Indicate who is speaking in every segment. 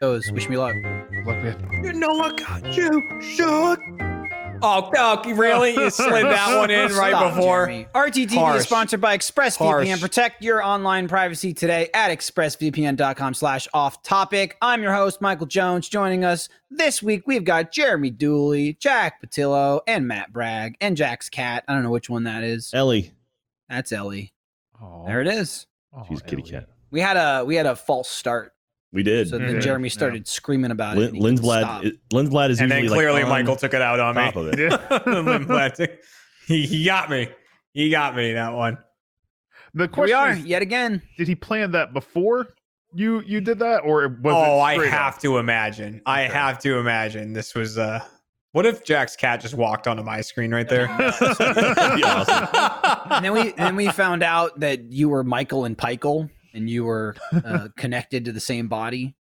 Speaker 1: Those wish me luck.
Speaker 2: Look, we have-
Speaker 3: You know I got you, shook.
Speaker 4: Oh, oh, really? You slid that one in right
Speaker 1: Stop,
Speaker 4: before.
Speaker 1: Jeremy. RTTV
Speaker 4: Harsh.
Speaker 1: is sponsored by ExpressVPN.
Speaker 4: Harsh.
Speaker 1: Protect your online privacy today at expressvpn.com slash off topic. I'm your host, Michael Jones. Joining us this week, we've got Jeremy Dooley, Jack Patillo, and Matt Bragg, and Jack's cat. I don't know which one that is.
Speaker 5: Ellie.
Speaker 1: That's Ellie.
Speaker 2: Aw.
Speaker 1: There it is.
Speaker 2: Aw,
Speaker 5: She's a kitty
Speaker 2: Elliot.
Speaker 5: cat.
Speaker 1: We had a we had a false start.
Speaker 5: We did.
Speaker 2: Mm-hmm.
Speaker 1: So
Speaker 4: Mhm.
Speaker 1: then Jeremy started screaming about it.
Speaker 5: Lin-
Speaker 1: and he
Speaker 5: Lindblad,
Speaker 1: stopped.
Speaker 5: it- Lindblad is
Speaker 4: And
Speaker 5: usually
Speaker 4: then clearly
Speaker 5: like on-
Speaker 4: Michael took it out on
Speaker 5: top of
Speaker 4: me.
Speaker 5: it.
Speaker 4: Lindblad, he, he got me. He got me that one.
Speaker 2: The
Speaker 1: Here we
Speaker 2: question
Speaker 1: are
Speaker 2: is,
Speaker 1: yet again.
Speaker 2: did he plan that before you you did that, or was
Speaker 4: oh,
Speaker 2: it
Speaker 4: I
Speaker 2: straight up?
Speaker 4: have to imagine. I
Speaker 2: Okay.
Speaker 4: have to imagine this was. uh What if Jack's cat just walked onto my screen right there?
Speaker 5: That'd be
Speaker 1: and then we and then we found out that you were Michael and Pikel, and you were uh, connected to the same body.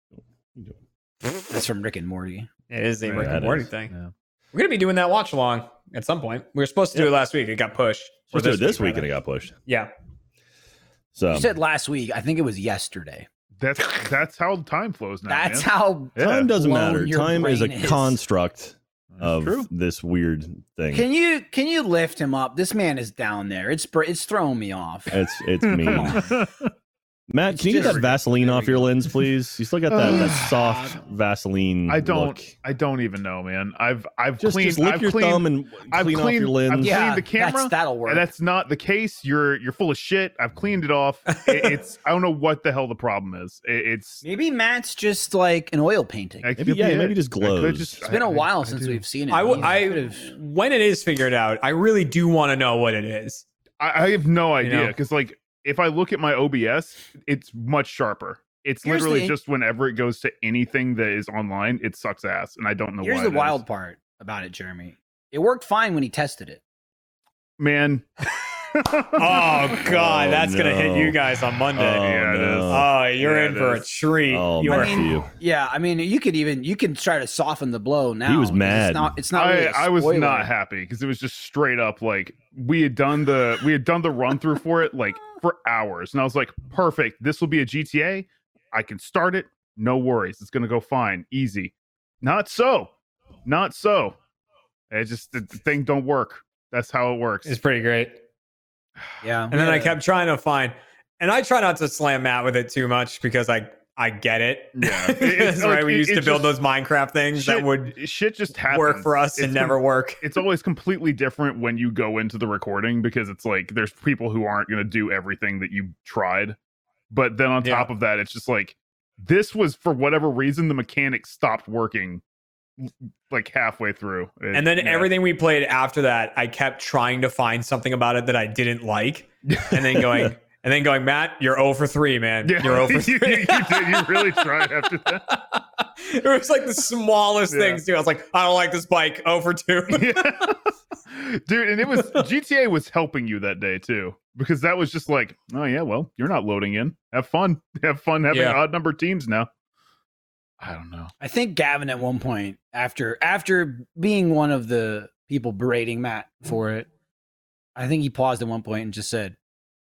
Speaker 1: That's from Rick and Morty.
Speaker 4: It is the
Speaker 2: Right,
Speaker 4: Rick and
Speaker 5: that
Speaker 4: Morty
Speaker 5: is.
Speaker 4: thing.
Speaker 2: Yeah.
Speaker 4: We're gonna be doing that watch along at some point. We were supposed to do it last week. It got pushed. Or
Speaker 5: Supposed to do it this week and
Speaker 4: rather.
Speaker 5: it got pushed.
Speaker 4: Yeah.
Speaker 5: So
Speaker 2: Um,
Speaker 1: you said last week. I think it was yesterday.
Speaker 2: That's that's how time flows now.
Speaker 1: That's
Speaker 2: man.
Speaker 1: how.
Speaker 2: Oh, Yeah.
Speaker 5: time doesn't
Speaker 1: blown
Speaker 5: matter.
Speaker 1: your
Speaker 5: Time is a
Speaker 1: brain is.
Speaker 5: construct
Speaker 2: That's
Speaker 5: of
Speaker 2: true.
Speaker 5: this weird thing.
Speaker 1: Can you can you lift him up? This man is down there. It's br- it's throwing me off.
Speaker 5: it's it's mean. Matt,
Speaker 1: It's
Speaker 5: can you get
Speaker 1: just-
Speaker 5: that Vaseline
Speaker 1: there
Speaker 5: off
Speaker 1: we
Speaker 5: your
Speaker 1: go.
Speaker 5: lens, please? You still got that, that soft Vaseline.
Speaker 2: I don't.
Speaker 5: Look.
Speaker 2: I don't even know, man. I've I've
Speaker 5: Just,
Speaker 2: cleaned.
Speaker 5: just lick
Speaker 2: I've
Speaker 5: your
Speaker 2: cleaned,
Speaker 5: thumb and
Speaker 2: I've
Speaker 5: clean off
Speaker 2: cleaned-
Speaker 5: your lens.
Speaker 2: I've
Speaker 5: Yeah.
Speaker 1: yeah,
Speaker 2: the camera?
Speaker 1: That's, that'll work.
Speaker 2: That's not the case. You're you're full of shit. I've cleaned it off. It, it's I don't know what the hell the problem is. It, it's
Speaker 1: maybe Matt's just like an oil painting.
Speaker 2: I
Speaker 1: It's
Speaker 2: could
Speaker 5: yeah,
Speaker 2: be
Speaker 5: maybe
Speaker 2: it.
Speaker 5: just
Speaker 2: I could
Speaker 5: glows.
Speaker 2: I-
Speaker 1: been a
Speaker 2: I-
Speaker 1: while
Speaker 2: I
Speaker 1: since
Speaker 2: do.
Speaker 1: we've seen it.
Speaker 4: I, w-
Speaker 1: He's-
Speaker 4: I
Speaker 1: could've-
Speaker 4: when it is figured out, I really do want to know what it is.
Speaker 2: I, I have no
Speaker 4: You
Speaker 2: idea
Speaker 4: know?
Speaker 2: because like if I look at my OBS, it's much sharper. It's
Speaker 1: Here's
Speaker 2: literally
Speaker 1: the-
Speaker 2: just whenever it goes to anything that is online, it sucks ass, and I don't know
Speaker 1: Here's
Speaker 2: why.
Speaker 1: the
Speaker 2: it is.
Speaker 1: wild part about it, Jeremy. It worked fine when he tested it.
Speaker 2: man.
Speaker 4: Oh God,
Speaker 5: Oh,
Speaker 4: that's gonna hit
Speaker 5: no.
Speaker 4: you guys on Monday.
Speaker 2: yeah, it is.
Speaker 5: no.
Speaker 4: Oh, you're
Speaker 2: Yeah,
Speaker 4: in
Speaker 2: it
Speaker 4: for a
Speaker 2: is.
Speaker 4: treat.
Speaker 5: Oh,
Speaker 4: you
Speaker 5: man.
Speaker 4: are.
Speaker 1: I mean,
Speaker 5: you.
Speaker 1: Yeah, I mean, you could even you can try to soften the blow now.
Speaker 5: was
Speaker 1: 'cause
Speaker 5: mad.
Speaker 1: It's not. It's not.
Speaker 2: I,
Speaker 1: really a
Speaker 2: I was
Speaker 1: spoiler.
Speaker 2: not happy because it was just straight up like we had done the we had done the run through for it like for hours, and I was like, perfect. This will be a GTA. I can start it. No worries. It's gonna go fine, easy. Not so. Not so. It just the, the thing don't work. That's how it works.
Speaker 4: It's pretty great.
Speaker 1: Yeah,
Speaker 4: And then I kept trying to find, and I try not to slam Matt with it too much because I I get it.
Speaker 2: Yeah. It-
Speaker 4: Because,
Speaker 2: it's
Speaker 4: right,
Speaker 2: like-
Speaker 4: we
Speaker 2: it-
Speaker 4: used
Speaker 2: it
Speaker 4: to build
Speaker 2: just-
Speaker 4: those Minecraft things that
Speaker 2: shit-
Speaker 4: would
Speaker 2: Shit just happens.
Speaker 4: work for us
Speaker 2: It's
Speaker 4: and
Speaker 2: com-
Speaker 4: never work.
Speaker 2: It's always completely different when you go into the recording because it's like there's people who aren't going to do everything that you tried. But then on
Speaker 4: Yeah.
Speaker 2: top of that, it's just like this was for whatever reason the mechanic stopped working like halfway through. It-
Speaker 4: And then
Speaker 2: yeah.
Speaker 4: everything we played after that, I kept trying to find something about it that I didn't like, and then going. And then going, Matt, you're 0 for 3, man.
Speaker 2: Yeah.
Speaker 4: You're 0 for
Speaker 2: You-
Speaker 4: 3.
Speaker 2: you did- you really tried after
Speaker 4: it was like the smallest
Speaker 2: Yeah.
Speaker 4: things, too. I was like, I don't like this bike, 0 for 2.
Speaker 2: Dude, and it was GTA was helping you that day too because that was just like, oh yeah, well, you're not loading in. Have fun. Have fun having
Speaker 4: Yeah.
Speaker 2: odd number teams now. I don't know.
Speaker 1: I think Gavin at one point after after being one of the people berating Matt for it, I think he paused at one point and just said,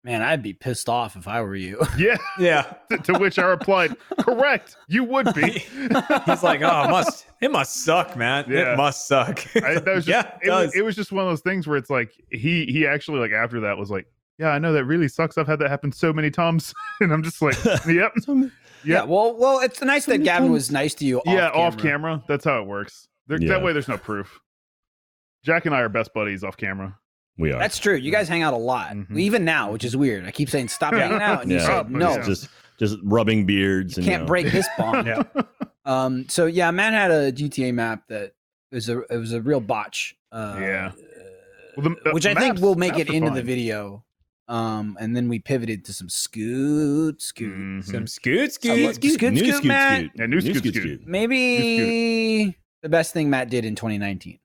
Speaker 1: "Man, I'd be pissed off if I were you."
Speaker 2: Yeah,
Speaker 4: yeah.
Speaker 2: to which I replied, "Correct, you would be."
Speaker 4: He's like, oh, it must it must suck, man.
Speaker 2: Yeah.
Speaker 4: It must suck.
Speaker 2: I, that was just,
Speaker 4: yeah, it
Speaker 2: it, was,
Speaker 4: does.
Speaker 2: it was just one of those things where it's like he he actually like after that was like, "Yeah, I know that really sucks. I've had that happen so many times," and I'm just like, "Yep,
Speaker 1: yeah. Well, well, it's nice that Gavin
Speaker 5: Sometimes-
Speaker 1: was nice to you. Off
Speaker 2: yeah, off
Speaker 1: camera.
Speaker 2: camera. That's how it works. There,
Speaker 5: Yeah.
Speaker 2: That way, there's no proof." Jack and I are best buddies off camera.
Speaker 5: We are.
Speaker 1: That's true. You guys hang out a lot,
Speaker 2: Mhm.
Speaker 1: even now, which is weird. I keep saying stop
Speaker 2: Yeah.
Speaker 1: hanging out, and you
Speaker 5: Yeah.
Speaker 1: said
Speaker 2: Probably,
Speaker 1: no.
Speaker 2: yeah.
Speaker 5: Just just rubbing beards
Speaker 1: You
Speaker 5: and
Speaker 1: can't
Speaker 5: know.
Speaker 1: break this bond.
Speaker 4: Yeah.
Speaker 1: Um. So yeah, Matt had a GTA map that was a it was a real botch. Uh,
Speaker 2: Yeah.
Speaker 1: uh,
Speaker 2: Well, the- the
Speaker 1: which I think
Speaker 2: maps-
Speaker 1: will make it
Speaker 2: maps are
Speaker 1: into the
Speaker 2: fine.
Speaker 1: video. Um. And then we pivoted to some scoot scoot.
Speaker 2: Mhm.
Speaker 4: Some scoot
Speaker 1: Some
Speaker 4: scoot.
Speaker 1: scoot, scoot,
Speaker 5: New
Speaker 1: scoot, Matt.
Speaker 2: Yeah, new scoot, scoot.
Speaker 1: Maybe the best thing Matt did in 2019.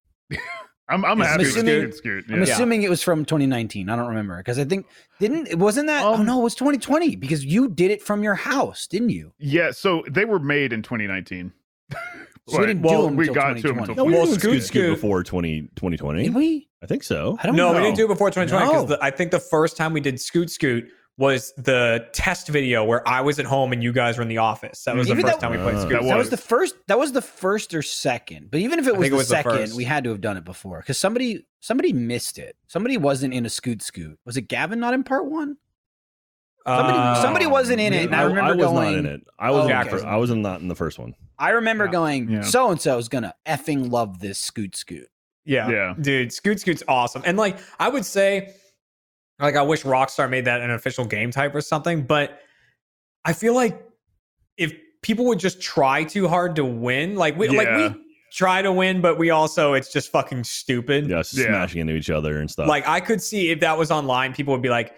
Speaker 2: I'm I'm
Speaker 4: Is
Speaker 2: happy
Speaker 1: Assuming-
Speaker 2: with Scoot. Scoot.
Speaker 1: I'm
Speaker 2: Yeah.
Speaker 4: Yeah.
Speaker 1: assuming it was from 2019. I don't remember because I think didn't it wasn't that. oh
Speaker 2: Um,
Speaker 1: no, it was 2020 because you did it from your house, didn't you?
Speaker 2: yeah, so they were made in 2019.
Speaker 1: So we
Speaker 2: Like,
Speaker 1: didn't
Speaker 4: well,
Speaker 1: do them
Speaker 2: we
Speaker 1: until
Speaker 2: got to 'em
Speaker 1: 2020.
Speaker 5: No, we
Speaker 4: Well,
Speaker 5: were doing
Speaker 4: Scoot
Speaker 5: scoot scoot
Speaker 4: Scoot-
Speaker 5: before 20, 2020.
Speaker 1: Did we?
Speaker 5: I think so.
Speaker 1: I don't
Speaker 4: No,
Speaker 1: know.
Speaker 4: we didn't do it before 2020 because
Speaker 1: No.
Speaker 4: I think the first time we did scoot scoot was the test video where I was at home and you guys were in the office. That was the
Speaker 1: Even
Speaker 4: first
Speaker 1: though-
Speaker 4: time we played
Speaker 5: Uh,
Speaker 4: Scooby.
Speaker 2: That
Speaker 1: That
Speaker 2: was.
Speaker 1: was the first. That was the first or second. But even if it was
Speaker 4: think
Speaker 1: the
Speaker 4: it was the
Speaker 1: second,
Speaker 4: first.
Speaker 1: we had to have done it before because somebody somebody missed it. Somebody wasn't in a scoot scoot. Was it Gavin not in part one? Somebody-
Speaker 4: Uh,
Speaker 1: somebody wasn't in it, and I
Speaker 5: I,
Speaker 1: remember
Speaker 5: was not
Speaker 1: going-
Speaker 5: in it. I was
Speaker 1: Oh,
Speaker 5: not
Speaker 1: okay.
Speaker 5: I was not in the first one.
Speaker 1: I remember
Speaker 4: Yeah.
Speaker 1: going,
Speaker 2: Yeah.
Speaker 1: so and so is gonna effing love this scoot scoot.
Speaker 4: Yeah.
Speaker 2: Yeah.
Speaker 4: Dude, Scoot Scoot's awesome. And like I would say, like I wish Rockstar made that an official game type or something, but I feel like if people would just try too hard to win, like we
Speaker 2: Yeah.
Speaker 4: like we try to win, but we also it's just fucking stupid.
Speaker 5: Yeah,
Speaker 2: Yeah.
Speaker 5: smashing into each other and stuff.
Speaker 4: Like I could see if that was online, people would be like,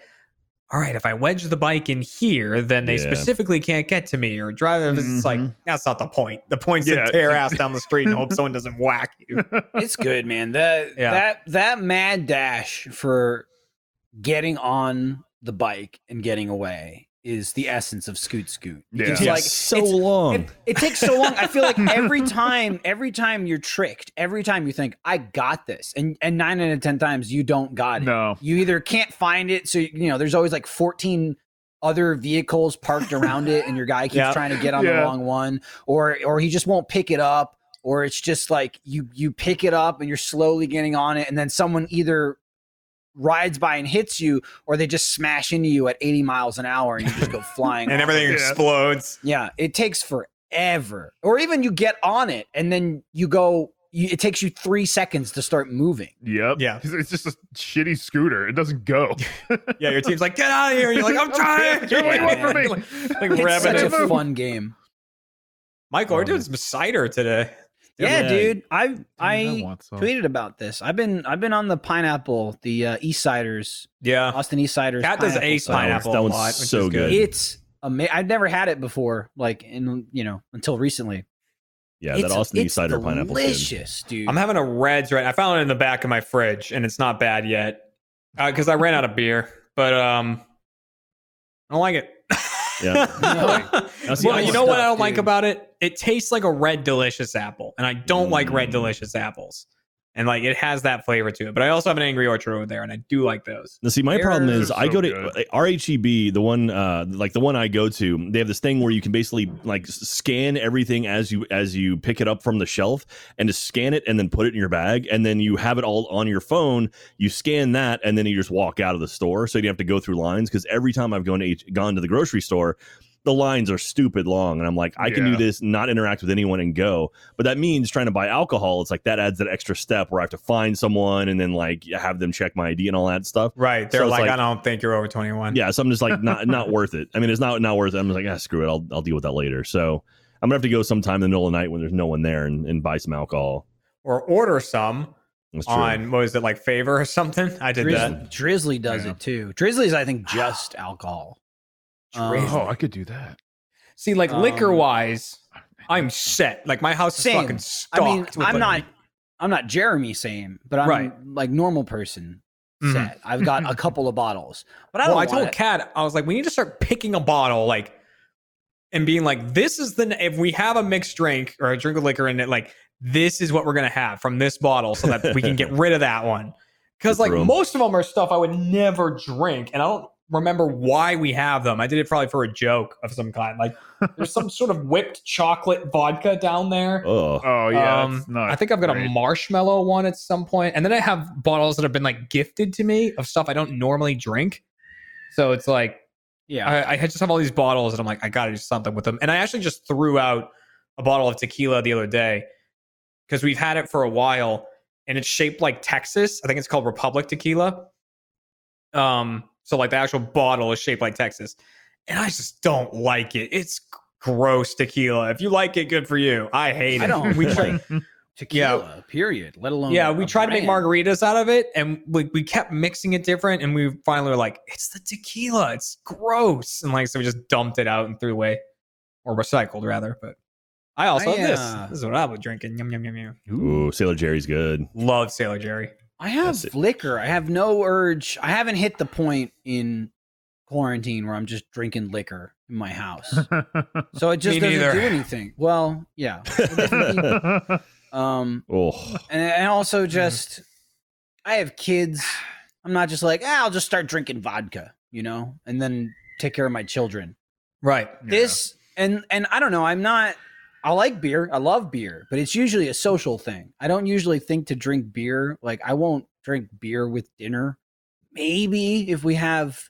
Speaker 4: all right, if I wedge the bike in here, then they
Speaker 5: Yeah.
Speaker 4: specifically can't get to me or drive. It's like,
Speaker 2: Mhm.
Speaker 4: that's not the point. The point's
Speaker 2: Yeah.
Speaker 4: to tear ass down the street and hope someone doesn't whack you.
Speaker 1: It's good, man. That
Speaker 4: Yeah.
Speaker 1: that that mad dash for getting on the bike and getting away is the essence of scoot scoot.
Speaker 2: Yeah.
Speaker 1: It's
Speaker 5: It's
Speaker 1: like
Speaker 5: so
Speaker 1: it's-
Speaker 5: long.
Speaker 1: It, it takes so long. I feel like every time, every time you're tricked, every time you think I got this, and and nine out of ten times you don't got it.
Speaker 2: No.
Speaker 1: You either can't find it, so you, you know there's always like 14 other vehicles parked around it, and your guy keeps
Speaker 4: Yeah.
Speaker 1: trying to get on the
Speaker 2: Yeah.
Speaker 1: wrong one, or or he just won't pick it up, or it's just like you you pick it up and you're slowly getting on it, and then someone either rides by and hits you or they just smash into you at 80 miles an hour and you just go flying
Speaker 4: And
Speaker 1: off.
Speaker 4: everything
Speaker 2: Yeah.
Speaker 4: explodes.
Speaker 1: Yeah, it takes forever. Or even you get on it and then you go, you, it takes you three seconds to start moving.
Speaker 2: Yep.
Speaker 4: Yeah.
Speaker 2: 'Cause It's just a shitty scooter. It doesn't go.
Speaker 4: Yeah, your team's like, get out of here. And you're like, I'm trying.
Speaker 2: Do what you want
Speaker 1: Yeah.
Speaker 2: from me.
Speaker 4: Like
Speaker 1: It's
Speaker 4: rabbit
Speaker 1: such a
Speaker 4: in a-
Speaker 1: fun game.
Speaker 4: Michael, we're doing some cider today.
Speaker 1: Yeah,
Speaker 5: Yeah.
Speaker 1: dude. I
Speaker 2: Dude,
Speaker 1: I
Speaker 2: want some.
Speaker 1: tweeted about this. I've been I've been on the pineapple, the uh, East Siders,
Speaker 4: Yeah.
Speaker 1: Austin East Siders.
Speaker 4: Cat does
Speaker 1: pineapple
Speaker 4: ace
Speaker 1: cider.
Speaker 4: pineapple.
Speaker 5: That
Speaker 4: a
Speaker 5: one's
Speaker 4: lot, which is
Speaker 5: so good.
Speaker 1: It's ama- I've never had it before, like in you know until recently.
Speaker 5: yeah,
Speaker 1: It's-
Speaker 5: that Austin
Speaker 1: it's
Speaker 5: East cider pineapple. Good.
Speaker 1: delicious, dude.
Speaker 4: I'm having a Reds right. I found it in the back of my fridge, and it's not bad yet because I ran out of beer. But um, I don't like it.
Speaker 5: Yeah. That's the
Speaker 4: well,
Speaker 5: other
Speaker 4: you know what I
Speaker 1: stuff,
Speaker 4: don't like
Speaker 1: dude.
Speaker 4: about it? It tastes like a red delicious apple, and I don't like red
Speaker 5: Mm.
Speaker 4: delicious apples. And like it has that flavor to it. But I also have an Angry Orchard over there, and I do like those.
Speaker 5: Now, see, my problem
Speaker 4: They're
Speaker 5: is I
Speaker 2: so
Speaker 5: go to
Speaker 2: good.
Speaker 5: like, RHEB, the one, uh, like the one I go to. They have this thing where you can basically like s- scan everything as you as you pick it up from the shelf, and just scan it and then put it in your bag, and then you have it all on your phone. You scan that, and then you just walk out of the store, so you don't have to go through lines. Because every time I've gone to H- gone to the grocery store. The lines are stupid long, and I'm like, I can
Speaker 2: Yeah.
Speaker 5: do this, not interact with anyone, and go. But that means trying to buy alcohol. It's like that adds that extra step where I have to find someone and then like have them check my ID and all that stuff.
Speaker 4: Right?
Speaker 5: They're So it's like, like- "I
Speaker 4: don't think you're over 21.
Speaker 5: Yeah, so I'm just like not not worth it. I mean, it's not not worth it. I'm just like, ah, screw it. I'll I'll deal with that later. So I'm gonna have to go sometime in the middle of the night when there's no one there and, and buy some alcohol.
Speaker 4: Or order some.
Speaker 5: That's true.
Speaker 4: on what was it like favor or something? I did that.
Speaker 1: Drizzly, Drizzly does
Speaker 2: Yeah.
Speaker 1: it too. Drizzly's, I think, just alcohol. Um,
Speaker 2: Oh, I could do that.
Speaker 4: See, like liquor
Speaker 1: Um,
Speaker 4: wise, I'm set. Like my house is
Speaker 1: Same.
Speaker 4: fucking
Speaker 1: I
Speaker 4: stocked.
Speaker 1: mean,
Speaker 4: with,
Speaker 1: I'm
Speaker 4: like-
Speaker 1: not, I'm not Jeremy same, but I'm
Speaker 4: Right.
Speaker 1: like normal person.
Speaker 4: Mhm.
Speaker 1: Set. I've got a couple of bottles, but I don't.
Speaker 4: Well, I
Speaker 1: want
Speaker 4: told
Speaker 1: it.
Speaker 4: Kat, I was like, we need to start picking a bottle, like, and being like, this is the if we have a mixed drink or a drink with liquor in it, like this is what we're gonna have from this bottle, so that we can get rid of that one. Because
Speaker 5: Good
Speaker 4: like
Speaker 5: room.
Speaker 4: most of them are stuff I would never drink, and I don't remember why we have them. I did it probably for a joke of some kind. Like there's some sort of whipped chocolate vodka down there.
Speaker 5: Oh,
Speaker 2: Oh yeah,
Speaker 4: Um,
Speaker 2: it's not.
Speaker 4: I think I've got a
Speaker 2: great.
Speaker 4: marshmallow one at some point, and then I have bottles that have been like gifted to me of stuff I don't normally drink. So it's like
Speaker 1: Yeah,
Speaker 4: I, I just have all these bottles, and I'm like, I got to do something with them. And I actually just threw out a bottle of tequila the other day because we've had it for a while, and it's shaped like Texas. I think it's called Republic Tequila. Um, so like the actual bottle is shaped like Texas, and I just don't like it. It's gross tequila. If you like it, good for you. I hate it.
Speaker 1: I don't
Speaker 4: We tried-
Speaker 1: like tequila. Period. Let alone
Speaker 4: yeah,
Speaker 1: a-
Speaker 4: we
Speaker 1: a
Speaker 4: tried to make
Speaker 1: brand.
Speaker 4: margaritas out of it, and we, we kept mixing it different, and we finally were like, "It's the tequila. It's gross." And like, so we just dumped it out and threw away, or recycled rather. But I also
Speaker 1: I,
Speaker 4: have this.
Speaker 1: uh,
Speaker 4: This is what I was drinking. Yum yum yum yum.
Speaker 5: ooh, Sailor Jerry's good.
Speaker 4: Love Sailor Jerry.
Speaker 1: I
Speaker 5: That's
Speaker 1: have
Speaker 5: it.
Speaker 1: liquor. I have no urge. I haven't hit the point in quarantine where I'm just drinking liquor in my house, so it just
Speaker 4: Me
Speaker 1: doesn't
Speaker 4: neither.
Speaker 1: do anything. Well, yeah. Um,
Speaker 5: oh,
Speaker 1: and, and also just I have kids. I'm not just like ah, I'll just start drinking vodka. you know, and then take care of my children.
Speaker 4: Right.
Speaker 1: This and and I don't know, I'm not I like beer. I love beer, but it's usually a social thing. I don't usually think to drink beer. Like I won't drink beer with dinner. Maybe if we have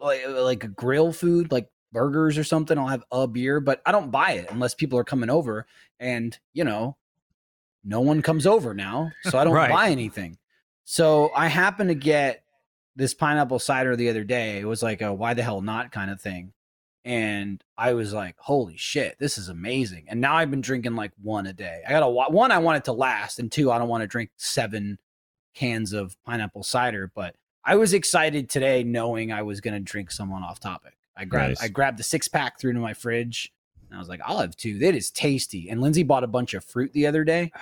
Speaker 1: like, like a grill food, like burgers or something, I'll have a beer, but I don't buy it unless people are coming over and, you know, no one comes over now, so I don't
Speaker 4: Right.
Speaker 1: buy anything. So I happened to get this pineapple cider the other day. It was like a why the hell not kind of thing. And I was like, holy shit, this is amazing. And now I've been drinking like one a day. I got a wa- one, I want it to last, and two, I don't want to drink seven cans of pineapple cider. But I was excited today knowing I was going to drink someone off topic. I grabbed,
Speaker 5: Nice.
Speaker 1: I grabbed the six pack, threw it into my fridge, and I was like, I'll have two. That is tasty. And Lindsay bought a bunch of fruit the other day.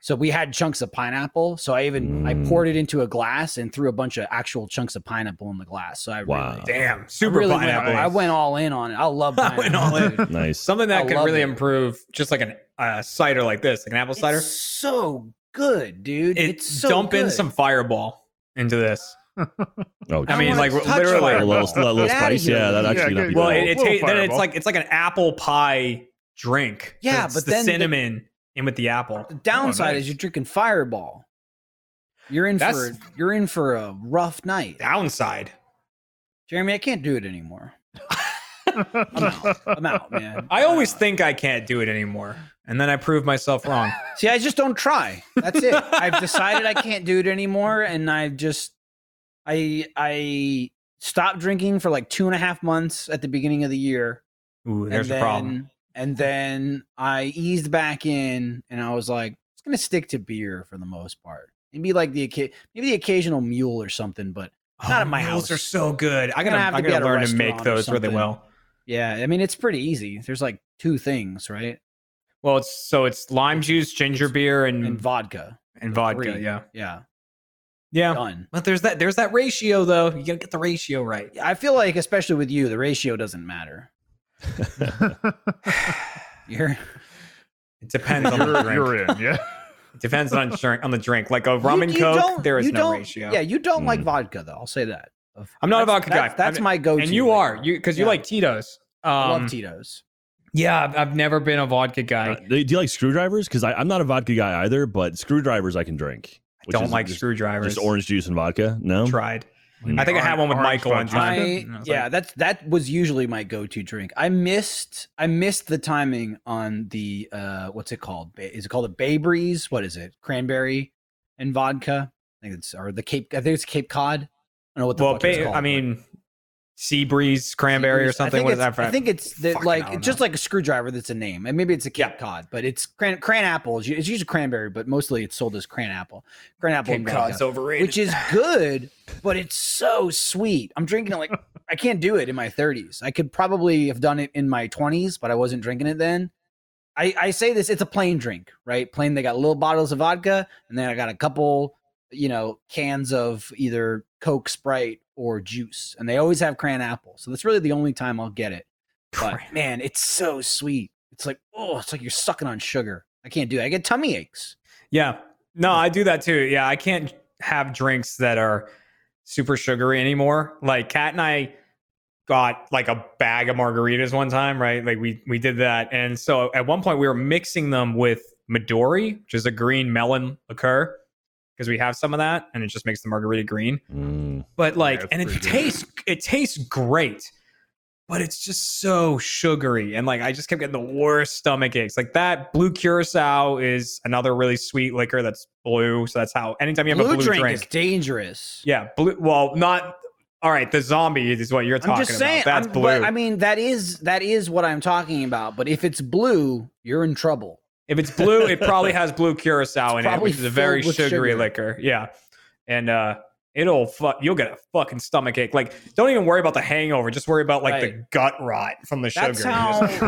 Speaker 1: So we had chunks of pineapple. So I even I
Speaker 5: Mm.
Speaker 1: poured it into a glass and threw a bunch of actual chunks of pineapple in the glass. So I
Speaker 5: Wow.
Speaker 1: really,
Speaker 4: Damn.
Speaker 1: I
Speaker 4: Super
Speaker 1: really went-
Speaker 4: pineapple.
Speaker 1: I went all in on it. I love
Speaker 4: I
Speaker 1: pineapple.
Speaker 4: went all in.
Speaker 1: dude.
Speaker 5: Nice.
Speaker 4: Something
Speaker 1: I
Speaker 4: that could
Speaker 1: love
Speaker 4: really
Speaker 1: it.
Speaker 4: improve, just like an uh, cider like this, like an apple cider.
Speaker 1: It's so good, dude.
Speaker 4: It-
Speaker 1: it's so
Speaker 4: dump in
Speaker 1: good.
Speaker 4: some fireball into this
Speaker 5: Oh,
Speaker 4: I mean,
Speaker 5: geez.
Speaker 4: like
Speaker 1: wanna touch
Speaker 4: literally,
Speaker 5: a
Speaker 2: it.
Speaker 5: little, a little
Speaker 1: Get outta
Speaker 5: spice.
Speaker 1: here.
Speaker 5: Yeah, that
Speaker 1: Yeah,
Speaker 5: actually
Speaker 2: good.
Speaker 5: not be
Speaker 4: well,
Speaker 5: bad.
Speaker 4: it, it
Speaker 2: Little
Speaker 4: ta- then it's
Speaker 2: fireball.
Speaker 4: like it's like an apple pie drink.
Speaker 1: Yeah,
Speaker 4: It's
Speaker 1: but
Speaker 4: the
Speaker 1: then the-
Speaker 4: cinnamon in with the apple.
Speaker 1: The downside
Speaker 2: nice.
Speaker 1: is you're drinking Fireball. You're in for
Speaker 4: That's-
Speaker 1: you're in for a rough night,
Speaker 4: Downside.
Speaker 1: Jeremy. I can't do it anymore. I'm out. I'm out, man.
Speaker 4: I always
Speaker 1: Uh,
Speaker 4: think I can't do it anymore, and then I prove myself wrong.
Speaker 1: see. I just don't try. That's it. I've decided I can't do it anymore, and I've just I I stopped drinking for like two and a half months at the beginning of the year.
Speaker 4: Ooh, there's
Speaker 1: and
Speaker 4: a problem.
Speaker 1: then- And then I eased back in, and I was like, it's gonna stick to beer for the most part. Maybe like the occa- maybe the occasional mule or something, but not at my
Speaker 4: mules
Speaker 1: house.
Speaker 4: Oh, are so good. I
Speaker 1: gonna
Speaker 4: gotta,
Speaker 1: have to
Speaker 4: I
Speaker 1: be at
Speaker 4: gotta
Speaker 1: a
Speaker 4: learn to make
Speaker 1: restaurant or
Speaker 4: those really
Speaker 1: something.
Speaker 4: well.
Speaker 1: yeah, I mean it's pretty easy. There's like two things, right?
Speaker 4: Well, it's so it's lime juice, ginger beer, and
Speaker 1: And
Speaker 4: and,
Speaker 1: vodka.
Speaker 4: vodka.
Speaker 1: Three.
Speaker 4: Yeah,
Speaker 1: Yeah.
Speaker 4: yeah.
Speaker 1: Done.
Speaker 4: But there's that there's that ratio though. You gotta get the ratio right.
Speaker 1: I feel like especially with you, the ratio doesn't matter. You're
Speaker 4: It depends on the
Speaker 2: you're,
Speaker 4: drink.
Speaker 2: you're in, yeah.
Speaker 4: It depends on drink, on the drink. Like a rum
Speaker 1: you-
Speaker 4: and
Speaker 1: you
Speaker 4: coke,
Speaker 1: don't-
Speaker 4: there is
Speaker 1: you
Speaker 4: no
Speaker 1: don't-
Speaker 4: ratio.
Speaker 1: Yeah, you don't like
Speaker 5: Mm.
Speaker 1: vodka though. I'll say that. Of-
Speaker 4: I'm not a
Speaker 1: that's-
Speaker 4: vodka
Speaker 1: that's-
Speaker 4: guy.
Speaker 1: That's
Speaker 4: I'm-
Speaker 1: my go-to.
Speaker 4: and you
Speaker 1: right
Speaker 4: are
Speaker 1: now.
Speaker 4: you because
Speaker 1: Oh, Yeah.
Speaker 4: you like Tito's. Um,
Speaker 1: I love Tito's.
Speaker 4: Yeah, I've, I've never been a vodka guy.
Speaker 5: Uh, do you like screwdrivers? Because I'm not a vodka guy either, but screwdrivers I can drink.
Speaker 4: I
Speaker 5: which
Speaker 4: don't
Speaker 5: is
Speaker 4: like
Speaker 5: just,
Speaker 4: screwdrivers.
Speaker 5: Just orange juice and vodka. No.
Speaker 4: Tried. I think I had one with
Speaker 2: Orange
Speaker 4: Michael one
Speaker 2: fudge.
Speaker 4: time.
Speaker 1: I,
Speaker 4: And I was
Speaker 1: yeah,
Speaker 4: like-
Speaker 1: that's that was usually my go-to drink. I missed I missed the timing on the uh what's it called? Ba- Is it called a Bay Breeze? What is it? Cranberry and vodka. I think it's or the Cape. I think it's Cape Cod. I don't know what the
Speaker 4: Well,
Speaker 1: fuck it's
Speaker 4: ba-
Speaker 1: called,
Speaker 4: I
Speaker 1: but
Speaker 4: mean, sea breeze,
Speaker 1: Sea
Speaker 4: cranberry, or
Speaker 1: Breeze. I
Speaker 4: something.
Speaker 1: think
Speaker 4: What is
Speaker 1: it's-
Speaker 4: that? For?
Speaker 1: I think it's the,
Speaker 4: Fucking I
Speaker 1: like
Speaker 4: don't
Speaker 1: just
Speaker 4: know.
Speaker 1: like a screwdriver. That's a name, and maybe it's a Cape
Speaker 4: Yeah.
Speaker 1: Cod, but it's cran cran apple. It's u- it's usually cranberry, but mostly it's sold as cran apple. Cran apple and
Speaker 4: Cape
Speaker 1: vodka
Speaker 4: Cod's overrated.
Speaker 1: which is good, but it's so sweet. I'm drinking it like I can't do it in my 30s. I could probably have done it in my 20s, but I wasn't drinking it then. I, I say this, it's a plain drink, right? Plain, they got little bottles of vodka, and then I got a couple, you know, cans of either Coke, Sprite, or juice. And they always have cran apple. So that's really the only time I'll get it. But
Speaker 4: Cran-
Speaker 1: man, it's so sweet. It's like, oh, it's like you're sucking on sugar. I can't do it. I get tummy aches.
Speaker 4: Yeah. No, I do that too. Yeah, I can't have drinks that are super sugary anymore. Like Kat and I got like a bag of margaritas one time, right? Like we we did that. And so at one point we were mixing them with Midori, which is a green melon liqueur, because we have some of that and it just makes the margarita green.
Speaker 5: Mm.
Speaker 4: But like
Speaker 2: that's
Speaker 4: and it
Speaker 2: pretty good.
Speaker 4: tastes it tastes great. But it's just so sugary. And like I just kept getting the worst stomach aches. Like that blue curacao is another really sweet liquor that's blue. So that's how anytime you have
Speaker 1: blue,
Speaker 4: a blue drink.
Speaker 1: drink, is dangerous.
Speaker 4: yeah, blue well, not all right, the zombie is what you're talking
Speaker 1: I'm just saying.
Speaker 4: about. That's
Speaker 1: I'm-
Speaker 4: blue.
Speaker 1: But, I mean, that is that is what I'm talking about. But if it's blue, you're in trouble.
Speaker 4: If it's blue, it probably has blue curacao
Speaker 1: It's
Speaker 4: in it,
Speaker 1: probably
Speaker 4: which is a very
Speaker 1: filled with
Speaker 4: sugary
Speaker 1: sugar.
Speaker 4: liquor. Yeah. And uh it'll fuck you'll get a fucking stomach ache. Like don't even worry about the hangover, just worry about like the
Speaker 1: Right.
Speaker 4: gut rot from the
Speaker 1: That's
Speaker 4: sugar.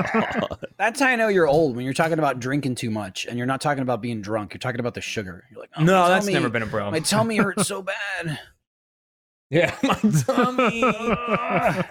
Speaker 1: how. that's how I know you're old when you're talking about drinking too much, and you're not talking about being drunk. You're talking about the sugar. You're like, oh, my
Speaker 4: no, that's
Speaker 1: tummy-
Speaker 4: never been a problem.
Speaker 1: My tummy hurts so bad.
Speaker 4: yeah, my tummy.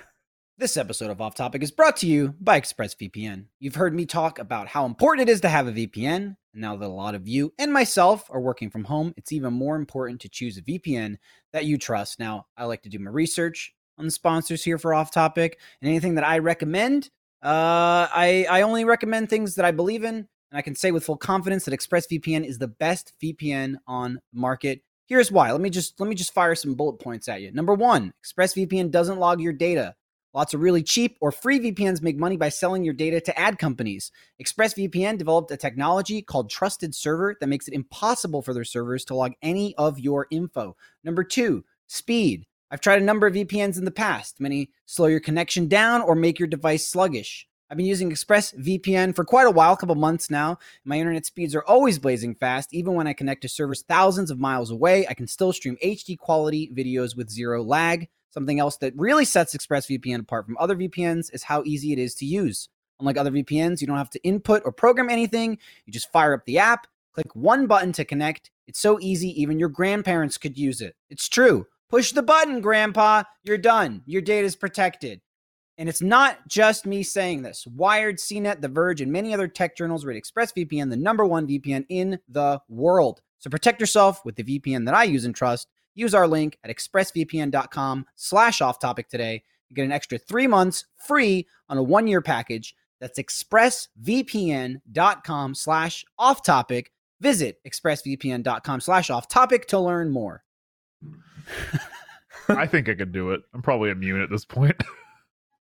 Speaker 1: This episode of Off Topic is brought to you by ExpressVPN. You've heard me talk about how important it is to have a VPN. And now that a lot of you and myself are working from home, it's even more important to choose a VPN that you trust. Now, I like to do my research on the sponsors here for off topic and anything that I recommend. Uh, I I only recommend things that I believe in, and I can say with full confidence that ExpressVPN is the best VPN on the market. Here's why. Let me just let me just fire some bullet points at you. Number one, ExpressVPN doesn't log your data. Lots of really cheap or free VPNs make money by selling your data to ad companies. ExpressVPN developed a technology called Trusted Server that makes it impossible for their servers to log any of your info. Number two, speed. I've tried a number of VPNs in the past. Many slow your connection down or make your device sluggish. I've been using ExpressVPN for quite a while, a couple months now. My internet speeds are always blazing fast. Even when I connect to servers thousands of miles away, I can still stream HD quality videos with zero lag. Something else that really sets ExpressVPN apart from other VPNs is how easy it is to use. Unlike other VPNs, you don't have to input or program anything. You just fire up the app, click one button to connect. It's so easy, even your grandparents could use it. It's true. Push the button, grandpa. You're done. Your data's protected. And it's not just me saying this. Wired, CNET, The Verge, and many other tech journals rate ExpressVPN the number one VPN in the world. So protect yourself with the VPN that I use and trust. Use our link at expressvpn.com slash off topic today. You get an extra three months free on a one-year package. That's expressvpn.com slash off topic. Visit expressvpn.com slash off topic to learn more.
Speaker 2: I think I could do it. I'm probably immune at this point.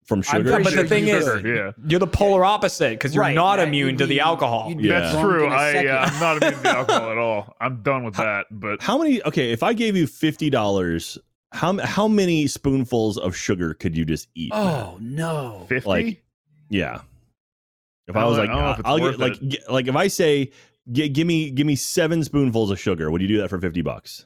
Speaker 5: from
Speaker 4: I'm
Speaker 5: sugar.
Speaker 4: pretty But the
Speaker 2: Sure,
Speaker 4: thing is-
Speaker 2: sure, yeah,
Speaker 4: You're the polar opposite because you're
Speaker 1: Right,
Speaker 4: not
Speaker 1: yeah,
Speaker 4: immune
Speaker 1: you'd
Speaker 4: to
Speaker 1: be-
Speaker 4: the alcohol.
Speaker 1: you'd be
Speaker 5: Yeah.
Speaker 2: that's
Speaker 1: drunk
Speaker 2: true.
Speaker 1: in a
Speaker 2: I uh,
Speaker 1: second.
Speaker 2: I'm not immune to alcohol at all. I'm done with
Speaker 5: How-
Speaker 2: that. But
Speaker 5: How many? Okay, if I gave you fifty dollars, how how many spoonfuls of sugar could you just eat?
Speaker 1: Oh no.
Speaker 2: fifty.
Speaker 5: like- Yeah. If
Speaker 2: I
Speaker 5: I
Speaker 2: don't-
Speaker 5: was
Speaker 2: I
Speaker 5: like,
Speaker 2: don't know if it's
Speaker 5: I'll
Speaker 2: worth
Speaker 5: get like
Speaker 2: it.
Speaker 5: g like if I say, g- give me give me seven spoonfuls of sugar, would you do that for fifty bucks?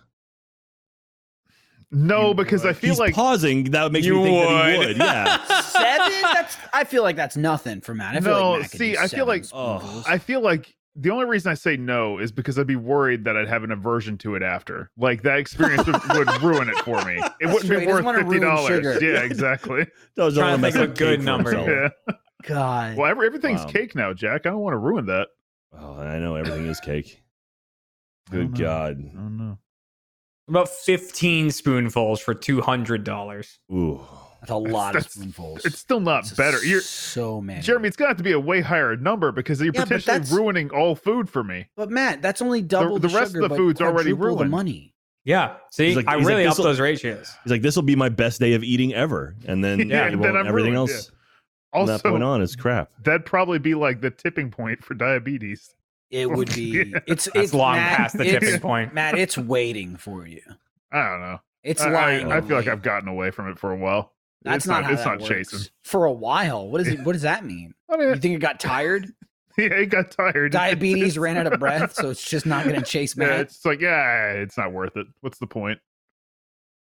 Speaker 2: no,
Speaker 4: You
Speaker 2: because I
Speaker 4: would.
Speaker 2: feel
Speaker 5: He's
Speaker 2: like
Speaker 5: pausing. That makes
Speaker 4: You
Speaker 5: me think that he
Speaker 4: would.
Speaker 5: would. Yeah.
Speaker 1: seven? That's I feel like that's nothing for Matt. I feel
Speaker 2: No,
Speaker 1: like Matt could
Speaker 2: see,
Speaker 1: do
Speaker 2: I feel
Speaker 1: seven
Speaker 2: like-
Speaker 1: spoonfuls.
Speaker 2: I feel like the only reason I say no is because I'd be worried that I'd have an aversion to it after. Like that experience would, would ruin it for me. It wouldn't
Speaker 1: true, he
Speaker 2: be
Speaker 1: doesn't
Speaker 2: worth
Speaker 1: wanna ruin
Speaker 2: fifty dollars.
Speaker 1: sugar.
Speaker 2: Yeah, exactly.
Speaker 5: That was
Speaker 4: Trying to
Speaker 5: another
Speaker 4: think of
Speaker 5: messed
Speaker 4: a
Speaker 5: up
Speaker 4: good
Speaker 5: cake for
Speaker 4: number
Speaker 5: himself.
Speaker 2: Yeah.
Speaker 1: God.
Speaker 2: Well, every, everything's
Speaker 5: Oh, Wow.
Speaker 2: cake now, Jack. I don't want to ruin that.
Speaker 5: Oh, I know everything is cake.
Speaker 2: I don't
Speaker 5: Good
Speaker 2: know.
Speaker 5: God.
Speaker 2: I don't know.
Speaker 4: About 15 spoonfuls for $200.
Speaker 5: Ooh.
Speaker 1: That's a lot of
Speaker 2: that's-
Speaker 1: spoonfuls.
Speaker 2: It's still not
Speaker 1: It's
Speaker 2: better. You're
Speaker 1: so many.
Speaker 2: Jeremy, it's gonna have to be a way higher number because you're
Speaker 1: Yeah, but
Speaker 2: potentially
Speaker 1: that's-
Speaker 2: ruining all food for me.
Speaker 1: But Matt, that's only double the,
Speaker 2: the rest
Speaker 1: sugar,
Speaker 2: of the
Speaker 1: but
Speaker 2: food's already
Speaker 1: quadruple The
Speaker 2: ruined.
Speaker 1: money.
Speaker 4: Yeah. See,
Speaker 5: He's like-
Speaker 4: I
Speaker 5: he's like,
Speaker 4: really up
Speaker 5: this'll-
Speaker 4: those ratios.
Speaker 5: He's like, this will be my best day of eating ever. And then,
Speaker 2: Yeah,
Speaker 5: it
Speaker 2: and
Speaker 5: won't-
Speaker 2: then I'm
Speaker 5: everything
Speaker 2: ruined,
Speaker 5: else from that point
Speaker 2: Also,
Speaker 5: on is crap.
Speaker 2: that'd probably be like the tipping point for diabetes.
Speaker 1: It would be.
Speaker 2: Yeah.
Speaker 1: It's
Speaker 4: That's
Speaker 1: it's
Speaker 4: long
Speaker 1: Matt,
Speaker 4: past the
Speaker 1: it's-
Speaker 4: tipping point.
Speaker 1: Matt, it's waiting for you.
Speaker 2: I don't know.
Speaker 1: It's
Speaker 2: I, I-
Speaker 1: lying.
Speaker 2: I feel like
Speaker 1: awake.
Speaker 2: I've gotten away from it for a while.
Speaker 1: That's
Speaker 2: it's
Speaker 1: not, how
Speaker 2: it's
Speaker 1: that
Speaker 2: not
Speaker 1: works.
Speaker 2: chasing.
Speaker 1: for a while. What does it? What does that mean?
Speaker 2: I
Speaker 1: You
Speaker 2: mean,
Speaker 1: think it got tired?
Speaker 2: yeah, it got tired.
Speaker 1: Diabetes
Speaker 2: It's-
Speaker 1: ran out of breath, so it's just not going to chase
Speaker 2: Yeah,
Speaker 1: Matt.
Speaker 2: it's like yeah, it's not worth it. What's the point?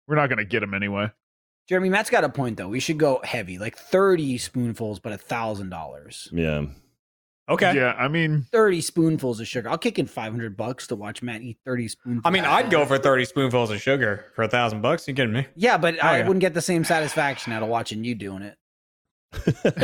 Speaker 2: We're not gonna get him anyway.
Speaker 1: Jeremy, Matt's got a point though. We should go heavy, like thirty spoonfuls, but a thousand dollars.
Speaker 5: Yeah.
Speaker 4: Okay.
Speaker 2: Yeah, I mean,
Speaker 1: Thirty spoonfuls of sugar. I'll kick in five hundred bucks to watch Matt eat thirty spoonfuls.
Speaker 4: I mean, I'd go for 30 spoonfuls of sugar for a thousand bucks. You kidding me?
Speaker 1: Yeah, but
Speaker 4: Oh,
Speaker 1: I
Speaker 4: yeah.
Speaker 1: wouldn't get the same satisfaction out of watching you doing it.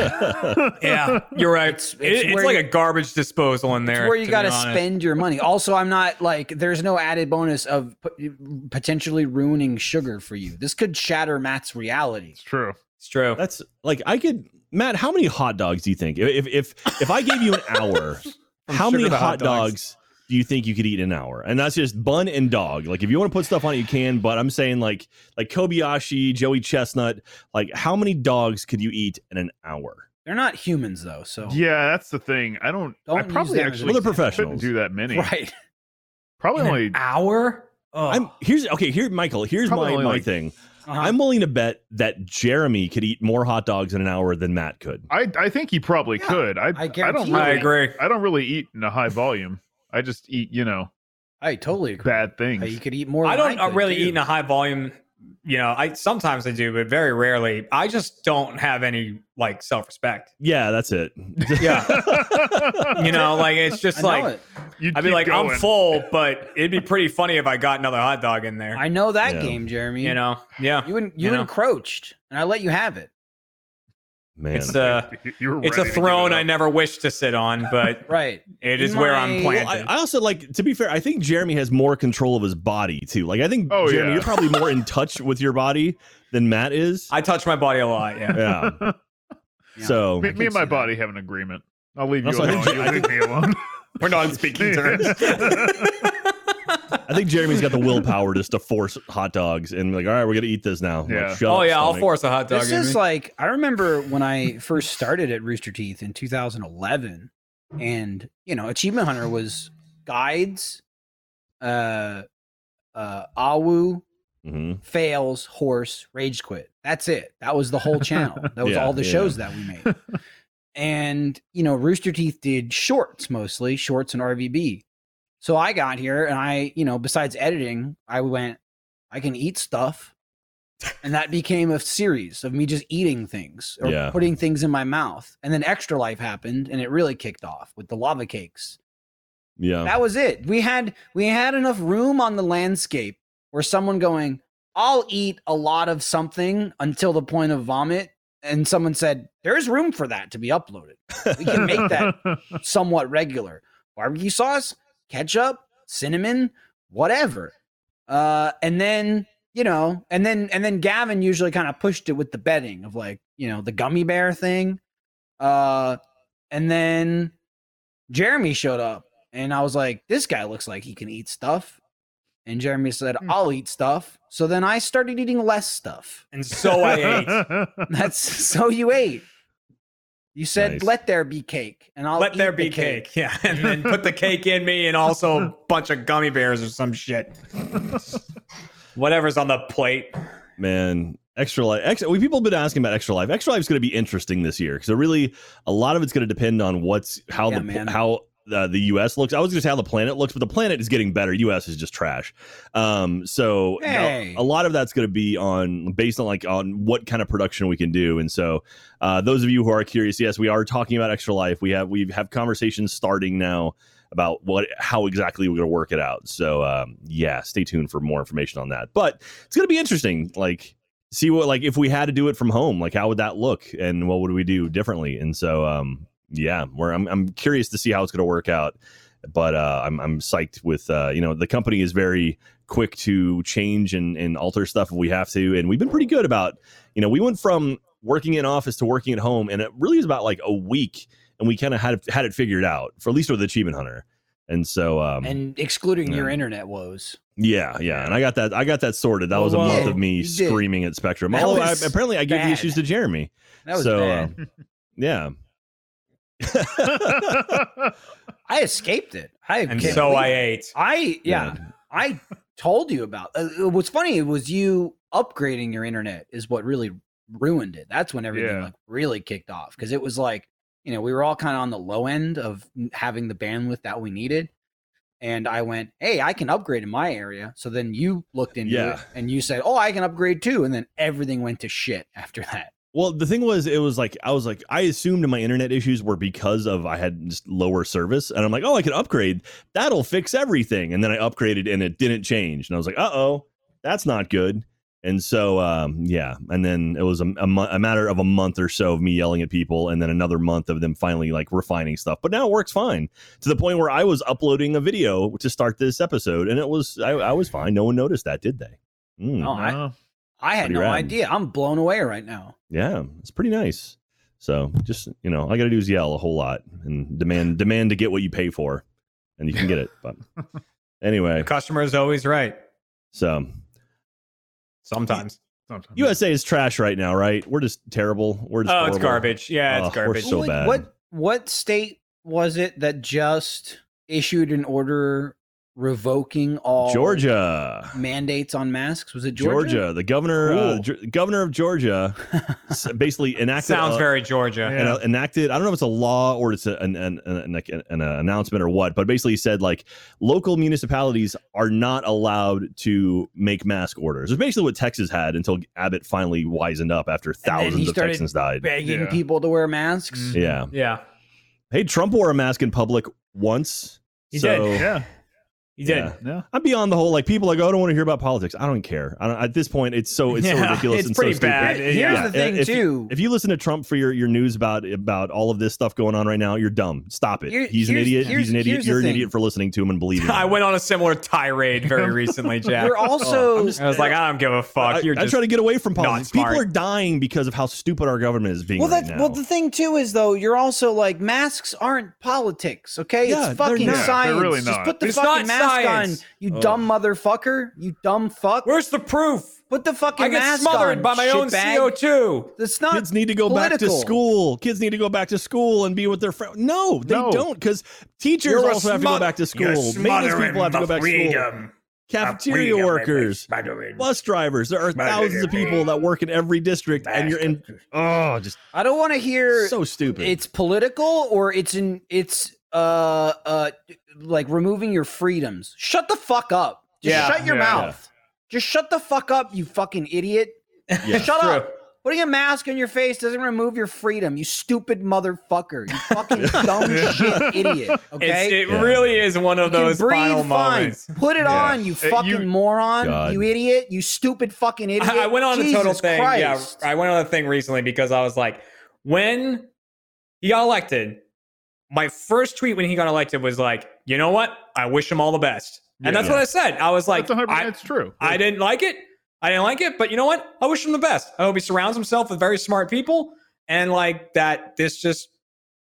Speaker 4: Yeah, you're right.
Speaker 1: It's-
Speaker 4: It's,
Speaker 1: it's
Speaker 4: it's
Speaker 1: where
Speaker 4: like
Speaker 1: you-
Speaker 4: a garbage disposal in there.
Speaker 1: it's where you
Speaker 4: to be
Speaker 1: got to
Speaker 4: honest.
Speaker 1: spend your money. Also, I'm not like there's no added bonus of p- potentially ruining sugar for you. This could shatter Matt's reality.
Speaker 2: it's true.
Speaker 4: It's true.
Speaker 5: That's like I could Matt, how many hot dogs do you think? If if if I gave you an hour,
Speaker 4: From
Speaker 5: how
Speaker 4: sugar
Speaker 5: many
Speaker 4: to
Speaker 5: hot, dogs. do you think you could eat in an hour? And that's just bun and dog. Like if you want to put stuff on it, you can, but I'm saying like like Kobayashi, Joey Chestnut, like how many dogs could you eat in an hour?
Speaker 1: They're not humans though, so
Speaker 2: Yeah, that's the thing. I don't.
Speaker 1: Don't
Speaker 2: I
Speaker 1: use
Speaker 2: probably
Speaker 1: them as an
Speaker 2: actually
Speaker 5: Well, they're
Speaker 2: couldn't
Speaker 5: professionals.
Speaker 2: do that many.
Speaker 1: right.
Speaker 2: Probably
Speaker 4: In
Speaker 2: only.
Speaker 4: an hour?
Speaker 1: Oh,
Speaker 4: Ugh.
Speaker 5: I'm here's okay, here Michael, here's
Speaker 2: Probably
Speaker 5: my,
Speaker 2: only,
Speaker 5: my
Speaker 2: like,
Speaker 5: thing.
Speaker 1: Uh-huh.
Speaker 5: I'm willing to bet that Jeremy could eat more hot dogs in an hour than Matt could.
Speaker 2: I I think he probably
Speaker 1: Yeah,
Speaker 2: could. I
Speaker 1: I
Speaker 2: I
Speaker 1: guarantee
Speaker 2: don't
Speaker 1: you
Speaker 4: I
Speaker 2: really.
Speaker 4: agree.
Speaker 2: I don't really eat in a high volume. I just eat, you know,
Speaker 1: I totally agree.
Speaker 2: bad things.
Speaker 1: You could eat more.
Speaker 4: I
Speaker 1: than
Speaker 4: don't uh,
Speaker 1: could,
Speaker 4: really
Speaker 1: too.
Speaker 4: eat in a high volume. You know, I sometimes I do, but very rarely. I just don't have any like self respect.
Speaker 5: Yeah, that's it.
Speaker 4: Yeah. You know, like it's
Speaker 1: I
Speaker 4: just
Speaker 1: know
Speaker 4: like
Speaker 1: it.
Speaker 2: You'd
Speaker 4: I'd be
Speaker 2: keep
Speaker 4: like,
Speaker 2: going.
Speaker 4: I'm full, but it'd be pretty funny if I got another hot dog in there.
Speaker 1: I know that
Speaker 5: Yeah.
Speaker 1: game, Jeremy.
Speaker 4: you know, yeah.
Speaker 1: you en- you,
Speaker 4: you know.
Speaker 1: encroached, and I let you have it.
Speaker 5: Man,
Speaker 4: It's a
Speaker 2: You- you were
Speaker 4: it's
Speaker 2: ready
Speaker 4: a
Speaker 2: to give it
Speaker 4: throne I
Speaker 2: up.
Speaker 4: never wished to sit on, but
Speaker 1: Right.
Speaker 4: it is where
Speaker 1: My-
Speaker 4: I'm
Speaker 5: Well, I,
Speaker 4: planted.
Speaker 5: I also like to be fair. I think Jeremy has more control of his body too. Like I think
Speaker 2: Oh,
Speaker 5: Jeremy,
Speaker 2: yeah.
Speaker 5: you're probably more in touch with your body than Matt is.
Speaker 4: I touch my body a lot. Yeah.
Speaker 5: yeah.
Speaker 1: Yeah.
Speaker 5: So
Speaker 2: Me,
Speaker 1: I
Speaker 2: me
Speaker 1: can
Speaker 2: and
Speaker 1: see
Speaker 2: my
Speaker 1: that.
Speaker 2: body have an agreement. I'll leave you
Speaker 5: Also, I
Speaker 2: alone.
Speaker 5: think-
Speaker 2: You
Speaker 5: I
Speaker 2: leave me alone.
Speaker 4: We're not on speaking terms.
Speaker 5: I think Jeremy's got the willpower just to force hot dogs and be like, all right, we're gonna eat this now. Like,
Speaker 2: Yeah.
Speaker 5: shut
Speaker 4: oh
Speaker 5: up,
Speaker 4: yeah, I'll
Speaker 5: stomach.
Speaker 4: force a hot dog.
Speaker 1: This
Speaker 4: in
Speaker 1: is
Speaker 4: me.
Speaker 1: like I remember when I first started at Rooster Teeth in 2011, and you know, Achievement Hunter was guides, uh, uh, Awu
Speaker 5: Mhm.
Speaker 1: fails, horse, rage quit. That's it. That was the whole channel. That was
Speaker 5: Yeah,
Speaker 1: all the
Speaker 5: yeah.
Speaker 1: shows that we made. and you know, Rooster Teeth did shorts mostly, shorts and RVB. So I got here and I, you know, besides editing, I went, I can eat stuff. And that became a series of me just eating things or
Speaker 5: Yeah.
Speaker 1: putting things in my mouth. And then Extra Life happened and it really kicked off with the lava cakes
Speaker 5: Yeah.
Speaker 1: that was it we had we had enough room on the landscape where someone going i'll eat a lot of something until the point of vomit and someone said there's room for that to be uploaded we can make that somewhat regular barbecue sauce ketchup cinnamon whatever uh and then you know and then and then gavin usually kind of pushed it with the bedding of like you know the gummy bear thing uh and then jeremy showed up and i was like this guy looks like he can eat stuff and jeremy said
Speaker 2: Hmm.
Speaker 1: i'll eat stuff so then i started eating less stuff
Speaker 4: and so I ate.
Speaker 1: that's so you ate you said
Speaker 5: Nice.
Speaker 1: let there be cake and i'll
Speaker 4: Let
Speaker 1: eat
Speaker 4: there
Speaker 1: the
Speaker 4: be cake. Yeah. And then put the cake in me and also a bunch of gummy bears or some shit. Whatever's on the plate.
Speaker 5: man extra life extra, well, people have been asking about extra life extra life is going to be interesting this year because really a lot of it's going to depend on what's how
Speaker 1: Yeah,
Speaker 5: the
Speaker 1: man.
Speaker 5: how uh, the us looks i was going to say how the planet looks but the planet is getting better us is just trash um so you know,
Speaker 1: Hey.
Speaker 5: a lot of that's going to be on based on like on what kind of production we can do and so uh those of you who are curious yes we are talking about extra life we have we have conversations starting now about what how exactly we're going to work it out so um yeah stay tuned for more information on that but it's gonna be interesting like see what like if we had to do it from home like how would that look and what would we do differently and so um yeah we're i'm, I'm curious to see how it's gonna work out but uh i'm, I'm psyched with uh you know the company is very quick to change and, and alter stuff if we have to and we've been pretty good about you know we went from working in office to working at home and it really is about like a week and we kind of had had it figured out for at least with achievement hunter and so um
Speaker 1: and excluding your
Speaker 5: Yeah.
Speaker 1: internet woes.
Speaker 5: yeah, yeah, and I got that. I got that sorted. That was a
Speaker 4: Whoa.
Speaker 5: month of
Speaker 1: You
Speaker 5: me
Speaker 1: did.
Speaker 5: screaming at Spectrum.
Speaker 1: That
Speaker 5: Although I,
Speaker 1: was
Speaker 5: apparently I gave the
Speaker 1: bad.
Speaker 5: issues to Jeremy.
Speaker 1: That was
Speaker 5: so
Speaker 1: bad.
Speaker 5: uh, yeah,
Speaker 1: I escaped it. I
Speaker 4: And
Speaker 1: can't
Speaker 4: so I
Speaker 1: believe-
Speaker 4: ate.
Speaker 1: I yeah, I told you about. Uh, what's funny was you upgrading your internet is what really ruined it. That's when everything
Speaker 2: Yeah.
Speaker 1: like really kicked off because it was like you know we were all kind of on the low end of n- having the bandwidth that we needed. And I went, hey, I can upgrade in my area. So then you looked into it
Speaker 5: Yeah.
Speaker 1: and you said, oh, I can upgrade too. And then everything went to shit after that.
Speaker 5: Well, the thing was, it was like I was like I assumed my internet issues were because of I had just lower service, and I'm like, oh, I can upgrade. That'll fix everything. And then I upgraded, and it didn't change. And I was like, uh oh, that's not good. And so, um, yeah. And then it was a, a, mo- a matter of a month or so of me yelling at people, and then another month of them finally like refining stuff. But now it works fine to the point where I was uploading a video to start this episode, and it was I, I was fine. No one noticed that, did they? Mm.
Speaker 1: No, Oh, I,
Speaker 2: No.
Speaker 1: I had
Speaker 5: Pretty
Speaker 1: no
Speaker 5: rad.
Speaker 1: idea. I'm blown away right now.
Speaker 5: yeah, it's pretty nice. So just you know, all I got to do is yell a whole lot and demand demand to get what you pay for, and you can get it. But
Speaker 4: The
Speaker 5: anyway,
Speaker 4: customer is always right.
Speaker 5: so
Speaker 4: Sometimes.
Speaker 2: Sometimes.
Speaker 5: USA is trash right now, right? We're just terrible. We're just
Speaker 4: Oh, it's
Speaker 5: horrible.
Speaker 4: garbage. Yeah,
Speaker 5: Oh,
Speaker 4: it's
Speaker 5: we're
Speaker 4: garbage.
Speaker 5: so
Speaker 1: Wait,
Speaker 5: bad.
Speaker 1: What what state was it that just issued an order revoking all
Speaker 5: Georgia.
Speaker 1: mandates on masks? Was it
Speaker 5: Georgia,
Speaker 1: Georgia?
Speaker 5: the governor, uh,
Speaker 1: Cool.
Speaker 5: Ge- governor of Georgia, s- basically enacted
Speaker 4: Sounds
Speaker 5: a-
Speaker 4: very Georgia.
Speaker 2: Yeah.
Speaker 5: and, uh, enacted. I don't know if it's a law or it's a, an, an, an, like an, an announcement or what, but basically said like local municipalities are not allowed to make mask orders. It's basically what Texas had until Abbott finally wisened up after
Speaker 1: then he
Speaker 5: thousands of
Speaker 1: started
Speaker 5: Texans died.
Speaker 1: Begging
Speaker 2: Yeah.
Speaker 1: people to wear masks.
Speaker 2: Mm.
Speaker 5: yeah.
Speaker 4: Yeah.
Speaker 5: Hey, Trump wore a mask in public once.
Speaker 4: He
Speaker 5: so
Speaker 4: did.
Speaker 2: Yeah.
Speaker 4: You did.
Speaker 5: Yeah.
Speaker 2: Yeah.
Speaker 5: I'm beyond the whole like people like oh, I don't want to hear about politics. I don't care. I don't, at this point, it's so it's so
Speaker 4: Yeah,
Speaker 5: ridiculous
Speaker 4: it's
Speaker 5: and
Speaker 4: pretty
Speaker 5: so stupid.
Speaker 4: bad.
Speaker 1: Here's
Speaker 4: Yeah.
Speaker 1: the thing,
Speaker 5: If you-
Speaker 1: too.
Speaker 5: If you listen to Trump for your, your news about about all of this stuff going on right now, you're dumb. Stop it.
Speaker 1: Here-
Speaker 5: he's an
Speaker 1: here's-
Speaker 5: idiot.
Speaker 1: here's-
Speaker 5: He's an idiot.
Speaker 1: here's the
Speaker 5: You're an
Speaker 1: thing.
Speaker 5: idiot for listening to him and believing.
Speaker 4: I
Speaker 5: him.
Speaker 4: went on a similar tirade very recently, Jack.
Speaker 1: You're also
Speaker 5: I'm just-
Speaker 4: I was like, I don't give a fuck.
Speaker 5: I,
Speaker 4: You're
Speaker 5: I
Speaker 4: just
Speaker 5: try to get away from politics.
Speaker 4: smart.
Speaker 5: People are dying because of how stupid our government is being
Speaker 1: well.
Speaker 5: right
Speaker 1: That's
Speaker 5: now.
Speaker 1: well. The thing too is though, you're also like masks aren't politics. Okay,
Speaker 5: Yeah, they're
Speaker 1: it's fucking
Speaker 5: not.
Speaker 2: Yeah, they're
Speaker 1: science.
Speaker 2: really
Speaker 1: Just
Speaker 2: not.
Speaker 1: put the
Speaker 4: But it's
Speaker 1: fucking
Speaker 4: not
Speaker 1: mask
Speaker 4: science.
Speaker 1: on, you
Speaker 5: Oh.
Speaker 1: dumb motherfucker. You dumb fuck.
Speaker 4: Where's the proof?
Speaker 1: put the fucking
Speaker 4: I get
Speaker 1: mask
Speaker 4: smothered
Speaker 1: on,
Speaker 4: by my own
Speaker 1: shitbag.
Speaker 4: CO2.
Speaker 1: It's not.
Speaker 5: Kids need to go back
Speaker 1: political.
Speaker 5: to school. Kids need to go back to school and be with their friends. No, they
Speaker 2: No.
Speaker 5: don't, because teachers
Speaker 4: You're a
Speaker 5: also have to go
Speaker 4: smut-
Speaker 5: back to school. Maintenance people have to go back to school. Cafeteria workers, bus drivers. There are thousands of people that work in every district, and you're in. Oh, just
Speaker 1: I don't want to hear
Speaker 5: so stupid.
Speaker 1: it's political or it's in it's uh uh like removing your freedoms. Shut the fuck up. Just
Speaker 4: Yeah.
Speaker 1: shut your
Speaker 2: Yeah.
Speaker 1: mouth. Just shut the fuck up, you fucking idiot.
Speaker 5: Yeah.
Speaker 1: shut
Speaker 4: True.
Speaker 1: up. Putting a mask on your face doesn't remove your freedom, you stupid motherfucker. You fucking
Speaker 4: Oh,
Speaker 1: dumb shit idiot.
Speaker 4: It's,
Speaker 1: Okay.
Speaker 4: it
Speaker 5: Yeah.
Speaker 4: really is one of
Speaker 1: You can
Speaker 4: those final moments.
Speaker 1: Put it
Speaker 2: Yeah.
Speaker 1: on, you
Speaker 2: Uh,
Speaker 1: fucking
Speaker 2: you-
Speaker 1: moron,
Speaker 5: God.
Speaker 1: you idiot, you stupid fucking idiot.
Speaker 4: I, I went on
Speaker 1: Jesus
Speaker 4: a total thing.
Speaker 1: Christ.
Speaker 4: Yeah, I went on a thing recently because I was like, when he got elected, my first tweet when he got elected was like, you know what? I wish him all the best.
Speaker 2: Yeah.
Speaker 4: And that's what I said. I was like,
Speaker 2: That's 100%
Speaker 4: I,
Speaker 2: it's true.
Speaker 4: I didn't like it. I didn't like it, but you know what? I wish him the best. I hope he surrounds himself with very smart people and like that this just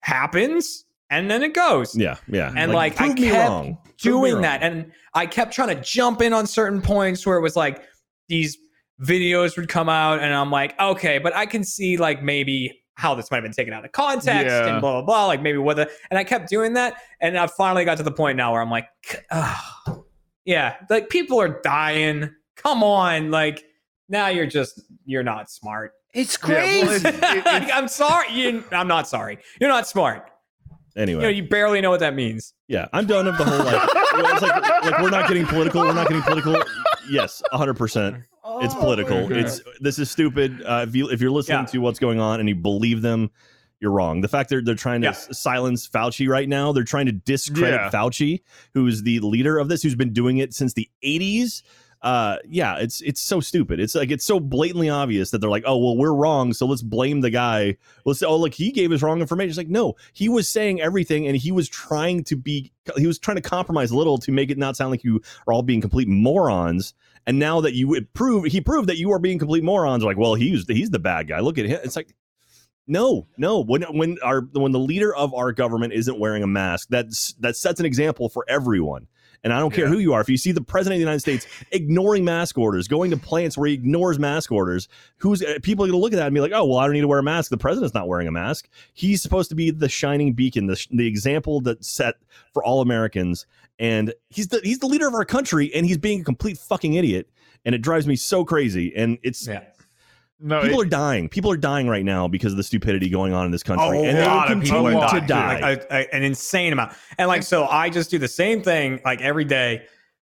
Speaker 4: happens and then it goes.
Speaker 5: yeah, yeah.
Speaker 4: And, like, I
Speaker 5: prove me
Speaker 4: kept
Speaker 5: wrong. Prove me
Speaker 4: Doing
Speaker 5: wrong.
Speaker 4: that. And I kept trying to jump in on certain points where it was like these videos would come out and I'm like, okay, but I can see like maybe how this might have been taken out of context
Speaker 2: Yeah.
Speaker 4: and blah blah blah. Like maybe what the and I kept doing that and I finally got to the point now where I'm like, "Ugh." yeah, like people are dying. Come on, like now you're just you're not smart.
Speaker 1: It's
Speaker 2: Yeah, well,
Speaker 1: crazy.
Speaker 2: It- it- it's-
Speaker 4: I'm sorry. You, I'm not sorry. You're not smart.
Speaker 5: Anyway,
Speaker 4: You know, you barely know what that means.
Speaker 5: yeah, I'm done of the whole like. you know, it's like, like we're not getting political. We're not getting political. Yes, 100. percent It's political.
Speaker 2: yeah.
Speaker 5: It's this is stupid. Uh, if you if you're listening
Speaker 4: Oh Yeah.
Speaker 5: to what's going on and you believe them, you're wrong. The fact they're they're trying to
Speaker 4: Yeah.
Speaker 5: s- silence Fauci right now, they're trying to discredit
Speaker 2: Yeah.
Speaker 5: Fauci, who's the leader of this, who's been doing it since the 80s. Uh, yeah, it's it's so stupid. It's like it's so blatantly obvious that they're like, oh well, we're wrong, so let's blame the guy. Let's say, oh look, he gave us wrong information. It's like no, he was saying everything, and he was trying to be he was trying to compromise a little to make it not sound like you are all being complete morons. And now that you would prove he proved that you are being complete morons, like, well, he's he's the bad guy. Look at him. It's like, no, no. When when our when the leader of our government isn't wearing a mask, that's that sets an example for everyone. And I don't care
Speaker 2: Yeah.
Speaker 5: who you are. If you see the president of the United States ignoring mask orders, going to plants where he ignores mask orders, who's uh, people are going to look at that and be like, "Oh, well, I don't need to wear a mask. The president's not wearing a mask. He's supposed to be the shining beacon, the, sh- the example that set for all Americans." And he's the he's the leader of our country, and he's being a complete fucking idiot, and it drives me so crazy. And it's
Speaker 4: Yeah.
Speaker 2: no,
Speaker 5: people
Speaker 2: Oh, it-
Speaker 5: are dying. People are dying right now because of the stupidity going on in this
Speaker 4: Oh,
Speaker 5: country, and they will
Speaker 2: lot of people
Speaker 5: continue
Speaker 2: are
Speaker 5: to
Speaker 2: dying.
Speaker 5: die.
Speaker 4: Like, a- a- an insane amount. And like, so I just do the same thing like every day.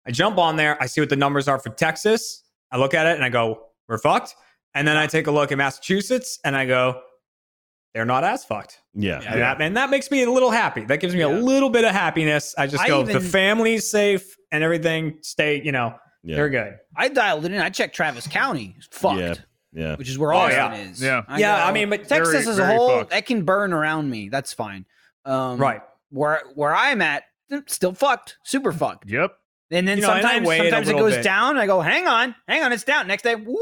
Speaker 4: I jump on there, I see what the numbers are for Texas. I look at it and I go, we're fucked. And then I take a look at Massachusetts and I go, they're not as fucked.
Speaker 5: yeah,
Speaker 4: And, that, and that makes me a little happy. That gives me
Speaker 1: Yeah.
Speaker 4: a little bit of happiness. I just
Speaker 1: I
Speaker 4: go, the
Speaker 1: even-
Speaker 4: family's safe and everything stay, you know,
Speaker 5: Yeah.
Speaker 4: they're good.
Speaker 1: I dialed it in. I checked Travis County. It's fucked.
Speaker 5: Yeah. yeah.
Speaker 1: Which is where
Speaker 4: Oh,
Speaker 1: Austin
Speaker 4: yeah.
Speaker 1: is.
Speaker 2: Yeah.
Speaker 4: yeah.
Speaker 1: go,
Speaker 4: I mean, but
Speaker 2: Very-
Speaker 1: Texas as a
Speaker 2: very
Speaker 1: whole,
Speaker 2: fucked.
Speaker 1: that can burn around me. That's fine. Um,
Speaker 4: right.
Speaker 1: Where where I'm at, still fucked, super fucked.
Speaker 2: Yep.
Speaker 1: And then
Speaker 4: You know, and I
Speaker 1: sometimes
Speaker 4: wait a
Speaker 1: sometimes it
Speaker 4: little
Speaker 1: goes
Speaker 4: bit.
Speaker 1: down. And I go, hang on, hang on, it's down. Next day, whoop,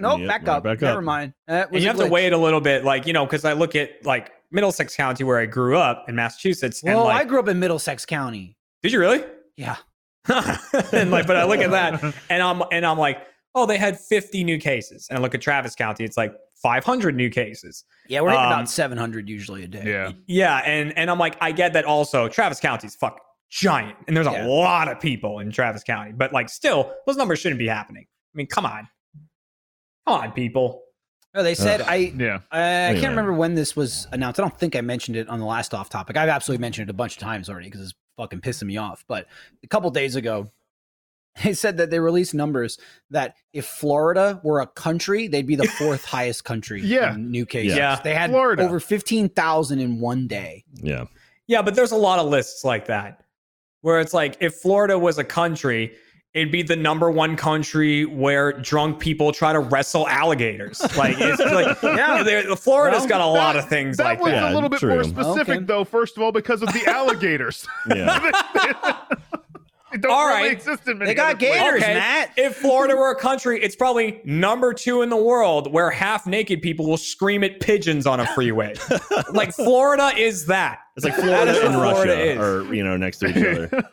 Speaker 1: nope,
Speaker 5: Yep,
Speaker 1: back,
Speaker 5: right
Speaker 1: up.
Speaker 5: back up.
Speaker 1: Never mind. Uh,
Speaker 4: And you have to wait a little bit, like, you know, because I look at like Middlesex County where I grew up in Massachusetts. and
Speaker 1: Well,
Speaker 4: like,
Speaker 1: I grew up in Middlesex County.
Speaker 4: Did you really?
Speaker 1: Yeah.
Speaker 4: and like, but I look at that and I'm and I'm like, oh, they had 50 new cases. And I look at Travis County, it's like 500 new cases.
Speaker 1: Yeah, we're hitting
Speaker 4: Um,
Speaker 1: about 700 usually a day.
Speaker 2: Yeah.
Speaker 4: Yeah, and and I'm like, I get that also. Travis County's fuck giant, and there's a
Speaker 1: Yeah.
Speaker 4: lot of people in Travis County, but like, still, those numbers shouldn't be happening. I mean, come on, come on, people.
Speaker 1: No, they said
Speaker 5: Ugh.
Speaker 1: I.
Speaker 2: Yeah.
Speaker 1: I
Speaker 5: Anyway.
Speaker 1: can't remember when this was announced. I don't think I mentioned it on the last off topic. I've absolutely mentioned it a bunch of times already because it's fucking pissing me off. But a couple days ago, they said that they released numbers that if Florida were a country, they'd be the fourth highest country
Speaker 2: Yeah.
Speaker 1: in new cases.
Speaker 4: Yeah.
Speaker 1: They had
Speaker 2: Florida.
Speaker 1: over 15,000 in one day.
Speaker 5: Yeah.
Speaker 4: Yeah, but there's a lot of lists like that. where it's like if Florida was a country, it'd be the number one country where drunk people try to wrestle alligators. Like, it's like yeah, there- Florida's
Speaker 1: Well,
Speaker 4: got a lot
Speaker 2: that-
Speaker 4: of things
Speaker 2: that
Speaker 4: like
Speaker 2: was
Speaker 4: that.
Speaker 5: Yeah,
Speaker 2: a little bit more
Speaker 5: true.
Speaker 2: specific,
Speaker 1: Okay.
Speaker 2: though. First of all, because of the alligators,
Speaker 5: Yeah.
Speaker 2: They don't
Speaker 4: All
Speaker 2: really
Speaker 4: right.
Speaker 2: exist in many
Speaker 1: They got
Speaker 2: other places.
Speaker 1: gators,
Speaker 4: Okay.
Speaker 1: Matt.
Speaker 4: If Florida were a country, it's probably number two in the world where half naked people will scream at pigeons on a freeway. like Florida is that.
Speaker 5: It's like
Speaker 4: That
Speaker 5: Florida
Speaker 4: is
Speaker 5: and
Speaker 4: what Florida
Speaker 5: Russia
Speaker 4: is.
Speaker 5: are, you know, next to each other.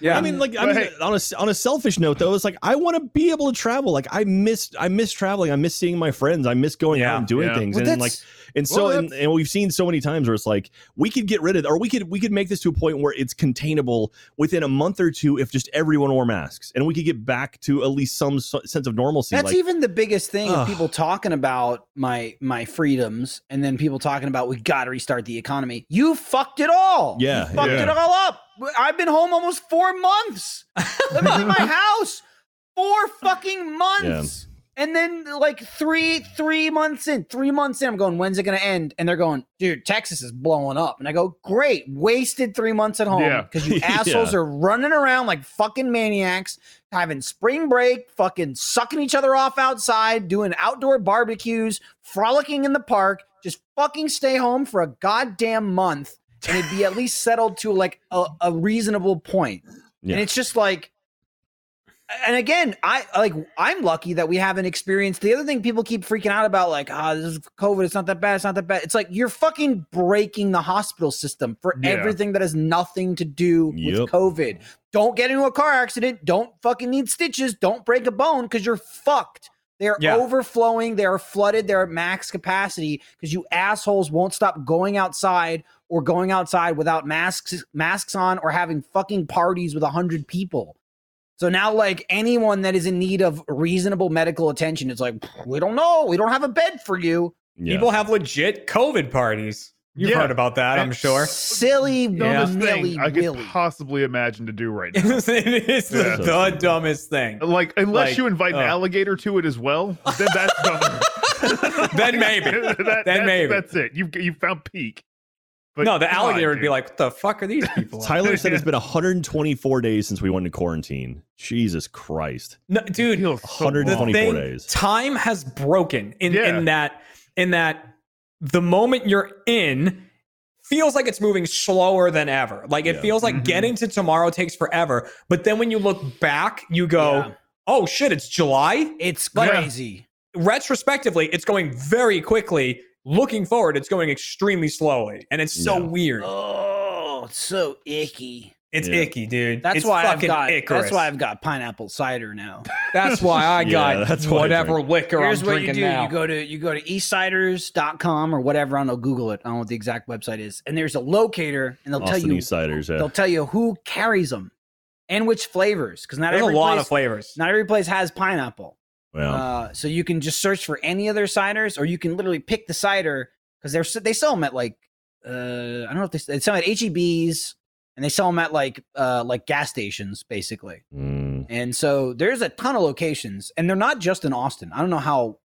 Speaker 1: Yeah.
Speaker 5: I mean, like, I mean,
Speaker 2: Right.
Speaker 5: on a s- on a selfish note though, it's like I want to be able to travel. Like, I miss I miss traveling. I miss seeing my friends. I miss going
Speaker 4: Yeah.
Speaker 5: out and doing
Speaker 2: Yeah.
Speaker 5: things.
Speaker 1: Well,
Speaker 5: and
Speaker 1: that's-
Speaker 5: like, and so
Speaker 1: Well,
Speaker 5: and, and we've seen so many times where it's like we could get rid of, or we could we could make this to a point where it's containable within a month or two if just everyone wore masks, and we could get back to at least some so- sense of normalcy.
Speaker 1: That's
Speaker 5: like,
Speaker 1: even the biggest thing of
Speaker 5: Ugh.
Speaker 1: people talking about my my freedoms and then people talking about we got to restart the economy. You fucked it all.
Speaker 5: Yeah,
Speaker 1: You fucked
Speaker 2: yeah.
Speaker 1: it all up. I've been home almost 4 months. Living in my house 4 fucking months. And then like 3 3 months in, 3 months in I'm going when's it going to end? And they're going, "Dude, Texas is blowing up." And I go, "Great. Wasted 3 months at home
Speaker 2: Yeah.
Speaker 1: cuz you assholes are running around like fucking maniacs." having spring break, fucking sucking each other off outside, doing outdoor barbecues, frolicking in the park. Just fucking stay home for a goddamn month and it'd be at least settled to like a, a reasonable point.
Speaker 5: Yeah.
Speaker 1: And it's just like, and again, I like I'm lucky that we haven't experienced the other thing people keep freaking out about, like, ah, this is COVID, it's not that bad, it's not that bad. It's like you're fucking breaking the hospital system for
Speaker 2: Yeah.
Speaker 1: everything that has nothing to do
Speaker 5: Yep.
Speaker 1: with COVID. Don't get into a car accident, don't fucking need stitches, don't break a bone because you're fucked. They're
Speaker 4: Yeah.
Speaker 1: overflowing, they're flooded, they're at max capacity because you assholes won't stop going outside or going outside without masks masks on or having fucking parties with 100 people. So now like anyone that is in need of reasonable medical attention it's like we don't know, we don't have a bed for you.
Speaker 5: yeah.
Speaker 4: People have legit COVID parties. You've
Speaker 2: Yeah.
Speaker 4: heard about that, I'm sure.
Speaker 1: Silly
Speaker 4: Yeah.
Speaker 2: Dumbest
Speaker 1: nilly
Speaker 2: thing I could
Speaker 1: willy.
Speaker 2: possibly imagine to do right now.
Speaker 4: it is
Speaker 5: Yeah.
Speaker 4: the, the dumbest thing.
Speaker 2: Like, unless
Speaker 4: Like,
Speaker 2: you invite an
Speaker 4: uh.
Speaker 2: alligator to it as well, then that's dumb.
Speaker 4: Then maybe.
Speaker 2: That- that's,
Speaker 4: Then maybe.
Speaker 2: That's it. You you found peak. But
Speaker 4: no, the
Speaker 2: come on,
Speaker 4: alligator would be
Speaker 2: dude.
Speaker 4: like, "What the fuck are these people?" on?"
Speaker 5: Tyler said it's been 124 days since we went into quarantine. Jesus Christ.
Speaker 4: No, dude,
Speaker 2: Feels so
Speaker 5: 120
Speaker 4: the
Speaker 5: 24
Speaker 2: long.
Speaker 4: thing,
Speaker 5: days.
Speaker 4: time has broken in,
Speaker 2: Yeah.
Speaker 4: in that in that the moment you're in feels like it's moving slower than ever. Like it
Speaker 5: Yeah.
Speaker 4: feels like
Speaker 2: Mhm.
Speaker 4: getting to tomorrow takes forever, but then when you look back, you go,
Speaker 1: Yeah.
Speaker 4: "Oh shit, it's July."
Speaker 1: It's
Speaker 4: Like-
Speaker 1: crazy.
Speaker 4: Retrospectively, it's going very quickly. Looking forward, it's going extremely slowly, and it's so
Speaker 5: Yeah.
Speaker 4: weird.
Speaker 1: Oh, it's so icky.
Speaker 4: It's
Speaker 5: Yeah.
Speaker 4: icky, dude.
Speaker 1: That's
Speaker 4: It's
Speaker 1: why I've
Speaker 4: fucking
Speaker 1: got
Speaker 4: Icarus.
Speaker 1: that's why I've got pineapple cider now.
Speaker 4: That's why I
Speaker 5: Yeah,
Speaker 4: got
Speaker 5: that's what I
Speaker 4: whatever
Speaker 5: drink.
Speaker 4: liquor
Speaker 1: Here's
Speaker 4: I'm
Speaker 1: what you
Speaker 4: drinking
Speaker 1: do.
Speaker 4: now.
Speaker 1: You go to you go to eastsiders.com or whatever. I don't know, Google it. I don't know what the exact website is. And there's a locator and they'll
Speaker 5: Austin
Speaker 1: tell you
Speaker 5: East Siders. Yeah.
Speaker 1: they'll tell you who carries them and which flavors. Because not
Speaker 4: There's a
Speaker 1: every
Speaker 4: lot
Speaker 1: place,
Speaker 4: of flavors.
Speaker 1: not every place has pineapple.
Speaker 5: Well,
Speaker 1: Uh, so you can just search for any of their ciders, or you can literally pick the cider because they're s- they sell them at like uh, I don't know if they, s- they sell 'em at HEBs and they sell them at like uh, like gas stations basically.
Speaker 5: mm,
Speaker 1: And so there's a ton of locations, and they're not just in Austin. I don't know how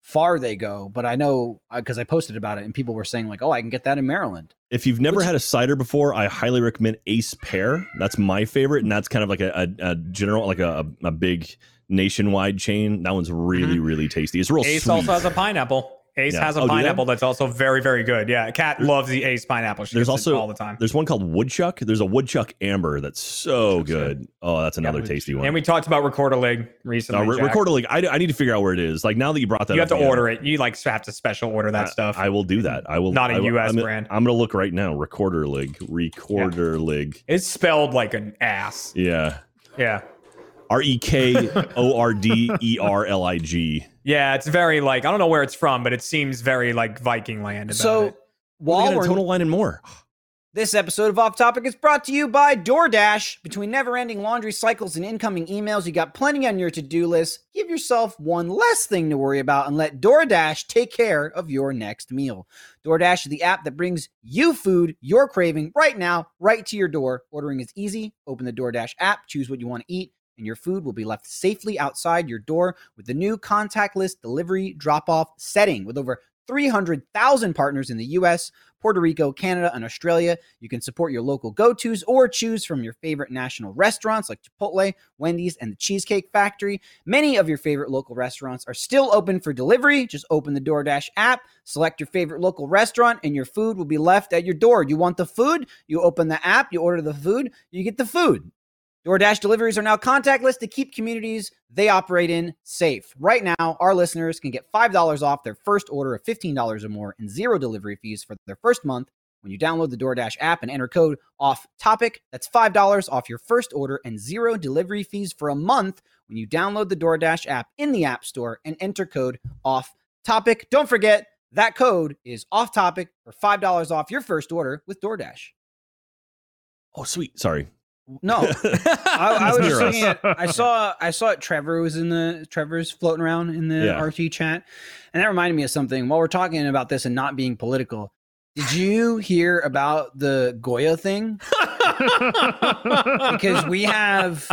Speaker 1: far they go, but I know because I posted about it, and people were saying like, "Oh, I can get that in Maryland."
Speaker 5: if you've never
Speaker 1: Which-
Speaker 5: had a cider before, I highly recommend Ace Pear. That's my favorite, and that's kind of like a, a, a general, like a, a a big nationwide chain. That one's really,
Speaker 1: Mm-hmm.
Speaker 5: really tasty. It's real
Speaker 4: Ace
Speaker 5: sweet.
Speaker 4: also has a pineapple. Ace
Speaker 5: Yeah.
Speaker 4: has
Speaker 5: Oh,
Speaker 4: a
Speaker 5: do they?
Speaker 4: pineapple that's also very, very good. Yeah, Kat loves the Ace pineapple. She
Speaker 5: There's
Speaker 4: There's
Speaker 5: also-
Speaker 4: it all the time.
Speaker 5: There's one called Woodchuck. There's a Woodchuck Amber that's so good. Oh, that's another
Speaker 2: Yeah,
Speaker 5: tasty
Speaker 4: And
Speaker 5: one.
Speaker 4: we talked about Recorder Leg
Speaker 5: Uh,
Speaker 4: recently.
Speaker 5: re-
Speaker 4: Jack.
Speaker 5: recorder League. I, I need to figure out where it is. Like now that you brought that,
Speaker 4: you
Speaker 5: up,
Speaker 4: have to
Speaker 5: yeah.
Speaker 4: order it. You like have to special order that
Speaker 5: I-
Speaker 4: stuff.
Speaker 5: I will do that. I will.
Speaker 4: Not a
Speaker 5: I will-
Speaker 4: US
Speaker 5: I'm gonna-
Speaker 4: brand.
Speaker 5: I'm gonna look right now. Recorder League. Recorder League.
Speaker 4: it's spelled like an ass.
Speaker 5: Yeah.
Speaker 4: Yeah.
Speaker 5: R E K O R D E R L I G.
Speaker 4: Yeah, it's very like I don't know where it's from, but it seems very like Viking land. About
Speaker 1: So
Speaker 4: it.
Speaker 5: Oh,
Speaker 1: while we're
Speaker 5: Line and more.
Speaker 1: This episode of Off Topic is brought to you by DoorDash. Between never ending laundry cycles and incoming emails, you got plenty on your to do list. Give yourself one less thing to worry about and let DoorDash take care of your next meal. DoorDash is the app that brings you food you're craving right now, right to your door. Ordering is easy. Open the DoorDash app, choose what you want to eat, and your food will be left safely outside your door with the new contactless delivery drop off setting with over 300,000 partners in the U.S. Puerto Rico, Canada, and Australia. You can support your local go tos or choose from your favorite national restaurants like Chipotle, Wendy's, and the Cheesecake Factory. Many of your favorite local restaurants are still open for delivery. Just open the DoorDash app, select your favorite local restaurant, and your food will be left at your door. You want the food? You open the app, you order the food, you get the food. DoorDash deliveries are now contactless to keep communities they operate in safe. Right now, our listeners can get $5 off their first order of $15 or more and zero delivery fees for their first month when you download the DoorDash app and enter code off topic. That's $5 off your first order and zero delivery fees for a month when you download the DoorDash app in the App Store and enter code off topic. Don't forget that code is off topic for $5 off your first order with DoorDash.
Speaker 5: Oh, sweet. Sorry.
Speaker 1: No, I, I was
Speaker 5: That's near
Speaker 1: just
Speaker 5: us.
Speaker 1: looking at. I saw. I saw it. Trevor was in the. Trevor's floating around in the
Speaker 5: Yeah.
Speaker 1: RT chat, and that reminded me of something. While we're talking about this and not being political, did you hear about the Goya thing? Because we have.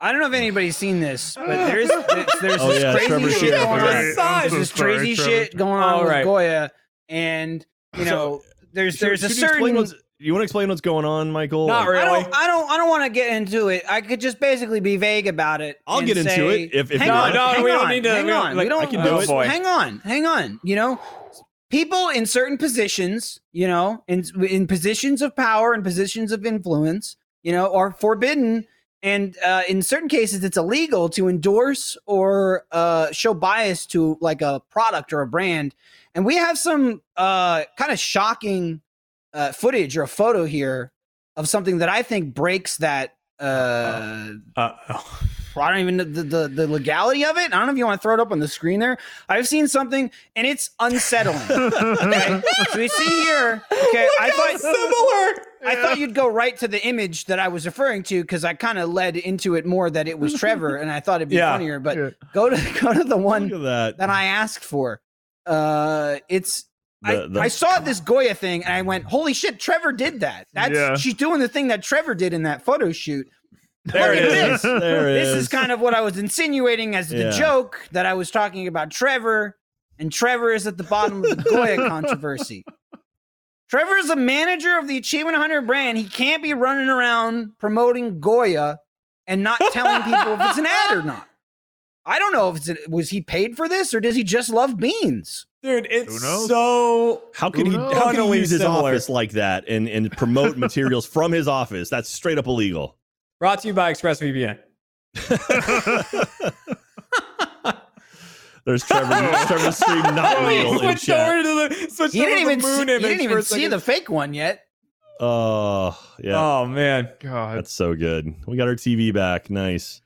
Speaker 1: I don't know if anybody's seen this, but there's there's, there's
Speaker 5: Oh,
Speaker 1: this
Speaker 5: yeah,
Speaker 1: crazy
Speaker 5: Trevor
Speaker 1: shit
Speaker 5: shared it.
Speaker 1: going on.
Speaker 4: Right. I'm
Speaker 1: There's
Speaker 4: so
Speaker 1: this crazy shit going on
Speaker 4: All
Speaker 1: with
Speaker 4: right.
Speaker 1: Goya, and you
Speaker 5: So,
Speaker 1: know there's
Speaker 5: Should-
Speaker 1: there's a
Speaker 5: should you
Speaker 1: certain
Speaker 5: explain what's- You want to explain what's going on, Michael?
Speaker 4: Not
Speaker 5: Or-
Speaker 4: really.
Speaker 1: I don't. I don't. I don't want to get into it. I could just basically be vague about it.
Speaker 5: I'll
Speaker 1: and
Speaker 5: get into
Speaker 1: say-
Speaker 5: it if- if
Speaker 1: hang
Speaker 5: you
Speaker 1: on,
Speaker 5: want. No,
Speaker 4: no,
Speaker 1: hang
Speaker 4: we don't
Speaker 1: on,
Speaker 4: need to-
Speaker 1: Hang
Speaker 4: we don't-
Speaker 1: on.
Speaker 4: like,
Speaker 1: we don't.
Speaker 5: I can do
Speaker 1: uh,
Speaker 5: it.
Speaker 4: boy.
Speaker 1: Hang on. Hang on. You know, people in certain positions. You know, in in positions of power and positions of influence. You know, are forbidden. And uh, in certain cases, it's illegal to endorse or uh, show bias to like a product or a brand. And we have some uh, kind of shocking uh, footage or a photo here of something that I think breaks that. Uh,
Speaker 4: Uh-oh.
Speaker 1: I don't even know the, the the legality of it. I don't know if you want to throw it up on the screen there. I've seen something and it's unsettling. Okay, so we see here. Okay, I thought
Speaker 4: similar.
Speaker 1: I thought you'd go right to the image that I was referring to because I kind of led into it more that it was Trevor, and I thought it'd be
Speaker 4: Yeah.
Speaker 1: funnier. But
Speaker 2: Yeah.
Speaker 1: go to go to the one
Speaker 5: Look at that.
Speaker 1: that I asked for. Uh, it's I,
Speaker 5: The- the-
Speaker 1: I saw this Goya thing and I went, "Holy shit, Trevor did that! That's
Speaker 2: Yeah.
Speaker 1: she's doing the thing that Trevor did in that photo shoot."
Speaker 5: there it
Speaker 1: Look at this.
Speaker 5: is. There it
Speaker 1: This
Speaker 5: is.
Speaker 1: is kind of what I was insinuating as the
Speaker 5: Yeah.
Speaker 1: joke that I was talking about Trevor, and Trevor is at the bottom of the Goya controversy. Trevor is a manager of the Achievement Hunter brand. He can't be running around promoting Goya and not telling people if it's an ad or not. I don't know if it's a, was he paid for this or does he just love beans?
Speaker 4: Dude, it's
Speaker 2: Who knows?
Speaker 4: so
Speaker 5: How could he?
Speaker 2: Who knows?
Speaker 5: How could he
Speaker 4: Funnily
Speaker 5: use his
Speaker 4: similar.
Speaker 5: office like that and and promote materials from his office? That's straight up illegal.
Speaker 4: brought to you by ExpressVPN.
Speaker 5: There's Trevor. Trevor's stream not real in
Speaker 4: switched
Speaker 5: chat.
Speaker 4: over to the switched
Speaker 1: You
Speaker 4: over
Speaker 1: didn't
Speaker 4: to
Speaker 1: even
Speaker 4: the
Speaker 1: see, you
Speaker 4: moon image
Speaker 1: didn't
Speaker 4: for
Speaker 1: even
Speaker 4: a
Speaker 1: see
Speaker 4: second.
Speaker 1: the fake one yet.
Speaker 5: Oh yeah,
Speaker 4: Oh man,
Speaker 2: God.
Speaker 5: that's so good. We got our TV back. Nice.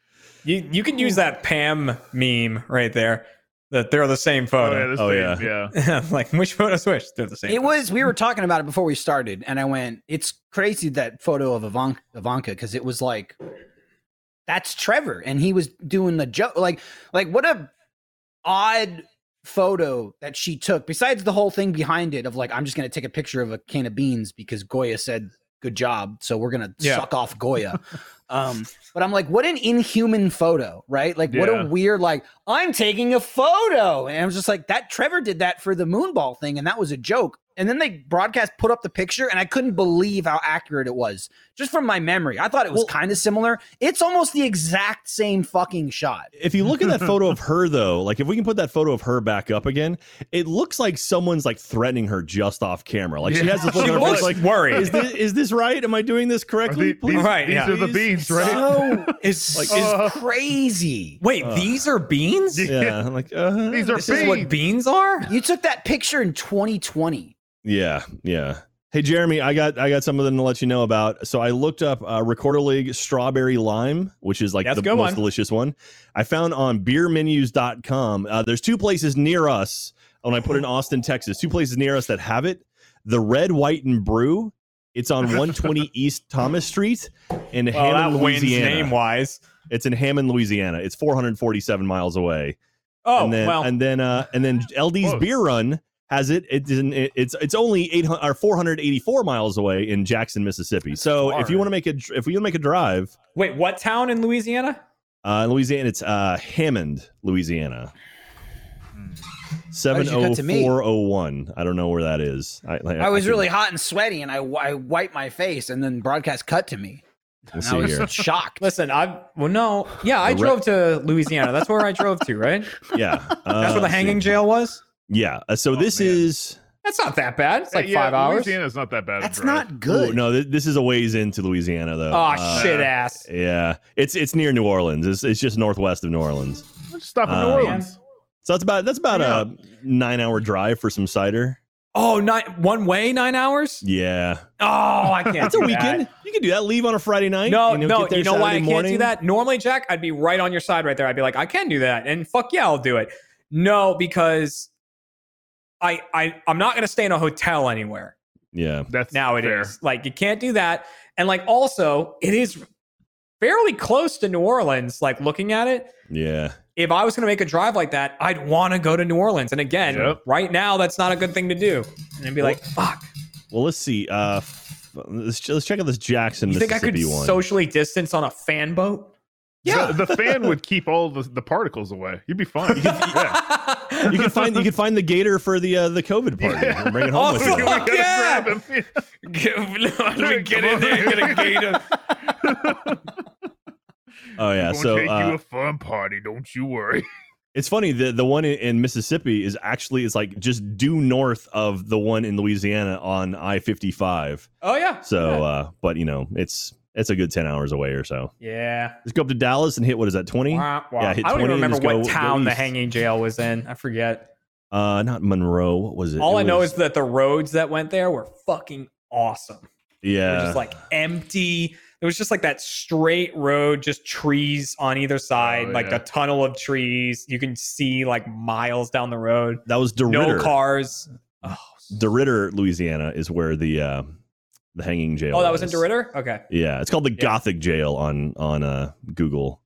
Speaker 4: you you can use that Pam meme right there. That they're the same
Speaker 2: Oh, yeah,
Speaker 4: photo.
Speaker 2: this
Speaker 5: Oh,
Speaker 2: thing, yeah.
Speaker 4: like which photo switch? They're the same. Mm-hmm.
Speaker 1: It was we were talking about it before we started, and I went, "It's crazy that photo of Ivanka Ivanka because it was like, that's Trevor, and he was doing the joke. Like, like what a odd photo that she took. Besides the whole thing behind it of like, I'm just gonna take a picture of a can of beans because Goya said good job, so we're gonna
Speaker 4: Yeah.
Speaker 1: suck off Goya. um, but I'm like, what an inhuman photo, right? Like, what
Speaker 2: Yeah.
Speaker 1: a weird like. I'm taking a photo. And I was just like, that Trevor did that for the moonball thing, and that was a joke. And then they broadcast put up the picture, and I couldn't believe how accurate it was. Just from my memory. I thought it was
Speaker 5: Well-
Speaker 1: kind of similar. It's almost the exact same fucking shot.
Speaker 5: If you look at that photo of her though, like if we can put that photo of her back up again, it looks like someone's like threatening her just off camera. Like she
Speaker 2: Yeah.
Speaker 5: has this look
Speaker 4: She
Speaker 5: on her
Speaker 4: looks
Speaker 5: face like
Speaker 4: like worried.
Speaker 5: is this, is this right? Am I doing this
Speaker 2: Are
Speaker 5: correctly?
Speaker 2: the- these,
Speaker 4: Right,
Speaker 2: these
Speaker 4: yeah.
Speaker 2: are the
Speaker 5: Please?
Speaker 2: beans, right?
Speaker 1: So
Speaker 4: It's
Speaker 5: Like,
Speaker 4: like
Speaker 2: uh,
Speaker 1: crazy.
Speaker 4: wait,
Speaker 5: uh,
Speaker 4: these are beans.
Speaker 2: Yeah.
Speaker 5: yeah, I'm like uh,
Speaker 2: These are
Speaker 4: This is what
Speaker 2: beans.
Speaker 4: beans are.
Speaker 1: You took that picture in 2020.
Speaker 5: Yeah, yeah. Hey Jeremy, I got I got some of them to let you know about. So I looked up uh, Recorder League Strawberry Lime, which is like
Speaker 4: That's
Speaker 5: the
Speaker 4: a good
Speaker 5: most
Speaker 4: one.
Speaker 5: delicious one. I found on beermenus.com. Uh, there's two places near us when I put in Austin, Texas. Two places near us that have it. The Red, White, and Brew. It's on 120 East Thomas Street in Hammond, Louisiana.
Speaker 4: name wise.
Speaker 5: It's in Hammond, Louisiana. It's 447 miles away
Speaker 4: Oh
Speaker 5: and then
Speaker 4: well,
Speaker 5: and then uh and then LD's
Speaker 2: Close.
Speaker 5: beer run has it. It's in, it's it's only eight hundred or four hundred eighty four miles away in Jackson, Mississippi. so
Speaker 4: far.
Speaker 5: if you want to make a dr- if you want to make a drive,
Speaker 4: wait, what town in Louisiana?
Speaker 5: uh, in Louisiana, it's uh Hammond, Louisiana.
Speaker 1: Why
Speaker 5: Seven
Speaker 1: did you
Speaker 5: oh
Speaker 1: cut to me?
Speaker 5: four oh one. I don't know where that is. I, like,
Speaker 1: I was
Speaker 5: can-
Speaker 1: really hot and sweaty, and I, I wiped my face, and then broadcast cut to me.
Speaker 5: We'll
Speaker 1: And I
Speaker 5: see
Speaker 1: was
Speaker 5: here.
Speaker 1: shocked.
Speaker 4: Listen, I well no, yeah, I
Speaker 5: The re-
Speaker 4: drove to Louisiana. That's where I drove to, right?
Speaker 5: Yeah, uh,
Speaker 4: That's where the
Speaker 5: let's see.
Speaker 4: hanging jail was.
Speaker 5: Yeah. Uh, so
Speaker 2: Oh,
Speaker 5: this
Speaker 2: man.
Speaker 5: is
Speaker 4: That's not that bad. It's like
Speaker 2: Uh, Yeah,
Speaker 4: five hours.
Speaker 2: Louisiana's not that bad. of a
Speaker 1: That's
Speaker 2: drive.
Speaker 1: not
Speaker 5: ooh,
Speaker 1: good.
Speaker 5: no. Th- this is a ways into Louisiana though.
Speaker 4: Oh
Speaker 5: Uh,
Speaker 4: shit, ass.
Speaker 5: Yeah, it's it's near New Orleans. It's, it's just northwest of New Orleans.
Speaker 2: Let's stop in New
Speaker 5: Uh,
Speaker 2: Orleans.
Speaker 5: So that's about that's about a nine hour drive for some cider.
Speaker 4: Oh, nine one way, nine hours.
Speaker 5: Yeah,
Speaker 4: Oh, I can't.
Speaker 5: that's a
Speaker 4: do that.
Speaker 5: weekend. You can do that. Leave on a Friday night.
Speaker 4: No,
Speaker 5: you know,
Speaker 4: no,
Speaker 5: get there
Speaker 4: you know why I
Speaker 5: Saturday
Speaker 4: can't do
Speaker 5: morning.
Speaker 4: that? Normally, Jack, I'd be right on your side right there. I'd be like, I can do that, and fuck yeah, I'll do it. No, because I, I, I'm not gonna stay in a hotel anywhere
Speaker 5: Yeah,
Speaker 2: That's
Speaker 4: now. It
Speaker 2: fair.
Speaker 4: is like you can't do that, and like also, it is fairly close to New Orleans. Like looking at it,
Speaker 5: yeah.
Speaker 4: if I was gonna make a drive like that, I'd want to go to New Orleans. And again,
Speaker 2: Yep.
Speaker 4: right now, that's not a good thing to do. And I'd be like, fuck.
Speaker 5: Well, let's see. Uh, f- let's ch- let's check out this Jackson,
Speaker 4: You think I
Speaker 5: Mississippi
Speaker 4: could
Speaker 5: one.
Speaker 4: socially distance on a fan boat?
Speaker 5: Yeah.
Speaker 2: The, the fan would keep all the, the particles away. You'd be fine. yeah.
Speaker 5: you can find you can find the gator for the uh, the COVID party
Speaker 2: Yeah.
Speaker 5: and bring it home with
Speaker 4: Awesome.
Speaker 5: you.
Speaker 2: We gotta
Speaker 4: Yeah.
Speaker 2: grab him.
Speaker 4: Get, let
Speaker 2: me get in there and get a gator.
Speaker 5: Oh yeah.
Speaker 2: Gonna
Speaker 5: So
Speaker 2: take
Speaker 5: uh,
Speaker 2: you a fun party. Don't you worry.
Speaker 5: It's funny the the one in, in Mississippi is actually is like just due north of the one in Louisiana on I fifty five.
Speaker 4: Oh yeah.
Speaker 5: So,
Speaker 4: yeah.
Speaker 5: uh, but you know, it's it's a good ten hours away or so.
Speaker 4: yeah.
Speaker 5: Let's go up to Dallas and hit what is that uh, twenty?
Speaker 4: Wah, wah.
Speaker 5: yeah,
Speaker 4: I
Speaker 5: hit
Speaker 4: don't
Speaker 5: 20
Speaker 4: even
Speaker 5: and
Speaker 4: remember
Speaker 5: just
Speaker 4: what
Speaker 5: go- go
Speaker 4: town the
Speaker 5: east.
Speaker 4: hanging jail was in. I forget.
Speaker 5: Uh, not Monroe. What was it?
Speaker 4: All
Speaker 5: It
Speaker 4: I know
Speaker 5: was-
Speaker 4: is that the roads that went there were fucking awesome. They were
Speaker 5: yeah,
Speaker 4: just like empty. It was just like that straight road, just trees on either side,
Speaker 2: Oh,
Speaker 4: like
Speaker 2: yeah.
Speaker 4: a tunnel of trees. You can see like miles down the road.
Speaker 5: that was
Speaker 4: No
Speaker 5: DeRitter.
Speaker 4: cars. Oh,
Speaker 5: DeRitter, Louisiana, is where the uh, the hanging jail.
Speaker 4: oh that was in
Speaker 5: is.
Speaker 4: DeRitter? Okay.
Speaker 5: Yeah, it's called the
Speaker 4: Yeah.
Speaker 5: Gothic Jail on on uh, Google.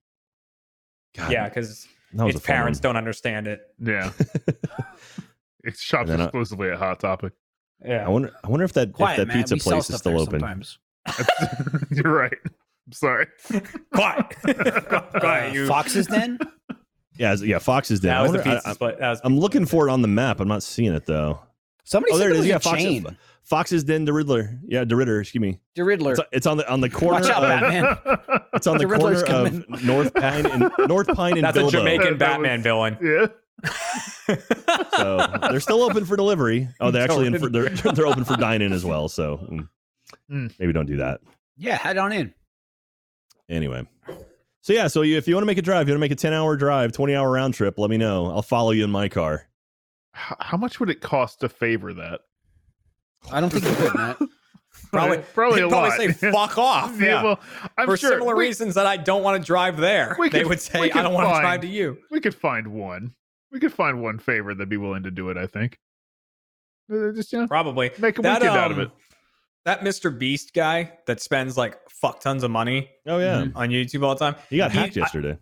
Speaker 5: God,
Speaker 4: Yeah, because
Speaker 5: that was
Speaker 4: its
Speaker 5: a fun
Speaker 4: parents
Speaker 5: one.
Speaker 4: don't understand it.
Speaker 2: Yeah. It's shopped
Speaker 5: And then I-
Speaker 2: exclusively at Hot Topic.
Speaker 4: Yeah.
Speaker 5: I wonder. I wonder if that
Speaker 1: Quiet,
Speaker 5: if that
Speaker 1: man.
Speaker 5: pizza
Speaker 1: We sell
Speaker 5: place is
Speaker 1: stuff
Speaker 5: still
Speaker 1: there
Speaker 5: open.
Speaker 1: Sometimes.
Speaker 2: You're right. I'm sorry.
Speaker 4: Quiet.
Speaker 1: Uh,
Speaker 4: Quiet, you.
Speaker 1: Foxes then?
Speaker 5: Yeah, it's- yeah. Fox is down.
Speaker 4: That was the
Speaker 5: I wonder-
Speaker 4: pizza split. That was
Speaker 5: I, am looking for it on the map. I'm not seeing it though.
Speaker 1: Somebody
Speaker 5: Oh,
Speaker 1: said
Speaker 5: there
Speaker 1: there
Speaker 5: it is.
Speaker 1: was
Speaker 5: Yeah,
Speaker 1: a
Speaker 5: Foxes.
Speaker 1: chain.
Speaker 5: Foxes Den the Riddler. Yeah, the Ritter. Excuse me.
Speaker 1: The Riddler.
Speaker 5: It's, it's on the on the corner.
Speaker 1: Watch out,
Speaker 5: of,
Speaker 1: Batman.
Speaker 5: It's on the,
Speaker 1: The Riddler's
Speaker 5: corner of North Pine and North Pine and
Speaker 4: That's
Speaker 5: Bilbo.
Speaker 4: a Jamaican
Speaker 2: That- that was-
Speaker 4: Batman villain.
Speaker 2: yeah.
Speaker 5: So they're still open for delivery. Oh, they're actually in for
Speaker 4: Totally.
Speaker 5: they're, they're open for dine in as well. So mm,
Speaker 2: Mm.
Speaker 5: maybe don't do that.
Speaker 1: yeah, head on in.
Speaker 5: Anyway. So yeah, so you, if you want to make a drive, you want to make a 10 hour drive, 20 hour round trip, let me know. I'll follow you in my car.
Speaker 2: How, how much would it cost to favor that?
Speaker 1: I don't think you could, Matt.
Speaker 4: Probably-
Speaker 2: probably
Speaker 4: They'd
Speaker 2: a
Speaker 4: probably
Speaker 2: lot.
Speaker 4: say fuck off.
Speaker 2: Yeah, well, I'm
Speaker 4: For
Speaker 2: sure
Speaker 4: similar
Speaker 2: we,
Speaker 4: reasons that I don't want to drive there.
Speaker 2: we
Speaker 4: They
Speaker 2: could-
Speaker 4: would say,
Speaker 2: we
Speaker 4: I
Speaker 2: could
Speaker 4: don't want to
Speaker 2: find-
Speaker 4: drive to you.
Speaker 2: we could find one. We could find one favor that'd be willing to do it. I think. Uh, Just you know,
Speaker 4: Probably.
Speaker 2: make a
Speaker 4: That,
Speaker 2: weekend out of
Speaker 4: um,
Speaker 2: it.
Speaker 4: That Mr. Beast guy that spends like fuck tons of money
Speaker 5: Oh yeah.
Speaker 1: Mhm.
Speaker 4: on YouTube all the time.
Speaker 5: He got
Speaker 4: He-
Speaker 5: hacked yesterday.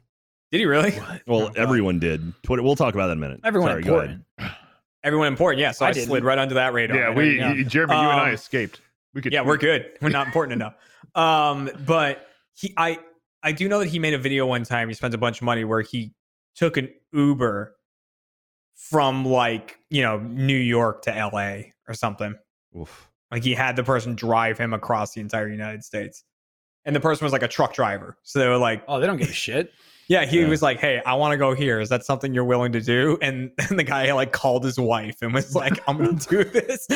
Speaker 4: Did he really?
Speaker 5: well, everyone did. Twitter we'll talk about that in a minute.
Speaker 1: Everyone
Speaker 5: Sorry, go ahead.
Speaker 1: important.
Speaker 4: Everyone important. Yeah. So I,
Speaker 1: I
Speaker 4: slid
Speaker 1: didn't.
Speaker 4: right under that radar.
Speaker 2: Yeah,
Speaker 4: I
Speaker 2: we
Speaker 4: didn't know.
Speaker 2: y- Jeremy, you and I
Speaker 4: Um,
Speaker 2: escaped. We could.
Speaker 4: yeah, we're good. We're not important enough. Um, but he, I, I do know that he made a video one time. He spent a bunch of money where he took an Uber from like you know New York to L.A. or something.
Speaker 5: Oof.
Speaker 4: Like he had the person drive him across the entire United States, and the person was like a truck driver. So they were like,
Speaker 1: Oh, they don't give a shit.
Speaker 4: "Yeah," he
Speaker 5: Yeah.
Speaker 4: was like, "Hey, I want to go here. Is that something you're willing to do?" And, and the guy like called his wife and was like, "I'm gonna do this."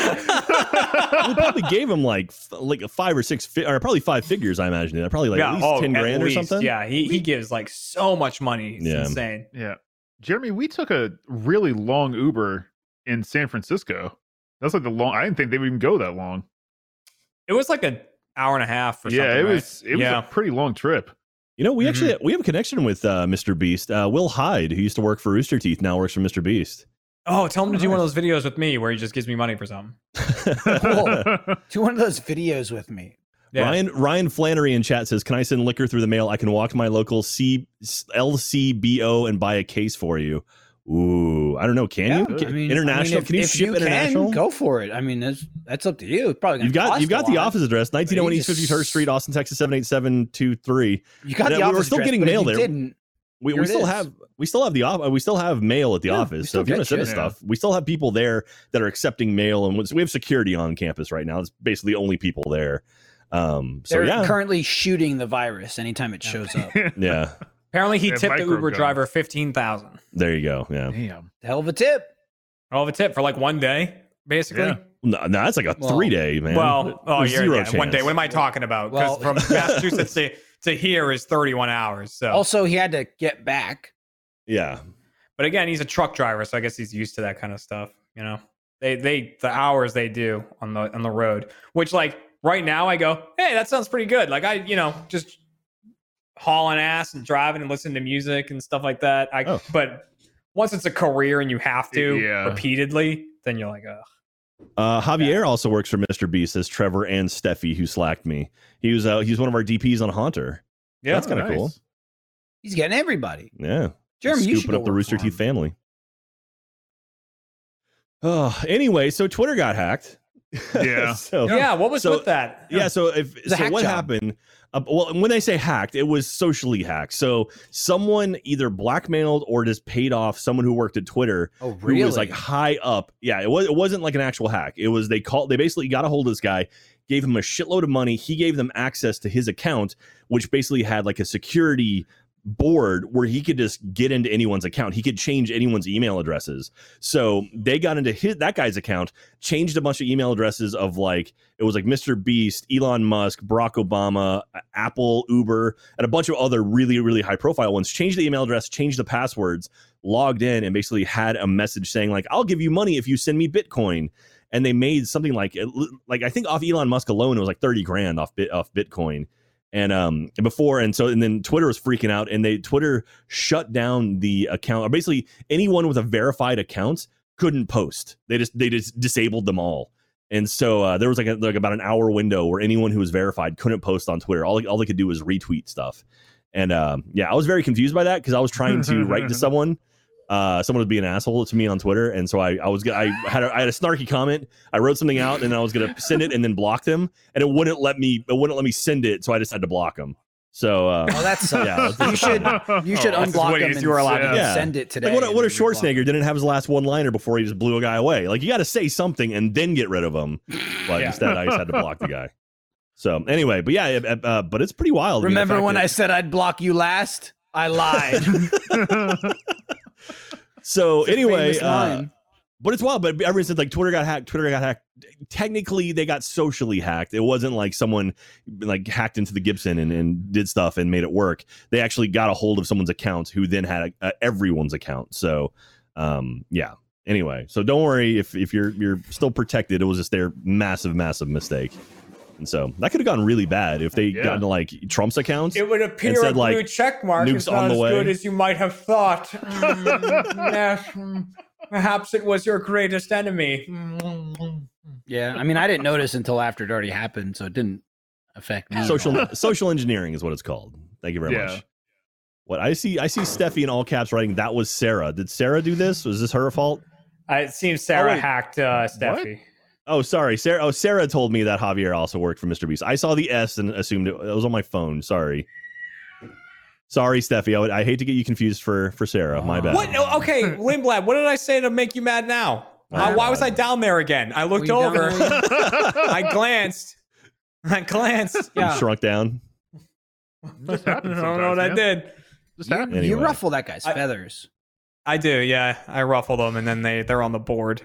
Speaker 5: Well, they probably gave him like f- like a five or six fi- or probably five figures. I imagine it. Probably like at least
Speaker 4: oh,
Speaker 5: ten
Speaker 4: at
Speaker 5: grand or
Speaker 4: least,
Speaker 5: something.
Speaker 4: Yeah, he, he gives like so much money. It's
Speaker 5: Yeah.
Speaker 4: insane.
Speaker 2: Yeah, Jeremy, we took a really long Uber in San Francisco. That's like the long. I didn't think they would even go that long.
Speaker 4: It was like an hour and a half or
Speaker 2: yeah,
Speaker 4: something.
Speaker 2: it
Speaker 4: right?
Speaker 2: was. It
Speaker 4: yeah.
Speaker 2: was a pretty long trip.
Speaker 5: You know, we actually
Speaker 1: Mm-hmm.
Speaker 5: we have a connection with uh, Mr. Beast. Uh, Will Hyde, who used to work for Rooster Teeth, now works for Mr. Beast.
Speaker 4: oh, tell him to do one of those videos with me where he just gives me money for something.
Speaker 1: Do one of those videos with me.
Speaker 4: Yeah.
Speaker 5: Ryan Ryan Flannery in chat says, "Can I send liquor through the mail? I can walk to my local C LCBO and buy a case for you." Ooh, I don't know. Can you
Speaker 1: Yeah,
Speaker 5: Can-
Speaker 1: I mean- I
Speaker 5: international?
Speaker 1: mean, if-
Speaker 5: can you
Speaker 1: if
Speaker 5: ship international?
Speaker 1: Go for it. I mean, that's that's up to you. It's probably gonna
Speaker 5: You've got
Speaker 1: cost
Speaker 5: you've
Speaker 1: a
Speaker 5: got the
Speaker 1: lot.
Speaker 5: office address, 1901 East
Speaker 1: just-
Speaker 5: Fifty First Street, Austin, Texas seven eight seven two three.
Speaker 1: You got the
Speaker 5: Yeah, we were
Speaker 1: office
Speaker 5: still
Speaker 1: address,
Speaker 5: getting
Speaker 1: but if
Speaker 5: mail
Speaker 1: you
Speaker 5: there.
Speaker 1: Didn't
Speaker 5: we,
Speaker 1: Here
Speaker 5: we
Speaker 1: it
Speaker 5: still
Speaker 1: is.
Speaker 5: have we still have the off uh, we still have mail at the
Speaker 1: Yeah, we
Speaker 5: office. So
Speaker 1: still
Speaker 5: if you want
Speaker 1: get
Speaker 5: to send
Speaker 1: you.
Speaker 5: us stuff, we still have people there that are accepting mail, and we have security on campus right now. It's basically the only people there. Um, so
Speaker 1: They're
Speaker 5: yeah,
Speaker 1: currently shooting the virus anytime it shows up.
Speaker 5: yeah,
Speaker 4: Apparently, he
Speaker 2: Yeah,
Speaker 4: tipped the
Speaker 2: micro
Speaker 4: Uber
Speaker 2: guns.
Speaker 4: driver fifteen thousand.
Speaker 5: there you go. Yeah,
Speaker 2: Damn.
Speaker 1: Hell of a tip.
Speaker 4: All of a tip for like one day, basically.
Speaker 2: Yeah.
Speaker 5: no, no, that's like a
Speaker 1: Well-
Speaker 5: three day man.
Speaker 4: Well, oh,
Speaker 5: There's
Speaker 4: yeah,
Speaker 5: zero
Speaker 4: yeah, one day.
Speaker 5: chance.
Speaker 4: What am I talking about?
Speaker 1: Well-
Speaker 4: Because from Massachusetts to, to here is thirty-one hours. So,
Speaker 1: Also, he had to get back.
Speaker 5: yeah,
Speaker 4: but again, he's a truck driver, so I guess he's used to that kind of stuff. You know, they they the hours they do on the on the road, which like right now I go, hey, that sounds pretty good. Like I, you know, just hauling ass and driving and listening to music and stuff like that. I
Speaker 5: Oh.
Speaker 4: but once it's a career and you have to
Speaker 2: Yeah.
Speaker 4: repeatedly, then you're like, ugh.
Speaker 5: Uh, Javier also works for Mr. Beast, says Trevor and Steffi, who slacked me. He was uh, he's one of our DPs on Haunter.
Speaker 4: Yeah,
Speaker 5: that's kind of cool.
Speaker 1: He's getting everybody.
Speaker 5: Yeah,
Speaker 1: Jeremy, you should
Speaker 5: scooping
Speaker 1: go
Speaker 5: up the
Speaker 1: work
Speaker 5: Rooster
Speaker 1: for him.
Speaker 5: Teeth family. Oh, anyway, so Twitter got hacked.
Speaker 2: Yeah.
Speaker 5: so
Speaker 4: Yeah, what was
Speaker 5: So-
Speaker 4: with that?
Speaker 5: yeah so if
Speaker 1: a
Speaker 5: so
Speaker 1: hack
Speaker 5: what
Speaker 1: job.
Speaker 5: happened uh, well and when they say hacked it was socially hacked so someone either blackmailed or just paid off someone who worked at twitter
Speaker 1: Oh,
Speaker 5: who was like high up yeah it, was, it wasn't like an actual hack it was they called they basically got a hold of this guy gave him a shitload of money he gave them access to his account which basically had like a security board where he could just get into anyone's account he could change anyone's email addresses so they got into his, that guy's account changed a bunch of email addresses of like it was like Mr. Beast, Elon Musk, Barack Obama, Apple, Uber, and a bunch of other really, really high profile ones. Changed the email address, changed the passwords, logged in, and basically had a message saying like, "I'll give you money if you send me Bitcoin." And they made something like like I think off Elon Musk alone, it was like thirty grand off bit off Bitcoin. And um before and so and then Twitter was freaking out and they Twitter shut down the account or basically anyone with a verified account couldn't post. They just they just disabled them all. And so uh, there was like a, like about an hour window where anyone who was verified couldn't post on Twitter. All all they could do was retweet stuff. And um, yeah, I was very confused by that because I was trying to write to someone. Uh, someone was being an asshole to me on Twitter, and so I I was gonna- I had a, I had a snarky comment. I wrote something out, and then I was gonna send it and then block them, and it wouldn't let me it wouldn't let me send it, so I just had to block them. So uh,
Speaker 1: oh, that sucks.
Speaker 5: Yeah, that's-
Speaker 1: you should you should
Speaker 5: Oh,
Speaker 4: this is
Speaker 1: unblock
Speaker 4: what it
Speaker 1: him
Speaker 4: is.
Speaker 1: and
Speaker 4: You were allowed
Speaker 1: send-
Speaker 2: to-
Speaker 5: Yeah.
Speaker 1: send it today.
Speaker 5: Like what,
Speaker 1: Oh, and
Speaker 5: what if
Speaker 1: then you block
Speaker 5: Schwarzenegger
Speaker 1: him.
Speaker 5: didn't have his last one liner before he just blew a guy away? Like you got to say something and then get rid of him. But
Speaker 4: Yeah.
Speaker 5: instead, I just had to block the guy. So anyway, but yeah, uh, uh, but it's pretty wild.
Speaker 1: Remember when I said I'd block you last? I lied.
Speaker 5: I? So anyway,
Speaker 1: Famous
Speaker 5: uh,
Speaker 1: line.
Speaker 5: but it's wild. But ever since like Twitter got hacked, Twitter got hacked. Technically, they got socially hacked. It wasn't like someone like hacked into the Gibson and, and did stuff and made it work. They actually got a hold of someone's account, who then had uh everyone's account. So, um, yeah. Anyway, so don't worry if if you're you're still protected. It was just their massive, massive mistake. And so that could have gone really bad if they
Speaker 2: Yeah.
Speaker 5: got into like Trump's accounts.
Speaker 4: It would appear
Speaker 5: and said,
Speaker 4: a blue
Speaker 5: like,
Speaker 4: check mark
Speaker 5: nukes
Speaker 4: is not
Speaker 5: on the
Speaker 4: as
Speaker 5: way.
Speaker 4: good as you might have thought. Mm, yes, mm, perhaps it was your greatest enemy. Mm.
Speaker 1: yeah, I mean, I didn't notice until after it already happened, so it didn't affect me. at all.
Speaker 5: social social engineering is what it's called. Thank you very
Speaker 2: Yeah.
Speaker 5: much. What I see, I see Steffi in all caps writing. That was Sarah. Did Sarah do this? Was this her fault?
Speaker 4: Uh, it seems Sarah
Speaker 2: wait.
Speaker 4: hacked uh, Steffi.
Speaker 5: Oh, sorry, Sarah. Oh, Sarah told me that Javier also worked for Mr. Beast. I saw the S and assumed it, it was on my phone. Sorry, sorry, Steffi. I, would, I hate to get you confused for for Sarah. My bad.
Speaker 4: What? Oh, Okay, Lindblad, what did I say to make you mad now?
Speaker 5: Oh,
Speaker 4: Uh, why
Speaker 5: God.
Speaker 4: was I down there again? I looked
Speaker 1: Were you down
Speaker 4: over.
Speaker 1: there?
Speaker 4: I glanced. I glanced.
Speaker 5: You
Speaker 1: yeah.
Speaker 5: Shrunk down.
Speaker 2: Just happens
Speaker 4: I don't know
Speaker 2: sometimes,
Speaker 4: what I
Speaker 2: man.
Speaker 4: did.
Speaker 2: Just
Speaker 1: You,
Speaker 2: happened.
Speaker 1: you
Speaker 5: Anyway.
Speaker 1: ruffle that guy's
Speaker 4: I-
Speaker 1: feathers.
Speaker 4: I do, yeah. I ruffled them, and then they they're on the board.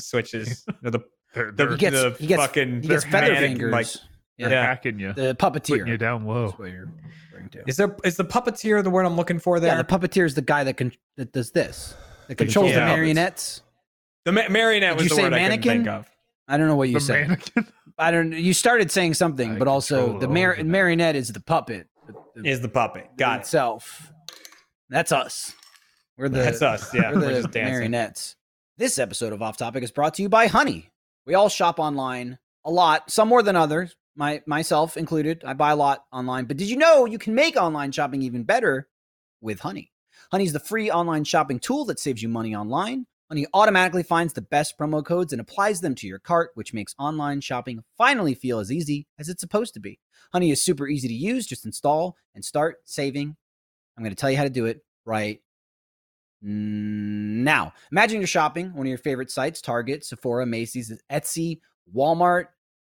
Speaker 4: switches, They're the
Speaker 2: They're,
Speaker 4: The-
Speaker 2: they're,
Speaker 1: He gets
Speaker 4: the
Speaker 1: he gets
Speaker 4: fucking-
Speaker 1: he gets
Speaker 4: they're
Speaker 1: feather
Speaker 4: manic,
Speaker 1: fingers.
Speaker 4: like-
Speaker 2: they're
Speaker 4: yeah.
Speaker 2: hacking you,
Speaker 1: the
Speaker 2: putting you
Speaker 1: puppeteer.
Speaker 2: down low.
Speaker 1: That's what you're referring to.
Speaker 4: Is there is the puppeteer the word I'm looking for there?
Speaker 1: Yeah, the puppeteer is the guy that can that does this. That controls
Speaker 5: controls
Speaker 4: the
Speaker 1: the
Speaker 4: puppets.
Speaker 1: marionettes.
Speaker 4: The ma- marionette
Speaker 1: Did
Speaker 4: was
Speaker 1: you
Speaker 4: the
Speaker 1: say
Speaker 4: word I
Speaker 1: mannequin?
Speaker 4: couldn't think of.
Speaker 1: I don't know what you
Speaker 2: The
Speaker 1: said.
Speaker 2: mannequin.
Speaker 1: I don't. You started saying something,
Speaker 2: I
Speaker 1: but also
Speaker 2: control
Speaker 1: the
Speaker 2: all
Speaker 1: mar-
Speaker 2: of it.
Speaker 1: marionette is the puppet.
Speaker 4: Is the puppet? Got it.
Speaker 1: itself. That's us. We're the
Speaker 4: That's us. Yeah,
Speaker 1: we're
Speaker 4: we're,
Speaker 1: the
Speaker 4: just dancing.
Speaker 1: marionettes. This episode of Off Topic is brought to you by Honey. We all shop online a lot, some more than others. My myself included. I buy a lot online. But did you know you can make online shopping even better with Honey? Honey is the free online shopping tool that saves you money online. Honey automatically finds the best promo codes and applies them to your cart, which makes online shopping finally feel as easy as it's supposed to be. Honey is super easy to use. Just install and start saving I'm going to tell you how to do it right Mm, now. Imagine you're shopping one of your favorite sites: Target, Sephora, Macy's, Etsy, Walmart,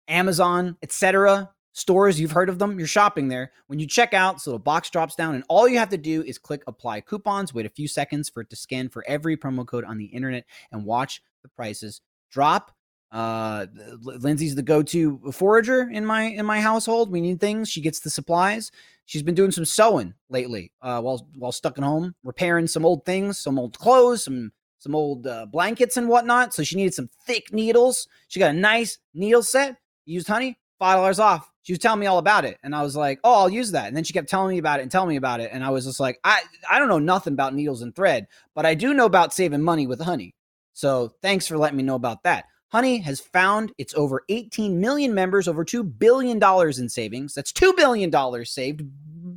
Speaker 1: Amazon, etc. Stores you've heard of them. You're shopping there. When you check out, this little box drops down, and all you have to do is click Apply Coupons. Wait a few seconds for it to scan for every promo code on the internet, and watch the prices drop. Uh, L- Lindsay's the go-to forager in my in my household. We need things. She gets the supplies. She's been doing some sewing lately, uh, while while stuck at home, repairing some old things, some old clothes, some some old uh, blankets and whatnot. So she needed some thick needles. She got a nice needle set. Used honey, five dollars off. She was telling me all about it, and I was like, "Oh, I'll use that." And then she kept telling me about it and telling me about it, and I was just like, "I I don't know nothing about needles and thread, but I do know about saving money with honey." So thanks for letting me know about that. Honey has found its over 18 million members, over $2 billion in savings. That's $2 billion saved,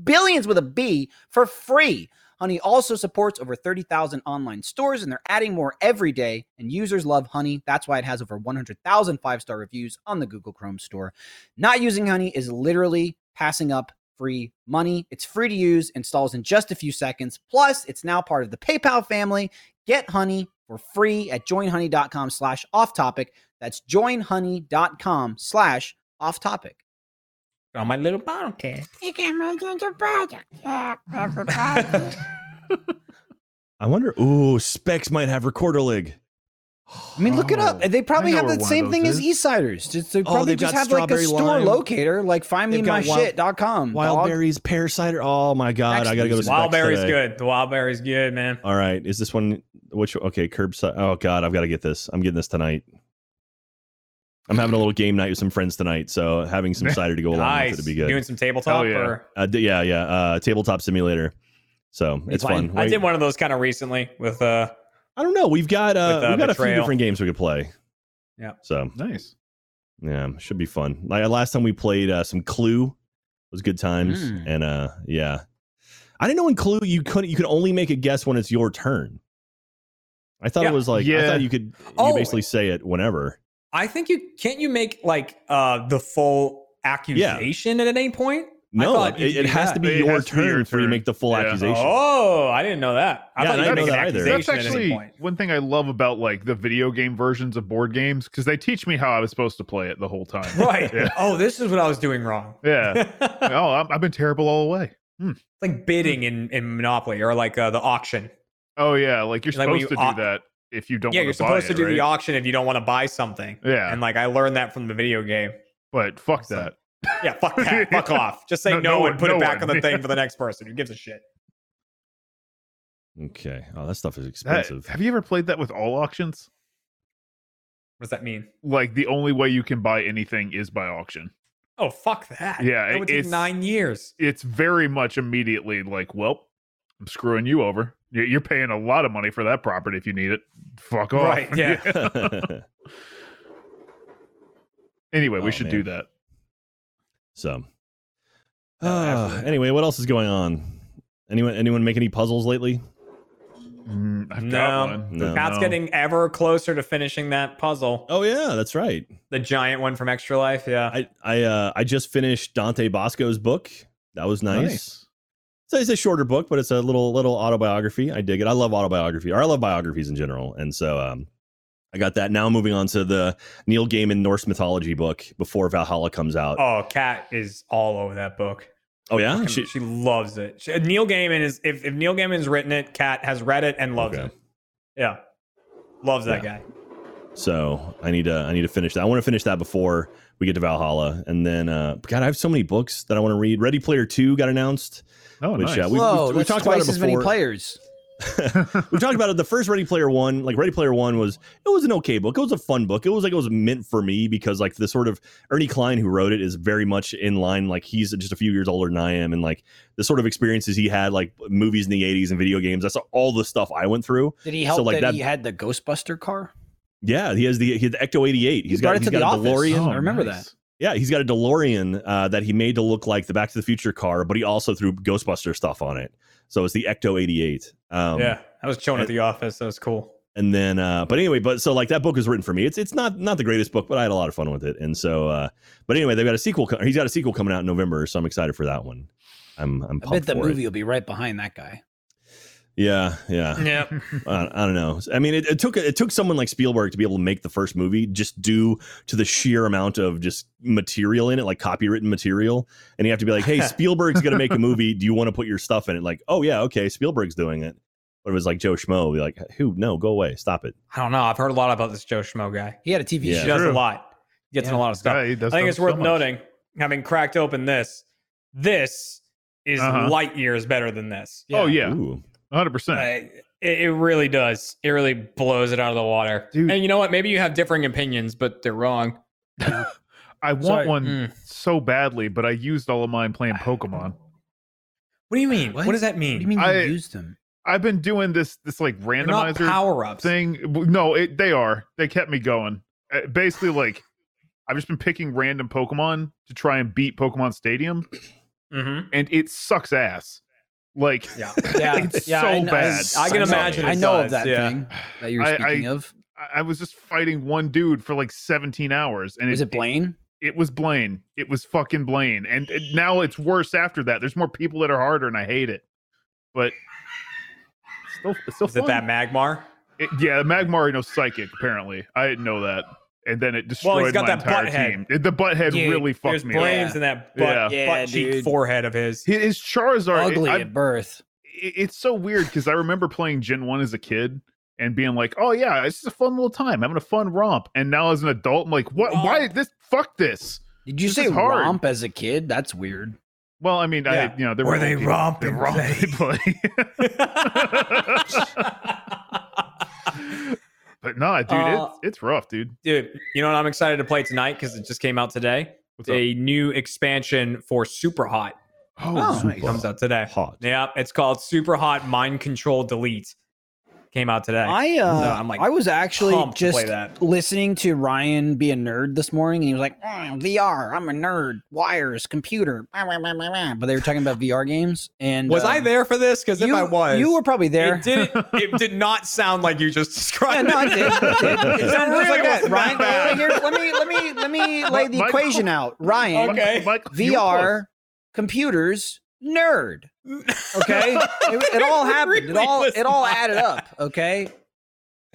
Speaker 1: billions with a B for free. Honey also supports over 30,000 online stores, and they're adding more every day. And users love Honey. That's why it has over 100,000 five star reviews on the Google Chrome store. Not using Honey is literally passing up free money. It's free to use, installs in just a few seconds. Plus, it's now part of the PayPal family. Get Honey for free at joinhoney.com slash off topic. That's joinhoney.com slash off topic.
Speaker 4: On my little bottle can.
Speaker 6: You can make it into butter. Yeah, everybody.
Speaker 5: I wonder. Ooh, Specs might have recorder leg.
Speaker 1: I mean, look it up.
Speaker 2: Oh,
Speaker 1: They probably
Speaker 2: know
Speaker 1: have
Speaker 2: where
Speaker 1: the
Speaker 2: one of
Speaker 1: same
Speaker 2: those
Speaker 1: thing as
Speaker 2: is.
Speaker 1: Eastsiders. Just, they probably
Speaker 5: they've
Speaker 1: just
Speaker 5: got
Speaker 1: have like a
Speaker 5: strawberry
Speaker 1: store
Speaker 5: lime.
Speaker 1: locator, like
Speaker 5: They've got wild-
Speaker 1: findmemyshit.com.
Speaker 5: Wild
Speaker 1: dog.
Speaker 5: berries, pear cider. Oh my god,
Speaker 1: Next
Speaker 5: I gotta go to
Speaker 1: news.
Speaker 5: Specs
Speaker 4: Wildberry's
Speaker 5: today.
Speaker 4: good. The wildberry's good, man.
Speaker 5: All right, is this one? Which okay, curbside. Oh god, I've got to get this. I'm getting this tonight. I'm having a little game night with some friends tonight, so having some cider to go along
Speaker 4: nice.
Speaker 5: with it would be good.
Speaker 4: Doing some tabletop
Speaker 2: Hell yeah.
Speaker 4: or
Speaker 5: Uh, d- yeah, yeah. Uh, tabletop simulator. So it's fun.
Speaker 4: I
Speaker 5: Wait,
Speaker 4: did one of those kind of recently with uh
Speaker 5: I don't know. We've got uh,
Speaker 4: With, uh,
Speaker 5: we've got a few
Speaker 4: Betrayal.
Speaker 5: different games we could play.
Speaker 4: Yeah.
Speaker 5: So
Speaker 2: Nice.
Speaker 5: yeah, should be fun. Like last time we played uh, some Clue. It was good times,
Speaker 1: Mm.
Speaker 5: and uh, yeah. I didn't know in Clue you couldn't. You could only make a guess when it's your turn. I thought
Speaker 4: Yeah.
Speaker 5: it was like I
Speaker 2: Yeah.
Speaker 5: thought you could you
Speaker 4: Oh.
Speaker 5: basically say it whenever.
Speaker 4: I think you can't you make like uh the full accusation at any point?
Speaker 5: No,
Speaker 4: thought
Speaker 5: it,
Speaker 4: you could
Speaker 5: it
Speaker 4: do
Speaker 5: has
Speaker 4: that.
Speaker 5: to be
Speaker 2: It
Speaker 5: your
Speaker 2: has to be
Speaker 5: turn
Speaker 2: your
Speaker 5: before you
Speaker 2: turn.
Speaker 5: make the full
Speaker 2: Yeah.
Speaker 5: accusation.
Speaker 4: Oh, I didn't know that. I
Speaker 5: Yeah,
Speaker 4: thought
Speaker 5: I
Speaker 4: you could
Speaker 5: didn't
Speaker 4: make
Speaker 5: know
Speaker 4: an
Speaker 5: that either.
Speaker 4: accusation
Speaker 2: That's
Speaker 4: at any
Speaker 2: actually
Speaker 4: point.
Speaker 2: one thing I love about like the video game versions of board games because they teach me how I was supposed to play it the whole time.
Speaker 4: Right.
Speaker 2: Yeah.
Speaker 4: Oh, this is what I was doing wrong.
Speaker 2: Yeah.
Speaker 4: it's
Speaker 2: oh, I'm, I've been terrible all the way.
Speaker 4: like bidding in, in Monopoly or like uh, the auction.
Speaker 2: Oh yeah, like you're
Speaker 4: Like, when
Speaker 2: supposed
Speaker 4: you
Speaker 2: to
Speaker 4: au-
Speaker 2: do that if you don't.
Speaker 4: Yeah,
Speaker 2: wanna
Speaker 4: you're
Speaker 2: buy
Speaker 4: supposed to
Speaker 2: it,
Speaker 4: do the
Speaker 2: right?
Speaker 4: auction if you don't want to buy something.
Speaker 2: Yeah,
Speaker 4: And like I learned that from the video game.
Speaker 2: but fuck
Speaker 4: So-
Speaker 2: that.
Speaker 4: Yeah, fuck that. fuck off. Just say no,
Speaker 2: No- no
Speaker 4: and
Speaker 2: one-
Speaker 4: put
Speaker 2: no
Speaker 4: it back
Speaker 2: one.
Speaker 4: on the thing for the next person. Who gives a shit?
Speaker 5: Okay. Oh, that stuff is
Speaker 2: That-
Speaker 5: expensive.
Speaker 2: have you ever played that with all auctions?
Speaker 4: What does that mean?
Speaker 2: Like the only way you can buy anything is by auction.
Speaker 4: Oh, fuck that.
Speaker 2: Yeah,
Speaker 4: That would take
Speaker 2: it's-
Speaker 4: nine years.
Speaker 2: It's very much immediately like, well, I'm screwing you over. You're you're paying a lot of money for that property if you need it. Fuck off.
Speaker 4: Right, yeah.
Speaker 2: anyway,
Speaker 5: Oh,
Speaker 2: we should do that.
Speaker 5: so,
Speaker 4: No,
Speaker 5: uh,
Speaker 4: absolutely.
Speaker 5: anyway, what else is going on? Anyone anyone make any puzzles lately?
Speaker 2: Mm, I've
Speaker 4: No.
Speaker 2: got one.
Speaker 5: Oh, No.
Speaker 4: Pat's getting ever closer to finishing that puzzle.
Speaker 5: Oh yeah, that's right.
Speaker 4: The giant one from Extra Life. Yeah.
Speaker 5: I I uh, I just finished Dante Bosco's book. That was nice. So it's a shorter book, but it's a little little autobiography. I dig it. I love autobiography, or I love biographies in general. And so um, I got that. Now moving on to the Neil Gaiman Norse mythology book before Valhalla comes out. Oh,
Speaker 4: oh, Kat is all over that book.
Speaker 5: yeah,
Speaker 4: Fucking- She,
Speaker 5: Oh, She-
Speaker 4: loves it. She- Neil Gaiman is if, if Neil Gaiman's written it, Kat has read it and loves
Speaker 5: Okay.
Speaker 4: it. Yeah. Loves that guy.
Speaker 5: So I need to I need to finish that. I want to finish that before we get to Valhalla, and then uh, God, I have so many books that I want to read. Ready Player Two got announced.
Speaker 2: Oh,
Speaker 5: Which, uh,
Speaker 2: nice.
Speaker 5: we-
Speaker 1: Whoa,
Speaker 5: we've
Speaker 1: that's
Speaker 5: talked about
Speaker 1: twice
Speaker 5: it
Speaker 1: as many
Speaker 5: before.
Speaker 1: players.
Speaker 5: We've talked about it. The first Ready Player One, like Ready Player One, was it was an okay book. It was a fun book. It was like it was meant for me because like the sort of Ernie Klein who wrote it is very much in line. Like he's just a few years older than I am, and like the sort of experiences he had, like movies in the '80s and video games. That's all the stuff I went through.
Speaker 1: Did he
Speaker 5: So,
Speaker 1: help
Speaker 5: like,
Speaker 1: that,
Speaker 5: that-
Speaker 1: he had the Ghostbuster car?
Speaker 5: Yeah, he has the he had the Ecto '88. He's
Speaker 1: brought
Speaker 5: got
Speaker 1: it to
Speaker 5: he's
Speaker 1: the
Speaker 5: got a
Speaker 1: office.
Speaker 5: DeLorean.
Speaker 2: Oh,
Speaker 1: I remember that.
Speaker 5: Yeah, he's got a DeLorean uh, that he made to look like the Back to the Future car, but he also threw Ghostbuster stuff on it. So it's the Ecto 88. Um,
Speaker 4: yeah. I was chilling
Speaker 5: it-
Speaker 4: at the office. That was cool.
Speaker 5: And then, uh, but anyway, but so like that book was written for me. It's it's not not the greatest book, but I had a lot of fun with it. And so, uh, but anyway, they've got a sequel. co- He's got a sequel coming out in November, so I'm excited for that one. I'm I'm
Speaker 1: I
Speaker 5: pumped
Speaker 1: bet the
Speaker 5: for it.
Speaker 1: movie will be right behind that guy.
Speaker 5: Yeah, yeah.
Speaker 4: Yeah.
Speaker 5: I, I don't know. I mean, it, it took it took someone like Spielberg to be able to make the first movie just due to the sheer amount of just material in it, like copywritten material. And you have to be like, hey, Spielberg's going to make a movie. Do you want to put your stuff in it? Like, oh yeah, okay, Spielberg's doing it. But it was like Joe Schmo, be like, who? No, go away, stop it.
Speaker 4: I don't know. I've heard a lot about this Joe Schmo guy.
Speaker 1: He had a TV
Speaker 4: He
Speaker 5: Yeah.
Speaker 1: show.
Speaker 4: does
Speaker 2: True.
Speaker 4: a lot. He gets in a lot of stuff.
Speaker 2: Yeah, he does
Speaker 4: I think
Speaker 2: know
Speaker 4: it's
Speaker 2: so
Speaker 4: worth
Speaker 2: much.
Speaker 4: noting, having cracked open this, this is
Speaker 2: Uh-huh.
Speaker 4: light years better than this.
Speaker 2: Oh yeah,
Speaker 5: Ooh.
Speaker 2: hundred percent.
Speaker 4: Uh, it, it really does. It really blows it out of the water.
Speaker 2: Dude.
Speaker 4: And you know what? Maybe you have differing opinions, but they're wrong.
Speaker 2: I want
Speaker 1: sorry.
Speaker 2: one
Speaker 4: Mm.
Speaker 2: so badly, but I used all of mine playing Pokemon.
Speaker 4: What do you mean?
Speaker 1: What?
Speaker 4: What, does that mean?
Speaker 1: What do you mean you
Speaker 2: I-
Speaker 1: used him?
Speaker 2: I've been doing this this like
Speaker 4: They're not
Speaker 2: randomizer
Speaker 4: power ups.
Speaker 2: thing. W- No, it, they are. They kept me going. Uh, Basically, like I've just been picking random Pokemon to try and beat Pokemon Stadium,
Speaker 4: Mm-hmm.
Speaker 2: and it sucks ass. Like
Speaker 4: Yeah.
Speaker 1: Yeah,
Speaker 2: It's
Speaker 1: yeah,
Speaker 2: so
Speaker 1: I, kn-
Speaker 2: bad.
Speaker 4: I can
Speaker 1: know-
Speaker 4: imagine
Speaker 1: I
Speaker 4: it
Speaker 1: know of
Speaker 4: does,
Speaker 1: that
Speaker 4: yeah.
Speaker 1: thing that you were
Speaker 2: I- I-
Speaker 1: speaking of.
Speaker 2: I, I was just fighting one dude for like 17 hours, and
Speaker 1: Is it Blaine?
Speaker 2: It, was Blaine. It was fucking Blaine, and it- now it's worse after that. There's more people that are harder, and I hate it. But it's still, it's still
Speaker 4: Is it
Speaker 2: fun.
Speaker 4: that Magmar?
Speaker 2: It- yeah, the Magmar, you know, psychic. Apparently, I didn't know that, and then it destroyed
Speaker 4: Well, he's got
Speaker 2: my
Speaker 4: that
Speaker 2: entire
Speaker 4: butt head.
Speaker 2: team. It- the butt head
Speaker 1: Dude,
Speaker 2: really
Speaker 4: There's
Speaker 2: fucked me. up.
Speaker 4: brains in that butt,
Speaker 1: Yeah. Yeah,
Speaker 4: butt cheek
Speaker 1: dude.
Speaker 4: forehead of his.
Speaker 2: Hi- His Charizard, it-
Speaker 1: Ugly
Speaker 2: I-
Speaker 1: at birth.
Speaker 2: it- it's so weird because I remember playing Gen One as a kid and being like, "Oh yeah, it's just a fun little time, having a fun romp." And now as an adult, I'm like, "What? Why this? Fuck this!"
Speaker 1: Did you
Speaker 2: This
Speaker 1: say
Speaker 2: is hard.
Speaker 1: romp as a kid? That's weird.
Speaker 2: Well, I mean, I
Speaker 4: Yeah.
Speaker 2: you know, there
Speaker 4: Were
Speaker 2: were
Speaker 4: they
Speaker 2: people-
Speaker 4: romp
Speaker 2: they
Speaker 4: and
Speaker 2: romp and play. but nah, dude,
Speaker 4: Uh,
Speaker 2: it's it's rough, dude.
Speaker 4: Dude, you know what I'm excited to play tonight because it just came out today.
Speaker 2: What's up?
Speaker 4: A new expansion for Super Hot
Speaker 1: Oh,
Speaker 2: super.
Speaker 1: nice.
Speaker 4: comes out today.
Speaker 5: Hot.
Speaker 4: Yeah, it's called Super Hot Mind Control Delete. Came out today.
Speaker 1: I uh,
Speaker 4: No, I'm, like,
Speaker 1: I was actually
Speaker 4: pumped to
Speaker 1: just
Speaker 4: play that.
Speaker 1: listening to Ryan be a nerd this morning, and he was like, "Mm, "VR, I'm a nerd. Wires, computer." Wah, wah, wah, wah, wah." But they were talking about VR games, and
Speaker 4: was I
Speaker 1: um,
Speaker 4: there for this? Because if
Speaker 1: you-
Speaker 4: I was,
Speaker 1: you were probably there.
Speaker 4: It did. It did not sound like you just
Speaker 1: Yeah,
Speaker 4: described.
Speaker 1: no, I
Speaker 4: it.
Speaker 1: did. I did. It sounded just
Speaker 4: really
Speaker 1: like that.
Speaker 4: wasn't
Speaker 1: Ryan,
Speaker 4: bad.
Speaker 1: here, let me let me let me lay the
Speaker 2: Michael-
Speaker 1: equation out. Ryan,
Speaker 4: Okay.
Speaker 2: Mike, you were
Speaker 1: VR, computers, nerd. Okay, it, it all happened. It
Speaker 4: Really
Speaker 1: all
Speaker 4: was
Speaker 1: it all
Speaker 4: not.
Speaker 1: added up. Okay,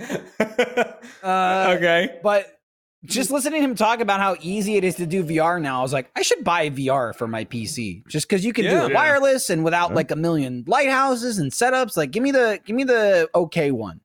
Speaker 1: uh,
Speaker 4: okay.
Speaker 1: but just listening to him talk about how easy it is to do VR now, I was like, I should buy VR for my PC just because you can
Speaker 4: Yeah.
Speaker 1: do it
Speaker 2: Yeah.
Speaker 1: wireless and without
Speaker 5: Yeah.
Speaker 1: like a million lighthouses and setups. Like, give me the give me the okay one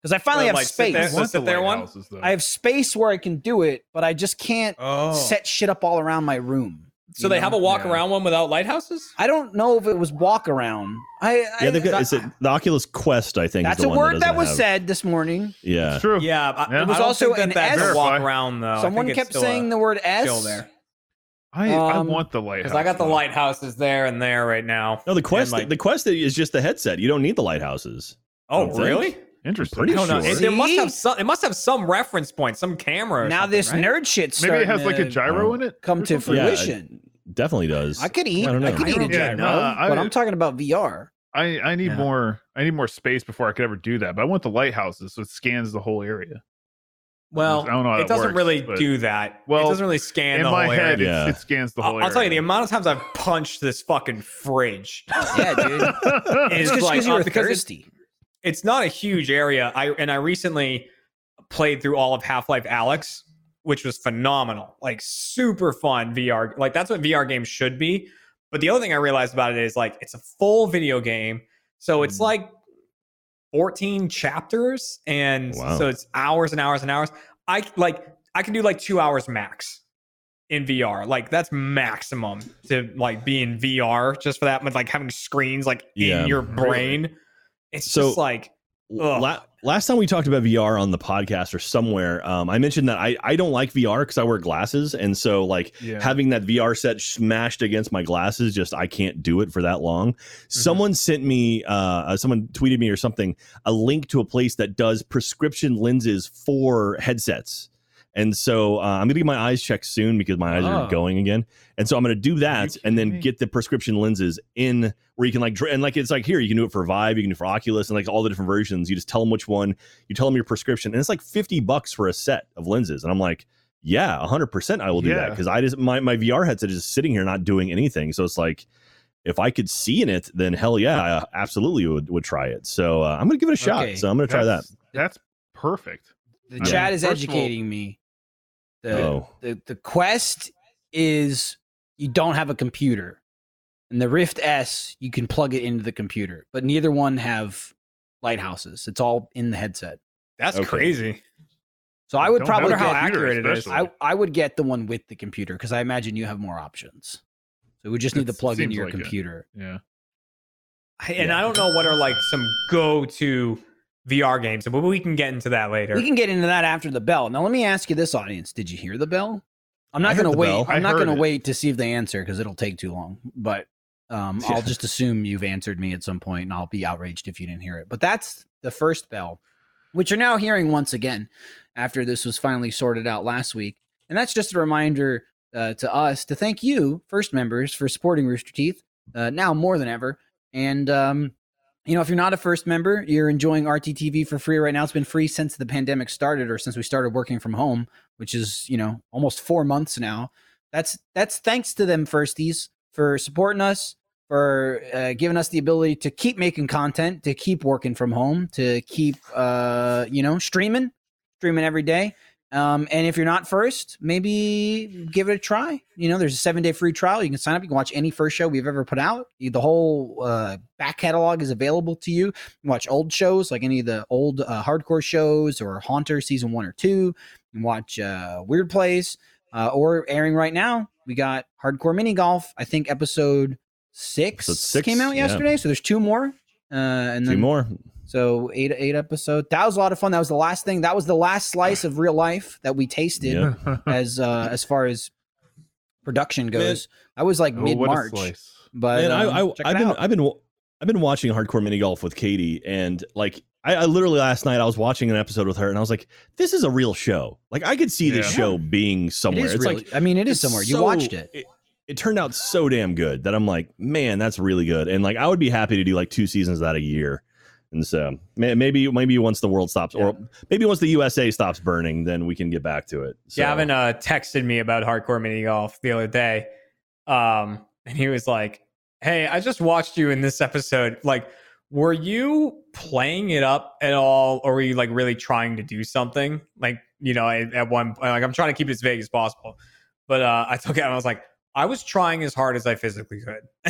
Speaker 1: because I finally
Speaker 4: Well,
Speaker 1: have
Speaker 4: like, sit
Speaker 1: space.
Speaker 4: there-
Speaker 2: close. I want
Speaker 4: sit
Speaker 2: the
Speaker 4: there one?
Speaker 2: lighthouses, though.
Speaker 1: I have space where I can do it, but I just can't
Speaker 4: Oh.
Speaker 1: set shit up all around my room.
Speaker 4: so
Speaker 1: you
Speaker 4: they
Speaker 1: know?
Speaker 4: have a walk
Speaker 2: Yeah.
Speaker 4: around one without lighthouses.
Speaker 1: I don't know if it was walk around. I I-
Speaker 5: Yeah, they've got.
Speaker 1: that-
Speaker 5: Is it the Oculus Quest? I think.
Speaker 1: that's
Speaker 5: is the
Speaker 1: a
Speaker 5: one
Speaker 1: word that,
Speaker 5: doesn't
Speaker 1: was
Speaker 5: have-
Speaker 1: said this morning.
Speaker 5: Yeah.
Speaker 2: It's true.
Speaker 4: Yeah, I,
Speaker 2: Yeah.
Speaker 4: I
Speaker 2: It
Speaker 1: was
Speaker 4: don't
Speaker 1: also
Speaker 4: think that
Speaker 1: an
Speaker 4: that's
Speaker 2: S.
Speaker 4: a walk
Speaker 2: Verify.
Speaker 4: around though. Oh, I
Speaker 1: Someone
Speaker 4: think it's
Speaker 1: kept
Speaker 4: still
Speaker 1: saying
Speaker 4: a
Speaker 1: the word S.
Speaker 4: still there
Speaker 2: I, I
Speaker 1: Um,
Speaker 2: want the lighthouse.
Speaker 4: because I got the
Speaker 2: though.
Speaker 4: lighthouses there and there right now.
Speaker 5: No, the Quest.
Speaker 4: like-
Speaker 5: the Quest is just the headset. You don't need the lighthouses.
Speaker 4: Oh,
Speaker 5: don't think.
Speaker 4: really?
Speaker 2: Interesting.
Speaker 5: Pretty
Speaker 4: I don't know.
Speaker 5: sure.
Speaker 4: It, there must
Speaker 1: See?
Speaker 4: have some. It must have some reference point, some camera. or
Speaker 1: Now
Speaker 4: something,
Speaker 1: this
Speaker 4: right?
Speaker 1: nerd shit's
Speaker 2: Maybe it
Speaker 1: starting
Speaker 2: has like a
Speaker 1: to
Speaker 2: gyro in it.
Speaker 1: come
Speaker 2: or
Speaker 1: to
Speaker 2: something?
Speaker 5: Yeah, I-
Speaker 1: fruition.
Speaker 5: Definitely does.
Speaker 1: I could eat.
Speaker 5: I
Speaker 1: I,
Speaker 5: don't know.
Speaker 1: could eat a gyro,
Speaker 2: Yeah, nah, I-
Speaker 1: but I'm talking about VR.
Speaker 2: I, I need
Speaker 4: Yeah.
Speaker 2: more I need more space before I could ever do that. But I want the lighthouses so it scans the whole area.
Speaker 4: Well,
Speaker 2: I don't know how
Speaker 4: it
Speaker 2: that
Speaker 4: doesn't
Speaker 2: works,
Speaker 4: really
Speaker 2: but-
Speaker 4: do that.
Speaker 2: Well,
Speaker 4: it doesn't really scan
Speaker 2: In
Speaker 4: the
Speaker 2: my
Speaker 4: whole
Speaker 2: head,
Speaker 4: area.
Speaker 2: it's-
Speaker 5: Yeah.
Speaker 2: it scans the
Speaker 4: I'll,
Speaker 2: whole
Speaker 4: I'll tell you, the
Speaker 2: area.
Speaker 4: amount of times I've punched this fucking fridge
Speaker 1: Yeah, dude.
Speaker 4: is
Speaker 1: It's just
Speaker 4: like
Speaker 1: because you were
Speaker 4: uh, because it's-
Speaker 1: thirsty.
Speaker 4: it's not a huge area. I and I recently played through all of Half Life Alex, which was phenomenal, like super fun VR. Like that's what VR games should be. But the other thing I realized about it is like it's a full video game, so it's
Speaker 5: Hmm.
Speaker 2: Mm.
Speaker 4: like fourteen chapters, and
Speaker 5: Oh, Wow.
Speaker 4: so it's hours and hours and hours. I like I can do like two hours max in VR. Like that's maximum to like be in VR just for that, but like having screens like
Speaker 5: Yeah.
Speaker 4: in your brain. It's
Speaker 5: So-
Speaker 4: just like Ugh.
Speaker 5: La- last time we talked about VR on the podcast or somewhere, um, I mentioned that I, I don't like VR because I wear glasses, and so like
Speaker 2: Yeah.
Speaker 5: having that VR set smashed against my glasses, just I can't do it for that long.
Speaker 2: Mm-hmm.
Speaker 5: Someone sent me, uh, uh, someone tweeted me or something, a link to a place that does prescription lenses for headsets. And so uh, I'm gonna get my eyes checked soon because my eyes
Speaker 2: Oh.
Speaker 5: are going again. And so I'm gonna do that, and then
Speaker 2: kidding me?
Speaker 5: get the prescription lenses in where you can like dr- and like it's like here you can do it for Vive, you can do it for Oculus, and like all the different versions. You just tell them which one, you tell them your prescription, and it's like fifty bucks for a set of lenses. And I'm like, yeah, hundred percent, I will do that
Speaker 2: Yeah.
Speaker 5: because I just my my VR headset is just sitting here not doing anything. So it's like if I could see in it, then hell yeah, I absolutely would, would try it. So uh, I'm going to give it a shot.
Speaker 1: Okay.
Speaker 5: So I'm going to try that.
Speaker 2: That's- That's perfect.
Speaker 1: The
Speaker 2: I
Speaker 1: chat
Speaker 2: mean,
Speaker 1: is
Speaker 2: first of all-
Speaker 1: educating me. The,
Speaker 5: Oh.
Speaker 1: the the quest is you don't have a computer, and the Rift S you can plug it into the computer, but neither one have lighthouses. It's all in the headset.
Speaker 4: That's
Speaker 5: Okay.
Speaker 4: crazy.
Speaker 1: So I would
Speaker 2: Don't
Speaker 1: probably
Speaker 2: have a
Speaker 4: how
Speaker 1: get,
Speaker 2: computer,
Speaker 4: accurate it is.
Speaker 1: I, I would get the one with the computer because I imagine you have more options. So we just need
Speaker 2: That's-
Speaker 1: to plug into
Speaker 2: seems
Speaker 1: your
Speaker 2: like it.
Speaker 1: computer.
Speaker 2: Yeah.
Speaker 4: I- And I don't know what are like some go to VR games, but we can get into that later.
Speaker 1: We can get into that after the bell. Now let me ask you this, audience: Did you hear the bell? I'm not
Speaker 5: I heard
Speaker 1: going to
Speaker 5: the
Speaker 1: wait.
Speaker 5: bell.
Speaker 1: I'm
Speaker 2: I
Speaker 1: not
Speaker 2: heard
Speaker 1: going to
Speaker 2: it.
Speaker 1: wait to see if they answer because it'll take too long. But um, I'll just assume you've answered me at some point, and I'll be outraged if you didn't hear it. But that's the first bell, which you're now hearing once again after this was finally sorted out last week. And that's just a reminder uh, to us to thank you, first members, for supporting Rooster Teeth uh, now more than ever. And um, you know, if you're not a first member, you're enjoying RTTV for free right now. It's been free since the pandemic started or since we started working from home, which is, you know, almost 4 months now. That's that's thanks to them firsties for supporting us, for uh, giving us the ability to keep making content, to keep working from home, to keep uh, you know, streaming, streaming every day. Um, and if you're not first, maybe give it a try. You know, there's a seven day free trial. You can sign up. You can watch any first show we've ever put out. The whole uh, back catalog is available to you. You can watch old shows like any of the old uh, hardcore shows or Haunter season one or two. You can watch uh, Weird Plays uh, or airing right now. We got Hardcore Mini Golf. I think episode six,
Speaker 5: Episode six,
Speaker 1: came out
Speaker 5: yeah.
Speaker 1: yesterday. So there's two more. Uh, and
Speaker 5: Two
Speaker 1: then
Speaker 5: more.
Speaker 1: so eight eight episode. That was a lot of fun. That was the last thing. That was the last slice of real life that we tasted
Speaker 5: Yeah.
Speaker 2: Oh,
Speaker 1: as uh, as far as production
Speaker 5: Man.
Speaker 1: goes. I was like
Speaker 2: Oh,
Speaker 1: mid
Speaker 2: what a
Speaker 1: March,
Speaker 2: slice.
Speaker 1: but
Speaker 5: Man, I,
Speaker 1: um,
Speaker 5: I,
Speaker 1: check it
Speaker 5: I've been,
Speaker 1: out.
Speaker 5: I've been, wa- I've been watching hardcore mini golf with Katie, and like, I, I literally last night I was watching an episode with her, and I was like, "This is a real show. Like, I could see this
Speaker 2: Yeah.
Speaker 5: show being somewhere.
Speaker 1: It is
Speaker 5: it's
Speaker 1: really,
Speaker 5: like
Speaker 1: I mean, it is
Speaker 5: it's
Speaker 1: somewhere. You
Speaker 5: so-
Speaker 1: watched it.
Speaker 5: it. It turned out so damn good that I'm like, man, that's really good. And like, I would be happy to do like two seasons of that a year. And so may- maybe maybe once the world stops, or maybe once the USA stops burning, then we can get back to it. So,
Speaker 4: Gavin uh, texted me about hardcore mini golf the other day, um, and he was like, "Hey, I just watched you in this episode. Like, were you playing it up at all, or were you like really trying to do something? Like, you know, at, at one like I'm trying to keep it as vague as possible, but uh, I took it and I was like." I was trying as hard as I physically could.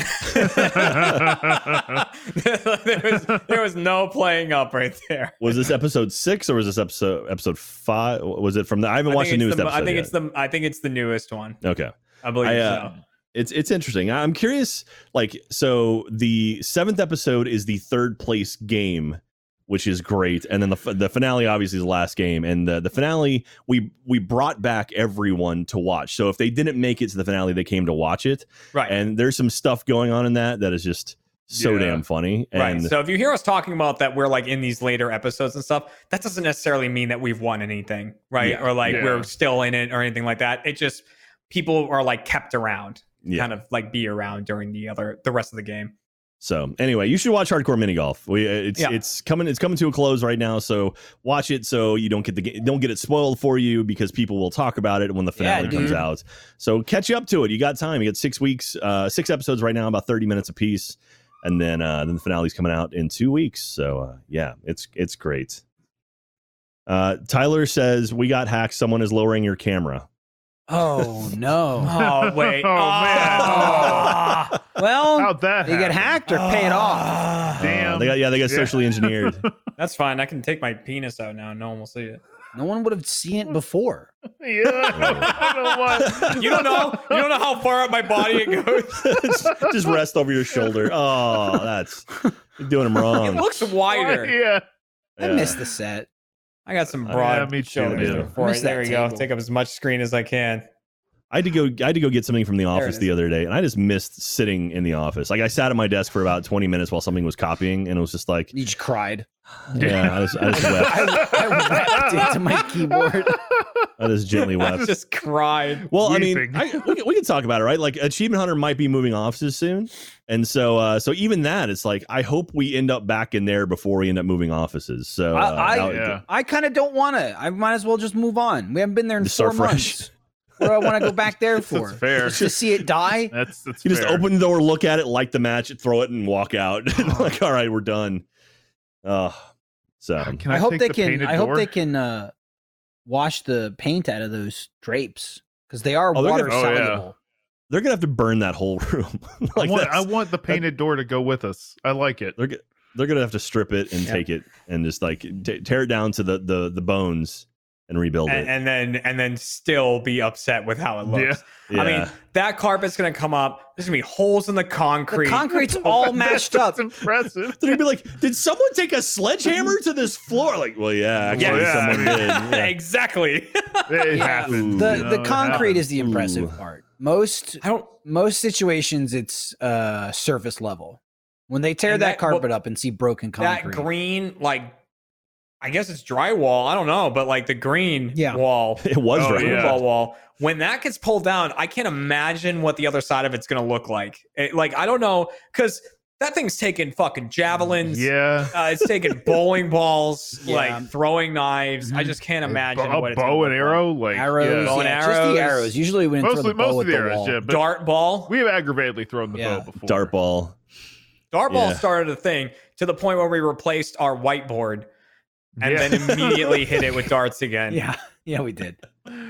Speaker 4: there, was, there was no playing up right there.
Speaker 5: was this episode six or was this episode episode five? Was it from the? I haven't
Speaker 4: I
Speaker 5: watched the
Speaker 4: think it's
Speaker 5: newest
Speaker 4: the-
Speaker 5: episode.
Speaker 4: I think
Speaker 5: yet.
Speaker 4: it's the I think it's the newest one.
Speaker 5: okay.
Speaker 4: I believe
Speaker 5: I, uh,
Speaker 4: so.
Speaker 5: It's it's interesting. I'm curious. Like, so the seventh episode is the third place game, which is great, and then the f- the finale obviously is the last game, and the the finale we we brought back everyone to watch. So if they didn't make it to the finale, they came to watch it,
Speaker 4: Right.
Speaker 5: and there's some stuff going on in that that is just so
Speaker 2: Yeah.
Speaker 5: damn funny.
Speaker 4: right.
Speaker 5: And
Speaker 4: So if you hear us talking about that, we're like in these later episodes and stuff. That doesn't necessarily mean that we've won anything, right?
Speaker 5: Yeah.
Speaker 4: Or like
Speaker 2: Yeah.
Speaker 4: we're still in it or anything like that. It just people are like kept around,
Speaker 5: yeah.
Speaker 4: kind of like be around during the other the rest of the game.
Speaker 5: So anyway, you should watch Hardcore Mini Golf. We uh, it's
Speaker 4: Yeah.
Speaker 5: it's coming it's coming to a close right now. So watch it so you don't get the ga- don't get it spoiled for you because people will talk about it when the
Speaker 1: Yeah,
Speaker 5: finale comes
Speaker 4: dude.
Speaker 5: out. So catch up to it. You got time. You got six weeks, uh, six episodes right now, about thirty minutes apiece, and then uh, then the finale's coming out in two weeks. So uh, yeah, it's it's great. Uh, Tyler says we got hacked. Someone is lowering your camera.
Speaker 1: Oh no!
Speaker 4: Oh wait.
Speaker 2: Oh, man.
Speaker 1: Oh.
Speaker 4: Ah.
Speaker 1: well,
Speaker 2: How'd that
Speaker 1: they get
Speaker 2: happen?
Speaker 1: hacked or pay it off.
Speaker 4: Ah.
Speaker 2: Damn.
Speaker 5: Uh, they got yeah, they got
Speaker 2: Yeah.
Speaker 5: socially engineered.
Speaker 4: That's fine. I can take my penis out now and no one will see it.
Speaker 1: No one would have seen it before.
Speaker 2: Yeah. I don't know what-
Speaker 4: You don't know you don't know how far up my body it goes.
Speaker 5: just just rest over your shoulder. Oh, that's you're doing them
Speaker 4: It
Speaker 5: wrong.
Speaker 4: looks wider.
Speaker 2: Yeah.
Speaker 1: I
Speaker 5: Yeah.
Speaker 1: missed the set.
Speaker 4: I got some
Speaker 2: Oh, Yeah,
Speaker 4: broad
Speaker 2: me too,
Speaker 4: shoulders
Speaker 5: dude.
Speaker 4: for
Speaker 1: Miss
Speaker 4: it.
Speaker 1: that
Speaker 4: There we go.
Speaker 1: table.
Speaker 4: Take up as much screen as I can.
Speaker 5: I had to go. I had to go get something from the
Speaker 4: it
Speaker 5: office the
Speaker 4: is.
Speaker 5: other day, and I just missed sitting in the office. Like I sat at my desk for about twenty minutes while something was copying, and it was just like,
Speaker 1: You just cried.
Speaker 5: yeah, I just, I just wept.
Speaker 1: I wept into my keyboard.
Speaker 5: I just gently
Speaker 4: I
Speaker 5: wept.
Speaker 4: just cried.
Speaker 5: Well,
Speaker 2: Weeping.
Speaker 5: I mean, I, we, can- we can talk about it, right? Like Achievement Hunter might be moving offices soon, and so uh, so even that, it's like I hope we end up back in there before we end up moving offices. So uh,
Speaker 1: I- I-
Speaker 5: that would-
Speaker 2: Yeah.
Speaker 1: I kind of don't want to. I might as well just move on. We haven't been there in
Speaker 5: Just start
Speaker 1: four
Speaker 5: fresh.
Speaker 1: months. What do I want to go back there for?
Speaker 2: That's fair.
Speaker 1: Just to see it die?
Speaker 2: That's that's
Speaker 5: You just
Speaker 2: fair.
Speaker 5: open the door, look at it, like the match, throw it, and walk out.
Speaker 1: Oh.
Speaker 5: like, all right, we're done. Uh, so
Speaker 2: Can
Speaker 1: I, hope
Speaker 2: take
Speaker 1: they
Speaker 2: the
Speaker 1: can.
Speaker 2: painted
Speaker 1: I hope
Speaker 2: door?
Speaker 1: they can uh, wash the paint out of those drapes because they are
Speaker 5: Oh, they're
Speaker 1: water
Speaker 5: gonna-
Speaker 2: oh, yeah.
Speaker 1: soluble.
Speaker 5: they're gonna have to burn that whole room.
Speaker 2: I
Speaker 5: like
Speaker 2: want,
Speaker 5: that's-
Speaker 2: I want the painted door to go with us. I like it.
Speaker 5: they're go- they're gonna have to strip it and
Speaker 1: Yeah.
Speaker 5: take it and just like t- tear it down to the the the bones and rebuild
Speaker 4: and,
Speaker 5: it.
Speaker 4: and then and then still be upset with how it looks.
Speaker 2: Yeah.
Speaker 5: Yeah.
Speaker 4: I mean, that carpet's gonna come up. There's gonna be holes in the concrete.
Speaker 1: The concrete's all mashed up.
Speaker 2: That's impressive.
Speaker 5: they're gonna be like, did someone take a sledgehammer to this floor? Like, well, yeah, actually,
Speaker 4: Well,
Speaker 2: yeah, I
Speaker 5: someone
Speaker 2: mean-
Speaker 5: did. Yeah.
Speaker 4: exactly.
Speaker 2: It
Speaker 1: Yeah.
Speaker 2: happens.
Speaker 5: Ooh.
Speaker 1: The
Speaker 2: you know,
Speaker 1: the
Speaker 2: it
Speaker 1: concrete is the
Speaker 5: Ooh.
Speaker 1: impressive part. Most
Speaker 4: I don't.
Speaker 1: most situations, it's uh, surface level. When they tear
Speaker 4: And
Speaker 1: that,
Speaker 4: that-
Speaker 1: carpet
Speaker 4: well,
Speaker 1: up and see broken concrete,
Speaker 4: That green, like, I guess it's drywall. I don't know, but like the green
Speaker 1: Yeah.
Speaker 4: wall,
Speaker 5: It was
Speaker 2: Oh,
Speaker 5: right.
Speaker 2: yeah.
Speaker 4: drywall wall. When that gets pulled down, I can't imagine what the other side of it's gonna look like. It- like I don't know, because that thing's taking fucking
Speaker 2: happens.
Speaker 4: javelins.
Speaker 2: Yeah.
Speaker 4: Uh, it's taking bowling balls,
Speaker 1: Yeah.
Speaker 4: like throwing knives. I just can't imagine
Speaker 2: Mm-hmm. a
Speaker 4: what it's gonna
Speaker 2: bow
Speaker 4: look
Speaker 2: and
Speaker 4: like.
Speaker 2: arrow, like
Speaker 1: arrows,
Speaker 2: Yeah.
Speaker 4: Bow and
Speaker 1: yeah, just
Speaker 4: arrows.
Speaker 1: the arrows. Usually, when throw
Speaker 2: Mostly,
Speaker 1: the bow
Speaker 2: most
Speaker 1: at
Speaker 2: of the
Speaker 1: the
Speaker 2: arrows.
Speaker 1: wall.
Speaker 2: Yeah, but
Speaker 4: dart ball.
Speaker 2: we have aggravatingly thrown the
Speaker 1: Yeah.
Speaker 2: bow before.
Speaker 5: Dart ball.
Speaker 4: Dartball
Speaker 5: Yeah.
Speaker 4: started a thing to the point where we replaced our whiteboard and
Speaker 2: Yeah.
Speaker 4: then immediately hit it with darts again.
Speaker 1: yeah, yeah, we did.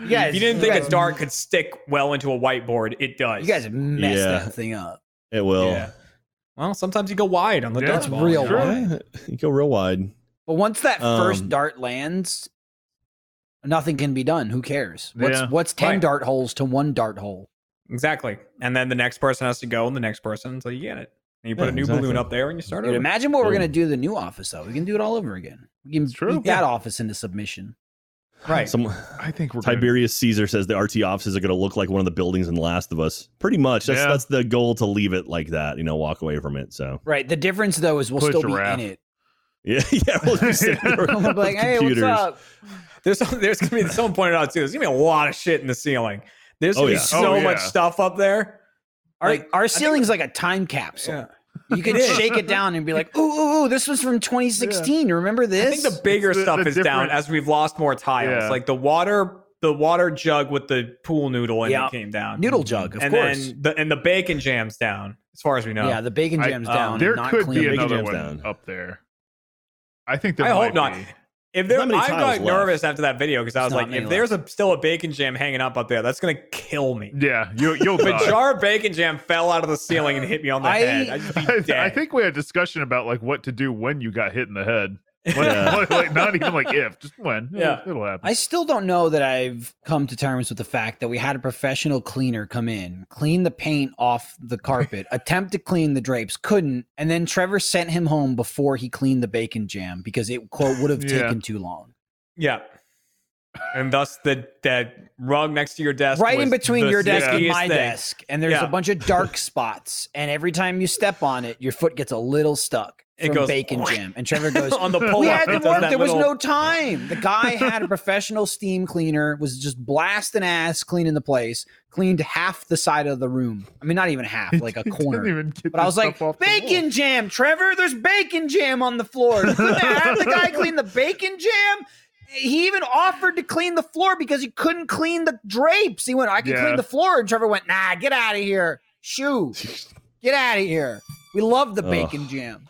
Speaker 1: Yeah,
Speaker 4: If you didn't think a dart could stick well into a whiteboard, it does.
Speaker 1: You guys messed
Speaker 5: Yeah.
Speaker 1: that thing up.
Speaker 5: It will.
Speaker 4: Yeah. Well, sometimes you go wide on the
Speaker 2: Yeah.
Speaker 4: darts
Speaker 1: That's
Speaker 4: ball.
Speaker 1: real
Speaker 2: Sure.
Speaker 1: wide.
Speaker 5: Yeah, You go real wide.
Speaker 1: But once that first
Speaker 5: Um,
Speaker 1: dart lands, nothing can be done. Who cares? What's
Speaker 2: Yeah.
Speaker 1: what's ten
Speaker 4: Right.
Speaker 1: dart holes to one dart hole?
Speaker 4: Exactly. And then the next person has to go and the next person until you get it. And you put
Speaker 5: Yeah,
Speaker 4: a new
Speaker 5: exactly.
Speaker 4: balloon up there and you start
Speaker 1: Dude,
Speaker 4: over.
Speaker 1: imagine what we're
Speaker 5: Boom.
Speaker 1: gonna do to the new office though. We can do it all over again. We can
Speaker 2: It's true.
Speaker 1: beat that office into submission.
Speaker 4: Right.
Speaker 5: Some
Speaker 2: I think we're gonna-
Speaker 5: Tiberius Caesar says the RT offices are going to look like one of the buildings in The Last of Us. Pretty much. That's
Speaker 2: Yeah.
Speaker 5: that's the goal to leave it like that. You know, walk away from it. So
Speaker 1: Right. The difference though is we'll
Speaker 2: Put a
Speaker 1: still be
Speaker 2: giraffe.
Speaker 1: in it.
Speaker 5: yeah, yeah. We'll be sitting there
Speaker 1: We'll be
Speaker 5: with
Speaker 1: like, hey, what's up?
Speaker 4: There's some, there's gonna be someone pointed out too. There's gonna be a lot of shit in the ceiling. There's
Speaker 5: Oh,
Speaker 4: gonna
Speaker 5: yeah.
Speaker 4: be so
Speaker 2: Oh,
Speaker 4: much
Speaker 2: yeah.
Speaker 4: stuff up there.
Speaker 1: Our,
Speaker 4: Like,
Speaker 1: our ceiling's like a time capsule.
Speaker 4: Yeah.
Speaker 1: You can
Speaker 4: It is.
Speaker 1: shake it down and be like, ooh, ooh, ooh, this was from 2016. Remember
Speaker 4: I
Speaker 1: this?
Speaker 4: think the bigger
Speaker 2: It's the-
Speaker 4: stuff
Speaker 2: the
Speaker 4: is down
Speaker 2: different-
Speaker 4: as we've lost more tiles.
Speaker 2: Yeah.
Speaker 4: Like the water, the water jug with the pool noodle and
Speaker 1: Yeah.
Speaker 4: it came down.
Speaker 1: noodle jug, of
Speaker 4: and
Speaker 1: course.
Speaker 4: then the and the bacon jams down, as far as we know.
Speaker 1: yeah, the bacon
Speaker 2: I-
Speaker 1: jam's
Speaker 4: um,
Speaker 1: down. and
Speaker 2: There
Speaker 1: not
Speaker 2: could
Speaker 1: clean.
Speaker 2: be
Speaker 5: Bacon
Speaker 2: another
Speaker 5: jam's
Speaker 2: one
Speaker 5: down.
Speaker 2: up there. I think there.
Speaker 4: I hope
Speaker 2: might
Speaker 4: not.
Speaker 2: be.
Speaker 4: If there, I
Speaker 5: Not many tiles
Speaker 4: got
Speaker 5: left.
Speaker 4: nervous after that video because I
Speaker 1: There's
Speaker 4: was
Speaker 1: not
Speaker 4: like,
Speaker 1: many
Speaker 4: if there's a still a bacon jam hanging up up there, that's gonna kill me.
Speaker 2: Yeah, you, you'll.
Speaker 4: If a
Speaker 2: die.
Speaker 4: jar of bacon jam fell out of the ceiling and hit me on the
Speaker 1: I-
Speaker 4: head, I'd just be
Speaker 2: I,
Speaker 4: dead.
Speaker 2: I think we had a discussion about like what to do when you got hit in the head. Like,
Speaker 5: Yeah.
Speaker 2: like, like, not even like if, just when.
Speaker 4: Yeah.
Speaker 2: it'll happen.
Speaker 1: I still don't know that I've come to terms with the fact that we had a professional cleaner come in, clean the paint off the carpet, attempt to clean the drapes, couldn't, and then Trevor sent him home before he cleaned the bacon jam because it quote would have
Speaker 2: Yeah.
Speaker 1: taken too long.
Speaker 4: yeah. And thus the that rug next to your desk,
Speaker 1: Right in
Speaker 4: was
Speaker 1: between
Speaker 4: the
Speaker 1: your desk and
Speaker 4: stickiest
Speaker 1: my
Speaker 4: thing.
Speaker 1: desk, and there's
Speaker 4: Yeah.
Speaker 1: a bunch of dark spots, and every time you step on it, your foot gets a little stuck
Speaker 4: It
Speaker 1: from
Speaker 4: goes
Speaker 1: bacon jam. And Trevor goes,
Speaker 4: on the
Speaker 2: Oh,
Speaker 4: pull
Speaker 1: we
Speaker 4: up.
Speaker 1: had to
Speaker 4: it does
Speaker 1: work.
Speaker 4: that
Speaker 1: There was
Speaker 4: little-
Speaker 1: no time. The guy had a professional steam cleaner, was just blasting ass cleaning the place, cleaned half the side of the room. I mean, not even half, like a
Speaker 2: He didn't
Speaker 1: corner.
Speaker 2: even get
Speaker 1: But I
Speaker 2: this
Speaker 1: was like,
Speaker 2: stuff off the
Speaker 1: bacon
Speaker 2: wall.
Speaker 1: jam, Trevor. There's bacon jam on the floor. You couldn't have the guy clean the bacon jam. He even offered to clean the floor because he couldn't clean the drapes. He went, I can
Speaker 2: Yeah.
Speaker 1: clean the floor. And Trevor went, nah, get out of here. Shoo. Get out of here. We love the
Speaker 5: Ugh.
Speaker 1: bacon jam.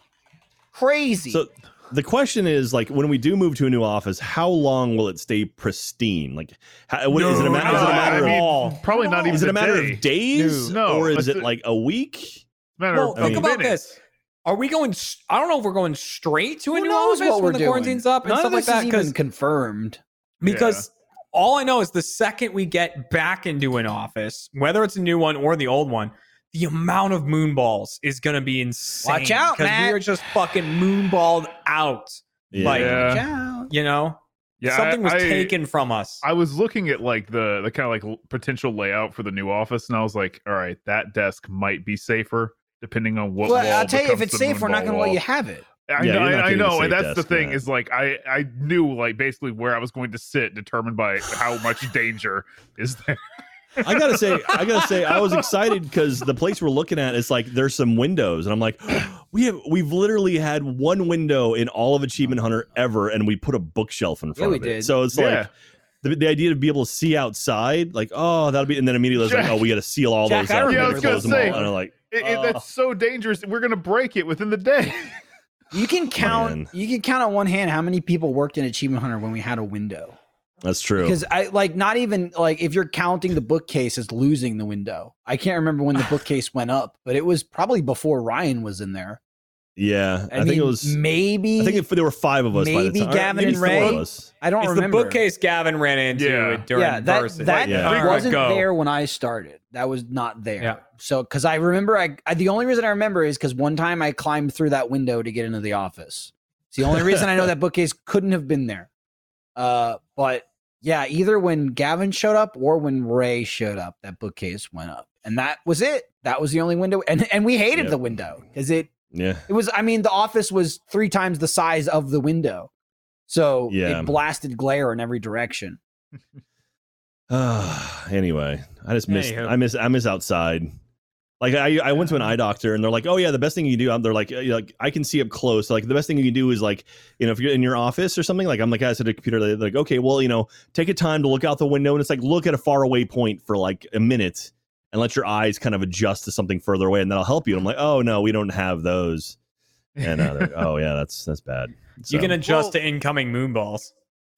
Speaker 1: Crazy.
Speaker 5: So the question is, like, when we do move to a new office, how long will it stay pristine? Like, how, what, is it a
Speaker 4: No,
Speaker 5: ma- is it
Speaker 4: no,
Speaker 5: a matter?
Speaker 2: I
Speaker 5: of,
Speaker 2: mean,
Speaker 4: all.
Speaker 2: Probably not even
Speaker 5: is it a matter
Speaker 2: day.
Speaker 5: of days?
Speaker 2: No.
Speaker 5: or is
Speaker 2: Let's
Speaker 5: it
Speaker 2: do-
Speaker 5: like a week?
Speaker 2: Matter
Speaker 4: Well,
Speaker 2: of
Speaker 5: I
Speaker 4: think
Speaker 5: mean-
Speaker 4: about
Speaker 2: minutes.
Speaker 4: this. Are we going? s- I don't know if we're going straight to a
Speaker 1: Who
Speaker 4: new
Speaker 1: knows
Speaker 4: office
Speaker 1: what we're
Speaker 4: when the
Speaker 1: doing?
Speaker 4: quarantine's up and
Speaker 1: None
Speaker 4: stuff
Speaker 1: of this
Speaker 4: like that.
Speaker 1: is
Speaker 4: 'cause-
Speaker 1: even confirmed.
Speaker 4: Because all I know is the second we get back into an office, whether it's a new one or the old one, the amount of moonballs is going to be insane.
Speaker 1: Watch out,
Speaker 4: because
Speaker 1: Matt.
Speaker 4: we are just fucking moonballed out. Like,
Speaker 5: Uh,
Speaker 2: Yeah.
Speaker 1: Ciao.
Speaker 4: You know,
Speaker 2: Yeah,
Speaker 4: something
Speaker 2: I-
Speaker 4: was
Speaker 2: I-
Speaker 4: taken from us.
Speaker 2: I was looking at like the the kind of like l- potential layout for the new office, and I was like, all right, that desk might be safer depending on what.
Speaker 1: Well,
Speaker 2: wall
Speaker 1: I'll tell you, if
Speaker 2: becomes
Speaker 1: it's
Speaker 2: the
Speaker 1: safe, we're not going
Speaker 2: moonball
Speaker 1: to let
Speaker 2: wall.
Speaker 1: you have it.
Speaker 2: I
Speaker 5: Yeah,
Speaker 2: know,
Speaker 5: you're not
Speaker 2: I, I
Speaker 5: getting a
Speaker 2: know,
Speaker 5: safe
Speaker 2: and that's
Speaker 5: desk
Speaker 2: the
Speaker 5: for
Speaker 2: thing
Speaker 5: that.
Speaker 2: is like I I knew like basically where I was going to sit, determined by how much danger is there.
Speaker 5: I gotta say, I gotta say, I was excited because the place we're looking at is like there's some windows, and I'm like, we have we've literally had one window in all of Achievement Hunter ever, and we put a bookshelf in front
Speaker 1: we
Speaker 5: of it.
Speaker 1: did.
Speaker 5: So it's
Speaker 2: Yeah.
Speaker 5: like the, the idea to be able to see outside, like, oh, that'll be, and then immediately it's like,
Speaker 2: Jack-
Speaker 5: oh, we got to seal all
Speaker 4: Jack,
Speaker 5: those
Speaker 4: I
Speaker 5: out.
Speaker 2: remember
Speaker 5: and
Speaker 2: those.
Speaker 5: close them all.
Speaker 2: Yeah, I was
Speaker 5: And
Speaker 2: gonna
Speaker 5: I'm like,
Speaker 2: It, it-
Speaker 5: Oh.
Speaker 2: that's so dangerous. We're gonna break it within the day.
Speaker 1: You can count.
Speaker 5: Man.
Speaker 1: You can count on one hand how many people worked in Achievement Hunter when we had a window.
Speaker 5: that's true.
Speaker 1: Because I like not even like if you're counting the bookcase as losing the window. I can't remember when the bookcase went up, but it was probably before Ryan was in there.
Speaker 5: yeah, I,
Speaker 1: mean,
Speaker 5: think it was.
Speaker 1: maybe.
Speaker 5: I think if there were five of us. by the
Speaker 1: maybe
Speaker 5: time- or
Speaker 1: Gavin
Speaker 5: maybe
Speaker 1: and
Speaker 5: four of
Speaker 1: Ray.
Speaker 5: us.
Speaker 1: I don't
Speaker 4: It's
Speaker 1: remember.
Speaker 4: the bookcase Gavin ran into
Speaker 2: Yeah.
Speaker 4: during
Speaker 1: yeah, that
Speaker 4: versus.
Speaker 1: that
Speaker 5: Yeah.
Speaker 4: All right,
Speaker 1: wasn't
Speaker 4: go.
Speaker 1: there when I started. That was not there.
Speaker 4: Yeah.
Speaker 1: So because I remember, I, I the only reason I remember is because one time I climbed through that window to get into the office. It's the only reason I know that bookcase couldn't have been there. Uh, but yeah, either when Gavin showed up or when Ray showed up, that bookcase went up, and that was it. That was the only window, and and we hated
Speaker 5: Yep.
Speaker 1: the window because it
Speaker 5: Yeah.
Speaker 1: it was. I mean, the office was three times the size of the window, so
Speaker 5: Yeah.
Speaker 1: it blasted glare in every direction.
Speaker 5: Uh, anyway, I just miss.
Speaker 4: Anywho.
Speaker 5: I miss. I miss outside. Like I, I went to an eye doctor and they're like, oh yeah, the best thing you do. They're like, uh, you're like I can see up close. Like the best thing you can do is like, you know, if you're in your office or something. Like I'm like I said, a computer. They're like, okay, well, you know, take a time to look out the window and it's like look at a far away point for like a minute and let your eyes kind of adjust to something further away and that'll help you. And I'm like, oh no, we don't have those. And uh, they're, oh yeah, that's that's bad.
Speaker 4: You can
Speaker 5: So,
Speaker 4: adjust
Speaker 2: Well-
Speaker 4: to incoming moonballs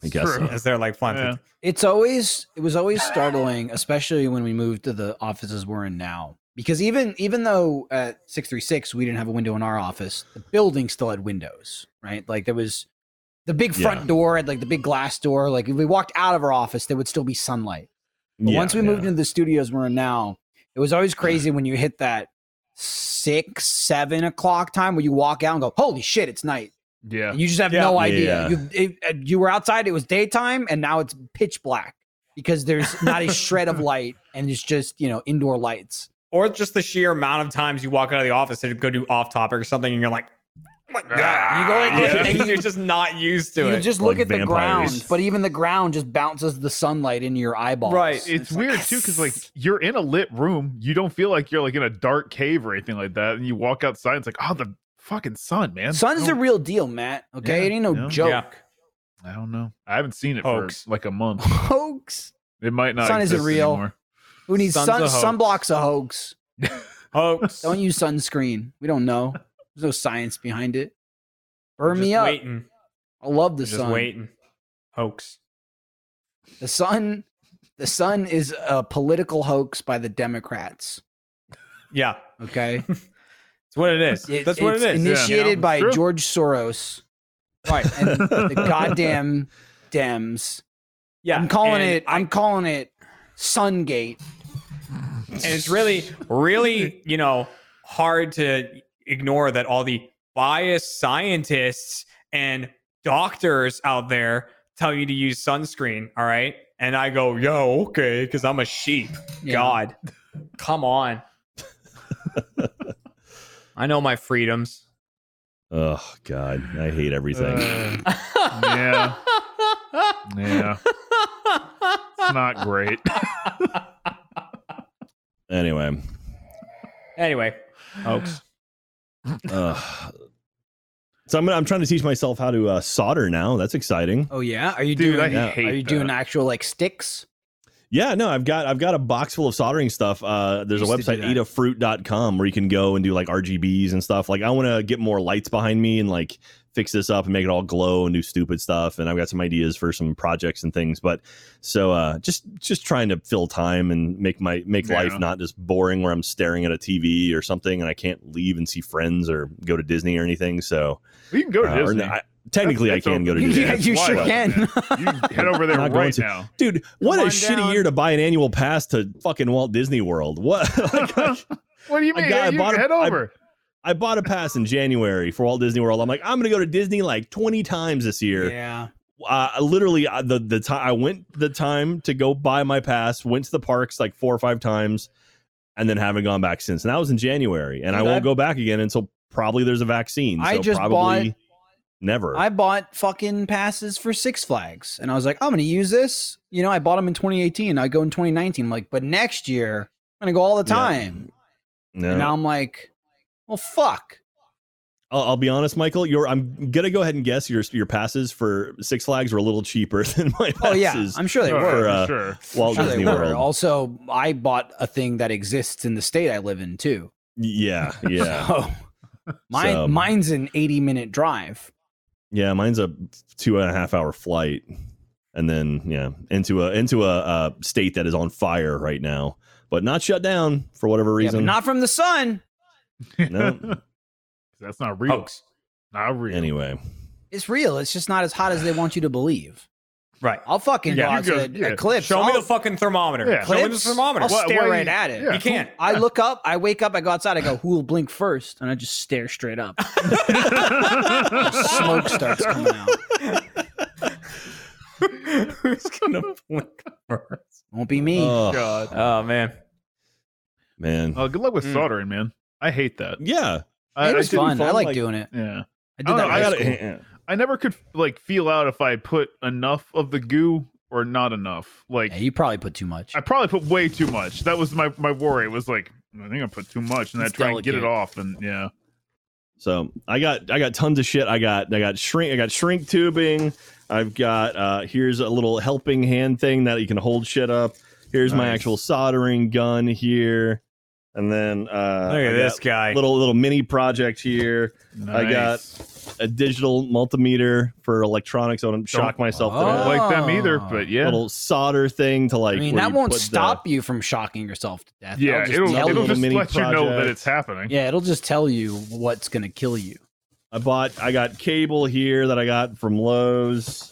Speaker 5: I guess
Speaker 2: True.
Speaker 5: so.
Speaker 4: as they're like flying.
Speaker 2: Yeah.
Speaker 4: through
Speaker 1: It's always it was always startling, especially when we moved to the offices we're in now. Because even even though at six three six we didn't have a window in our office, the building still had windows, right? Like there was the big front
Speaker 5: Yeah.
Speaker 1: door had like the big glass door. Like if we walked out of our office, there would still be sunlight. But
Speaker 5: Yeah,
Speaker 1: once we
Speaker 5: yeah.
Speaker 1: moved into the studios we're in now, it was always crazy when you hit that six seven o'clock time where you walk out and go, "Holy shit, it's night."
Speaker 2: yeah.
Speaker 1: And you just have
Speaker 4: Yeah.
Speaker 1: no idea.
Speaker 5: Yeah.
Speaker 1: You, it, uh, you were outside, it was daytime, and now it's pitch black because there's not a shred of light and it's just, you know, indoor lights.
Speaker 4: Or just the sheer amount of times you walk out of the office to go do off topic or something and you're like, "Oh
Speaker 1: You go like
Speaker 2: Ah,
Speaker 1: this
Speaker 2: yeah.
Speaker 1: and
Speaker 4: and you're just not used to
Speaker 1: you
Speaker 4: it.
Speaker 1: just look
Speaker 5: Like
Speaker 1: at the
Speaker 5: vampires.
Speaker 1: ground, but even the ground just bounces the sunlight into your eyeballs.
Speaker 4: Right,
Speaker 1: And
Speaker 2: It's
Speaker 1: like,
Speaker 2: weird too, because like you're in a lit room, you don't feel like you're like in a dark cave or anything like that, and you walk outside, it's like, oh, the fucking sun, man. Oh
Speaker 1: sun's
Speaker 2: I
Speaker 1: the
Speaker 2: don't,
Speaker 1: real deal, Matt. Okay,
Speaker 2: Yeah,
Speaker 1: it ain't no
Speaker 2: yeah.
Speaker 1: joke.
Speaker 4: Yeah.
Speaker 2: I don't know. I haven't seen it
Speaker 4: Hoax.
Speaker 2: for like a month.
Speaker 1: Hoax.
Speaker 2: It might not.
Speaker 1: Sun isn't
Speaker 2: exist
Speaker 1: real.
Speaker 2: anymore.
Speaker 1: Who needs
Speaker 4: Sun's
Speaker 1: sun?
Speaker 4: a hoax.
Speaker 1: Sunblock's a hoax.
Speaker 4: hoax.
Speaker 1: Don't use sunscreen. We don't know. There's no science behind it. Burn me
Speaker 4: Just
Speaker 1: up.
Speaker 4: Waiting.
Speaker 1: I love the
Speaker 4: Just
Speaker 1: sun.
Speaker 4: waiting. Hoax.
Speaker 1: The sun, the sun is a political hoax by the Democrats.
Speaker 4: Yeah.
Speaker 1: Okay,
Speaker 4: It's what it is.
Speaker 1: It-
Speaker 4: That's what it
Speaker 1: it's
Speaker 4: is.
Speaker 1: Initiated
Speaker 2: Yeah.
Speaker 1: by
Speaker 2: True.
Speaker 1: George Soros, right? And the goddamn Dems.
Speaker 4: Yeah.
Speaker 1: I'm calling
Speaker 4: and-
Speaker 1: it. I'm calling it Sungate.
Speaker 4: And it's really, really, you know, hard to ignore that all the biased scientists and doctors out there tell you to use sunscreen. All right. And I go, yo, okay, because I'm a sheep.
Speaker 1: Yeah.
Speaker 4: God, come on. I know my freedoms.
Speaker 5: Oh God, I hate everything.
Speaker 2: Uh, yeah. Uh, yeah. It's not great.
Speaker 5: anyway.
Speaker 4: anyway, hoax.
Speaker 5: Uh, so I'm, I'm trying to teach myself how to uh, solder now. That's exciting.
Speaker 1: Oh yeah, are you
Speaker 2: Dude, I
Speaker 1: doing?
Speaker 5: Yeah.
Speaker 2: hate
Speaker 1: are you
Speaker 2: that.
Speaker 1: doing actual like sticks?
Speaker 5: Yeah, no, I've got I've got a box full of soldering stuff. Uh, there's a
Speaker 1: Used to do
Speaker 5: website
Speaker 1: that.
Speaker 5: eatafruit.com where you can go and do like RGBs and stuff. Like I want to get more lights behind me and like fix this up and make it all glow and do stupid stuff. And I've got some ideas for some projects and things. But so uh, just just trying to fill time and make my make
Speaker 2: Yeah.
Speaker 5: life not just boring where I'm staring at a TV or something and I can't leave and see friends or go to Disney or anything. So
Speaker 2: You can go to
Speaker 5: uh, or
Speaker 2: Disney.
Speaker 5: no, I- technically
Speaker 2: That's-
Speaker 5: I
Speaker 2: that's
Speaker 5: can go to
Speaker 2: open.
Speaker 5: Disney.
Speaker 1: Yeah,
Speaker 2: that's
Speaker 1: you sure
Speaker 2: wide
Speaker 1: can.
Speaker 2: open. You can head over there
Speaker 5: Not going
Speaker 2: right
Speaker 5: to.
Speaker 2: now.
Speaker 5: Dude, what a
Speaker 1: on
Speaker 5: shitty
Speaker 1: down.
Speaker 5: year to buy an annual pass to fucking Walt Disney World. What? like, I,
Speaker 2: What do you
Speaker 5: I
Speaker 2: mean?
Speaker 5: got- I
Speaker 2: you
Speaker 5: bought a-
Speaker 2: head
Speaker 5: I-
Speaker 2: over.
Speaker 5: I bought a pass in January for Walt Disney World. I'm like, I'm gonna go to Disney like 20 times this year.
Speaker 1: Yeah,
Speaker 5: Uh, I literally, uh, the the time I went the time to go buy my pass, went to the parks like four or five times, and then haven't gone back since. And that was in January, and I
Speaker 1: Dude,
Speaker 5: won't
Speaker 1: I-
Speaker 5: go back again until probably there's a vaccine.
Speaker 1: I
Speaker 5: so
Speaker 1: just
Speaker 5: probably never.
Speaker 1: I bought fucking passes for Six Flags, and I was like, I'm gonna use this. You know, I bought them in 2018. I go in 2019. I'm like, but next year I'm gonna go all the
Speaker 5: Yeah.
Speaker 1: time.
Speaker 5: no.
Speaker 1: And now I'm like, well, fuck.
Speaker 5: I'll, I'll be honest, Michael. Your I'm gonna go ahead and guess your your passes for Six Flags were a little cheaper than my passes.
Speaker 1: Oh yeah, I'm sure they
Speaker 2: Oh,
Speaker 1: were.
Speaker 5: for, uh,
Speaker 2: sure.
Speaker 5: Walt
Speaker 1: Sure they
Speaker 5: Disney
Speaker 1: were.
Speaker 5: World.
Speaker 1: Also, I bought a thing that exists in the state I live in too.
Speaker 5: yeah, yeah,
Speaker 1: So, mine,
Speaker 5: So- um,
Speaker 1: mine's an 80 minute drive.
Speaker 5: yeah. Mine's a two and a half hour flight, and then yeah, into a into a uh, state that is on fire right now, but not shut down for whatever
Speaker 1: Yeah, but
Speaker 5: reason.
Speaker 1: not from the sun.
Speaker 5: No.
Speaker 2: That's not real.
Speaker 5: Oh,
Speaker 4: Hoax.
Speaker 2: Not real.
Speaker 5: anyway,
Speaker 1: It's real. It's just not as hot as they want you to believe.
Speaker 4: Right.
Speaker 1: I'll fucking
Speaker 2: Yeah,
Speaker 1: watch
Speaker 2: you go-
Speaker 1: a,
Speaker 2: yeah.
Speaker 1: a clip.
Speaker 4: Show me
Speaker 1: I'll-
Speaker 4: the fucking thermometer.
Speaker 2: Yeah.
Speaker 4: Show me the
Speaker 1: clips.
Speaker 4: thermometer.
Speaker 1: I'll
Speaker 2: Why-
Speaker 1: stare
Speaker 2: why
Speaker 1: right
Speaker 2: you-
Speaker 1: at it.
Speaker 2: yeah.
Speaker 4: You can't.
Speaker 1: I look up. I wake up. I go outside. I go, who will blink first? And I just stare straight up. Smoke starts coming out.
Speaker 4: Who's gonna blink first?
Speaker 1: Won't be me.
Speaker 5: oh
Speaker 2: God.
Speaker 4: Oh man.
Speaker 1: Uh,
Speaker 5: man,
Speaker 2: Oh, good luck
Speaker 5: Hmm.
Speaker 2: with
Speaker 4: Mm.
Speaker 2: soldering, man. I hate that.
Speaker 5: yeah.
Speaker 2: I,
Speaker 1: it was
Speaker 2: I didn't-
Speaker 1: fun. I like,
Speaker 5: like-
Speaker 1: doing it.
Speaker 2: Yeah.
Speaker 1: I
Speaker 2: I
Speaker 1: did that.
Speaker 2: don't know,
Speaker 1: in
Speaker 2: I
Speaker 1: high
Speaker 2: gotta-
Speaker 1: school.
Speaker 2: I never could like feel out if I put enough of the goo or not enough. Like
Speaker 1: Yeah, you probably put too much.
Speaker 2: I probably put way too much. That was my my worry. Was like I think I put too much, and I
Speaker 1: It's
Speaker 2: try and get it
Speaker 1: delicate.
Speaker 2: off, and yeah,
Speaker 5: So I got I got tons of shit. I got I got shrink I got shrink tubing. I've got uh here's a little helping hand thing that you can hold shit up. Here's my
Speaker 2: Nice.
Speaker 5: actual soldering gun here. And then uh
Speaker 4: Look
Speaker 5: I
Speaker 4: at
Speaker 5: got
Speaker 4: this guy.
Speaker 5: little little mini project here. I got-
Speaker 2: Nice.
Speaker 5: A digital multimeter for electronics. I don't shock myself to
Speaker 2: I
Speaker 1: Oh.
Speaker 2: don't
Speaker 5: that.
Speaker 2: like them either, but yeah,
Speaker 5: Little solder thing to like
Speaker 1: I mean,
Speaker 5: where
Speaker 1: that
Speaker 5: you
Speaker 1: won't
Speaker 5: put the-
Speaker 1: stop you from shocking yourself to death.
Speaker 2: yeah,
Speaker 1: That'll just
Speaker 2: it'll
Speaker 1: tell
Speaker 2: it'll
Speaker 1: you-
Speaker 2: just
Speaker 5: mini
Speaker 2: let you know that
Speaker 5: project.
Speaker 2: it's happening.
Speaker 1: yeah, it'll just tell you what's gonna kill you.
Speaker 5: I bought I got cable here that I got from Lowe's.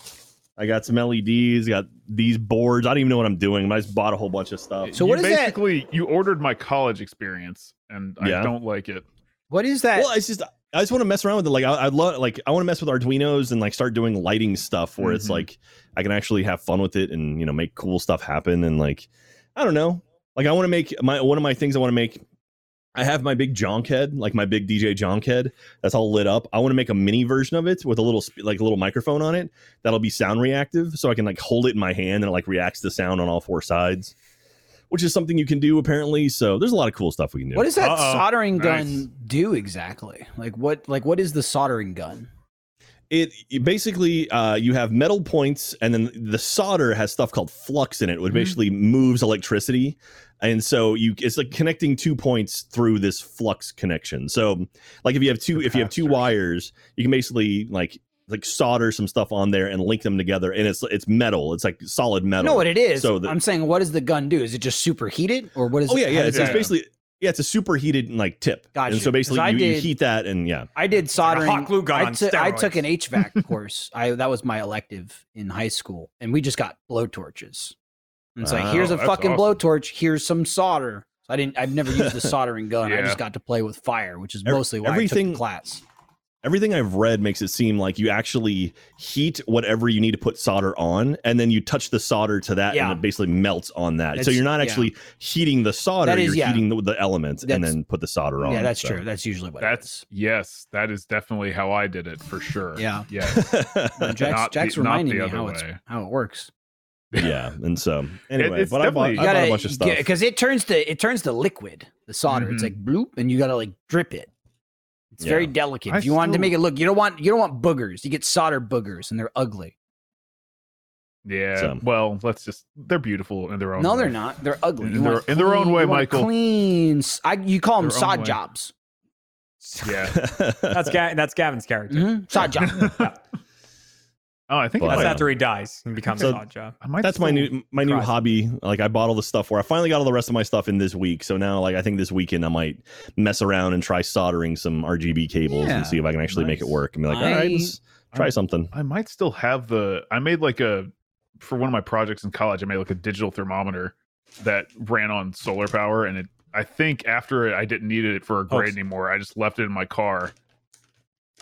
Speaker 5: I got some LEDs, got these boards. I don't even know what I'm doing. but I just bought a whole bunch of stuff.
Speaker 1: So
Speaker 2: You
Speaker 1: what is that-
Speaker 2: basically, you ordered my college experience, and
Speaker 5: Yeah.
Speaker 2: I don't like it.
Speaker 1: What is that?
Speaker 5: well, it's just I just want to mess around with it. Like I, I love like I want to mess with Arduino's and like start doing lighting stuff where it's
Speaker 2: Mhm.
Speaker 5: like I can actually have fun with it and you know make cool stuff happen and like I don't know. Like I want to make my one of my things I want to make. I have my big junk head, like my big DJ junk head that's all lit up. I want to make a mini version of it with a little sp- like a little microphone on it that'll be sound reactive, so I can like hold it in my hand and it like reacts to sound on all four sides, which is something you can do apparently. So there's a lot of cool stuff we can do.
Speaker 1: What does that
Speaker 4: Uh-oh.
Speaker 1: soldering
Speaker 2: Nice.
Speaker 1: gun do exactly? Like what? Like what is the soldering gun?
Speaker 5: it it basically uh, you have metal points and then the solder has stuff called flux in it which
Speaker 1: Mm-hmm.
Speaker 2: Mhm.
Speaker 5: basically moves electricity and so you it's like connecting two points through this flux connection so like if you have two if you have two
Speaker 2: Capacitors.
Speaker 5: wires you can basically like like solder some stuff on there and link them together and it's it's metal it's like solid
Speaker 1: I
Speaker 5: metal
Speaker 1: know what it is.
Speaker 5: So the-
Speaker 1: I'm saying, what does the gun do? Is it just superheated, or what is?
Speaker 5: oh
Speaker 1: it?
Speaker 5: yeah yeah
Speaker 1: how
Speaker 5: it's,
Speaker 1: does
Speaker 5: it's
Speaker 1: it-
Speaker 2: Yeah.
Speaker 5: basically yeah it's a superheated like tip
Speaker 1: Gotcha.
Speaker 5: and so
Speaker 1: 'Cause I
Speaker 5: basically you, you
Speaker 1: did-
Speaker 5: heat that and yeah
Speaker 1: I did
Speaker 4: like a
Speaker 1: soldering.
Speaker 4: hot glue gun
Speaker 1: I,
Speaker 4: on
Speaker 1: took- I took
Speaker 4: steroids.
Speaker 1: an HVAC course. I that was my elective in high school, and we just got blowtorches. And it's like,
Speaker 5: Wow,
Speaker 1: here's a
Speaker 2: that's
Speaker 1: fucking
Speaker 2: awesome.
Speaker 1: blowtorch. Here's some solder. So I didn't. I've never used the soldering gun. I
Speaker 2: Yeah.
Speaker 1: just got to play with fire, which is
Speaker 5: Ev-
Speaker 1: mostly why I took
Speaker 5: everything-
Speaker 1: the class.
Speaker 5: Everything I've read makes it seem like you actually heat whatever you need to put solder on, and then you touch the solder to that,
Speaker 1: Yeah.
Speaker 5: and it basically melts on that. so
Speaker 1: That's-
Speaker 5: you're not
Speaker 1: yeah.
Speaker 5: actually heating the solder;
Speaker 1: That is-
Speaker 5: you're
Speaker 1: yeah.
Speaker 5: heating the, the elements, and
Speaker 1: That's-
Speaker 5: then put the solder on.
Speaker 1: Yeah, that's
Speaker 5: so.
Speaker 1: true. That's usually what.
Speaker 2: That's yes, that is definitely how I did it for sure.
Speaker 1: Yeah.
Speaker 2: yes.
Speaker 1: It is. Jack's,
Speaker 2: Not the-
Speaker 1: Jack's
Speaker 2: not
Speaker 1: reminding me
Speaker 2: the other
Speaker 1: how it's
Speaker 2: way.
Speaker 1: how it works.
Speaker 5: yeah, and so anyway,
Speaker 2: it's
Speaker 5: but I bought, I
Speaker 2: definitely-
Speaker 5: bought a bunch of stuff.
Speaker 1: because it turns to it turns to liquid the solder. It's
Speaker 2: Mhm.
Speaker 1: like bloop, and you gotta like drip it. It's very
Speaker 5: Yeah.
Speaker 1: delicate.
Speaker 2: I
Speaker 1: If you wanted to
Speaker 2: still-
Speaker 1: make it look, you don't want you don't want boogers. You get solder boogers, and they're ugly.
Speaker 2: Yeah.
Speaker 5: So-
Speaker 2: Well, let's just they're beautiful in their own
Speaker 1: No, they're
Speaker 2: way.
Speaker 1: not. They're ugly.
Speaker 2: In
Speaker 1: You
Speaker 2: their-
Speaker 1: want
Speaker 2: in their own
Speaker 1: clean-
Speaker 2: way,
Speaker 1: you want
Speaker 2: Michael.
Speaker 1: Clean. s- I, you call them
Speaker 2: Their own
Speaker 1: sod
Speaker 2: way.
Speaker 1: jobs.
Speaker 2: Yeah.
Speaker 4: That's Ga- that's Gavin's character.
Speaker 1: Mhm. Sod job.
Speaker 2: Oh, I think I
Speaker 5: But-
Speaker 4: That's
Speaker 5: Wow.
Speaker 2: might-
Speaker 4: after he dies and becomes
Speaker 5: So-
Speaker 4: a odd job.
Speaker 2: I might
Speaker 5: that's my
Speaker 2: still-
Speaker 5: new my new
Speaker 4: Christ.
Speaker 5: hobby. Like I bought all the stuff where I finally got all the rest of my stuff in this week. So now, like I think this weekend I might mess around and try soldering some RGB cables
Speaker 1: Yeah.
Speaker 5: and see if I can actually make it
Speaker 2: Nice.
Speaker 5: work. And be like,
Speaker 1: I-
Speaker 5: all right, let's try something.
Speaker 2: I might still have the. I made like a for one of my projects in college. I made like a digital thermometer that ran on solar power, and it. I think after it, I didn't need it for a grade
Speaker 4: Hoax.
Speaker 2: anymore. I just left it in my car.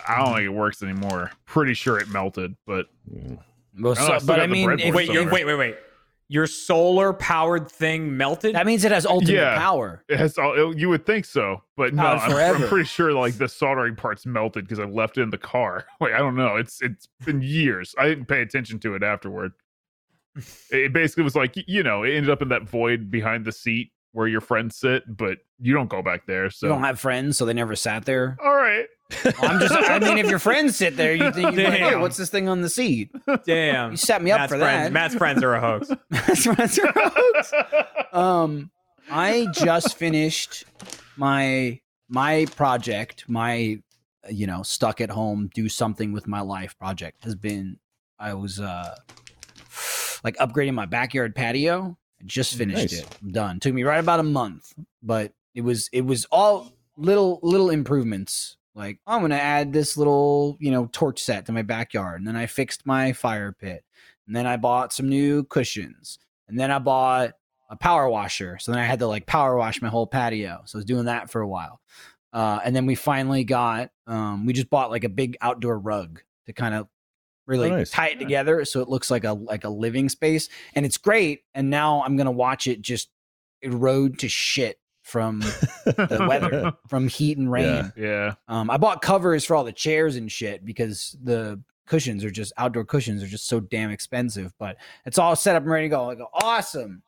Speaker 2: I don't think it works anymore. Pretty sure it melted, but
Speaker 5: Yeah.
Speaker 1: Well,
Speaker 2: I
Speaker 1: so-
Speaker 2: still
Speaker 1: but
Speaker 2: got
Speaker 1: I
Speaker 2: the
Speaker 1: mean,
Speaker 2: breadboard
Speaker 1: if-
Speaker 4: Wait, you,
Speaker 2: somewhere.
Speaker 4: wait, wait, wait. Your solar powered thing melted?
Speaker 1: that means it has ultimate
Speaker 2: Yeah.
Speaker 1: power.
Speaker 2: it has all. oh, you would think so, but no.
Speaker 1: Powered
Speaker 2: I'm, I'm
Speaker 1: forever.
Speaker 2: pretty sure like the soldering parts melted because I left it in the car. Like I don't know. It's it's been years. I didn't pay attention to it afterward. It basically was like you know it ended up in that void behind the seat where your friends sit, but you don't go back there. So
Speaker 1: You don't have friends, so they never sat there.
Speaker 2: all right,
Speaker 1: I'm just, I mean, if your friends sit there, you think, you're like, hey,
Speaker 4: Damn.
Speaker 1: what's this thing on the seat?
Speaker 4: Damn.
Speaker 1: You set me up
Speaker 4: Matt's
Speaker 1: for
Speaker 4: friends.
Speaker 1: that.
Speaker 4: Matt's friends are a hoax.
Speaker 1: Matt's friends are hoax. Um, I just finished my my project. My you know, stuck at home, do something with my life project has been. I was uh like upgrading my backyard patio. I just finished
Speaker 5: Nice.
Speaker 1: it. I'm done. Took me right about a month, but it was it was all little little improvements. Like "Oh, I'm gonna add this little you know torch set to my backyard, and then I fixed my fire pit, and then I bought some new cushions, and then I bought a power washer. So then I had to like power wash my whole patio. So I was doing that for a while, uh, and then we finally got um, we just bought like a big outdoor rug to kind of really
Speaker 5: nice.
Speaker 1: tie it together so it looks like a like a living space and it's great. And now I'm gonna watch it just erode to shit from the weather, from heat and rain.
Speaker 5: Yeah.
Speaker 2: yeah,
Speaker 1: Um, I bought covers for all the chairs and shit because the cushions are just outdoor cushions are just so damn expensive. But it's all set up and ready to go. I go awesome.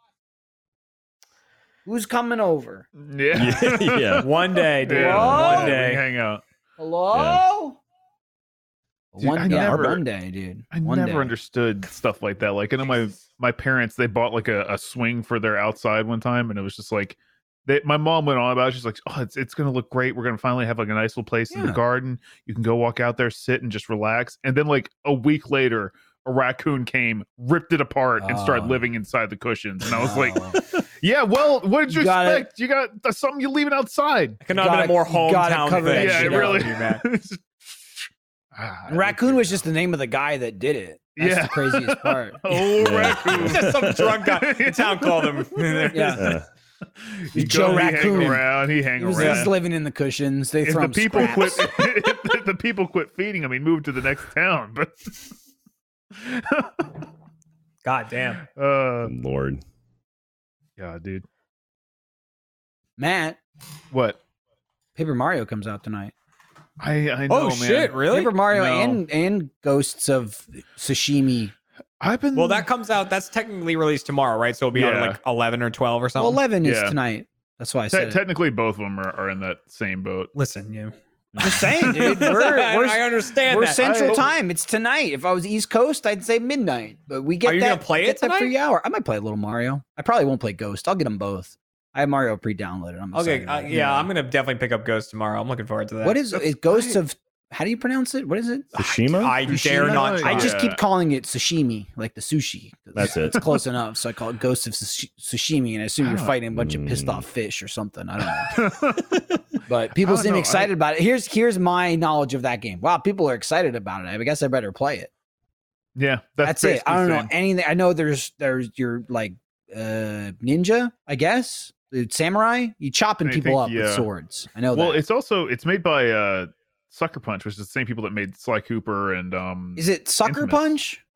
Speaker 1: Who's coming over?
Speaker 2: yeah,
Speaker 5: Yeah, yeah.
Speaker 4: One day, dude.
Speaker 2: Yeah.
Speaker 4: One
Speaker 2: We
Speaker 4: day.
Speaker 2: hang out.
Speaker 1: Hello.
Speaker 2: Dude,
Speaker 1: one,
Speaker 2: I
Speaker 1: yeah,
Speaker 2: never-
Speaker 1: one day, dude.
Speaker 2: I
Speaker 1: one
Speaker 2: never
Speaker 1: day.
Speaker 2: understood stuff like that. Like, I know my my parents they bought like a, a swing for their outside one time, and it was just like they, my mom went on about. it. She's like, "Oh, it's it's gonna look great. We're gonna finally have like a nice little place in the
Speaker 1: Yeah.
Speaker 2: garden. You can go walk out there, sit, and just relax." And then like a week later. A raccoon came, ripped it apart, and started
Speaker 1: Oh.
Speaker 2: living inside the cushions. And I was like,
Speaker 1: Oh.
Speaker 2: "Yeah, well, what did you,
Speaker 1: You gotta-
Speaker 2: expect? You got that's something you're leaving outside."
Speaker 4: I could not have been a
Speaker 1: Gotta-
Speaker 4: more
Speaker 1: you gotta
Speaker 4: hometown
Speaker 1: cover that
Speaker 4: thing.
Speaker 2: yeah, it
Speaker 1: shit
Speaker 2: really.
Speaker 4: You know,
Speaker 2: Ah,
Speaker 1: And raccoon was just the name of the guy that did it. That's
Speaker 2: Yeah.
Speaker 1: the craziest part.
Speaker 2: oh
Speaker 5: Yeah.
Speaker 2: raccoon.
Speaker 4: Just some drunk guy. The town called him.
Speaker 1: Yeah.
Speaker 5: Uh,
Speaker 2: He
Speaker 1: Joe
Speaker 2: go, he hang
Speaker 1: Raccoon.
Speaker 2: around, he hang
Speaker 1: He was
Speaker 2: around.
Speaker 1: just living in the cushions. They
Speaker 2: if
Speaker 1: throw
Speaker 2: the
Speaker 1: him
Speaker 2: people
Speaker 1: scraps.
Speaker 2: quit, if the people quit feeding him, he moved to the next town. But
Speaker 4: God damn.
Speaker 2: uh,
Speaker 5: Lord.
Speaker 2: yeah, dude,
Speaker 1: Matt,
Speaker 2: what?
Speaker 1: Paper Mario comes out tonight.
Speaker 2: I I know,
Speaker 4: Oh
Speaker 2: man.
Speaker 4: shit, really?
Speaker 1: Paper Mario
Speaker 2: No.
Speaker 1: and and Ghosts of Sashimi.
Speaker 2: I've been
Speaker 4: Well, that comes out. That's technically released tomorrow, right? So it'll be out
Speaker 2: Yeah.
Speaker 4: at like eleven or twelve or
Speaker 1: Well,
Speaker 4: something.
Speaker 1: eleven
Speaker 2: Yeah.
Speaker 1: is tonight. That's why I
Speaker 2: te-
Speaker 1: said. it.
Speaker 2: technically both of them are, are in that same boat.
Speaker 4: Listen, you.
Speaker 1: Just saying, dude. We're
Speaker 4: I, I
Speaker 1: we're,
Speaker 4: understand
Speaker 1: we're
Speaker 4: that.
Speaker 1: Central
Speaker 2: I-
Speaker 1: Time. It's tonight. If I was East Coast, I'd say midnight. But we get
Speaker 4: Are you
Speaker 1: that.
Speaker 4: gonna play
Speaker 1: we get
Speaker 4: it
Speaker 1: that
Speaker 4: tonight?
Speaker 1: free hour. I might play a little Mario. I probably won't play Ghost. I'll get them both. I have Mario pre-downloaded. I'm
Speaker 4: okay,
Speaker 1: excited
Speaker 4: uh,
Speaker 1: about
Speaker 4: yeah,
Speaker 1: it.
Speaker 4: I'm gonna definitely pick up Ghost tomorrow. I'm looking forward to that.
Speaker 1: What is is Ghosts of? How do you pronounce it? What is it?
Speaker 5: Tsushima?
Speaker 4: I dare
Speaker 2: Sushi?
Speaker 4: not.
Speaker 1: I just
Speaker 2: Yeah.
Speaker 1: keep calling it sashimi, like the sushi.
Speaker 5: That's it.
Speaker 1: It's close enough, so I call it Ghost of Sashi- Sashimi, and I assume
Speaker 2: I
Speaker 1: you're
Speaker 4: Ah,
Speaker 2: don't-
Speaker 1: fighting a bunch of pissed
Speaker 5: Mm.
Speaker 1: off fish or something. I don't know, but people
Speaker 2: don't
Speaker 1: seem
Speaker 2: know. I-
Speaker 1: excited about it. Here's here's my knowledge of that game. Wow, people are excited about it. I guess I better play it.
Speaker 2: yeah, that's,
Speaker 1: That's, it. I don't
Speaker 2: basically
Speaker 1: know
Speaker 2: the same.
Speaker 1: anything. I know there's there's your like uh ninja, I guess, the samurai. You chopping
Speaker 2: I
Speaker 1: people up
Speaker 2: think,
Speaker 1: with
Speaker 2: yeah.
Speaker 1: swords. I know.
Speaker 2: Well,
Speaker 1: that.
Speaker 2: it's also it's made by uh, Sucker Punch, which is the same people that made Sly Cooper and um,
Speaker 1: is it sucker
Speaker 2: infamous.
Speaker 1: punch?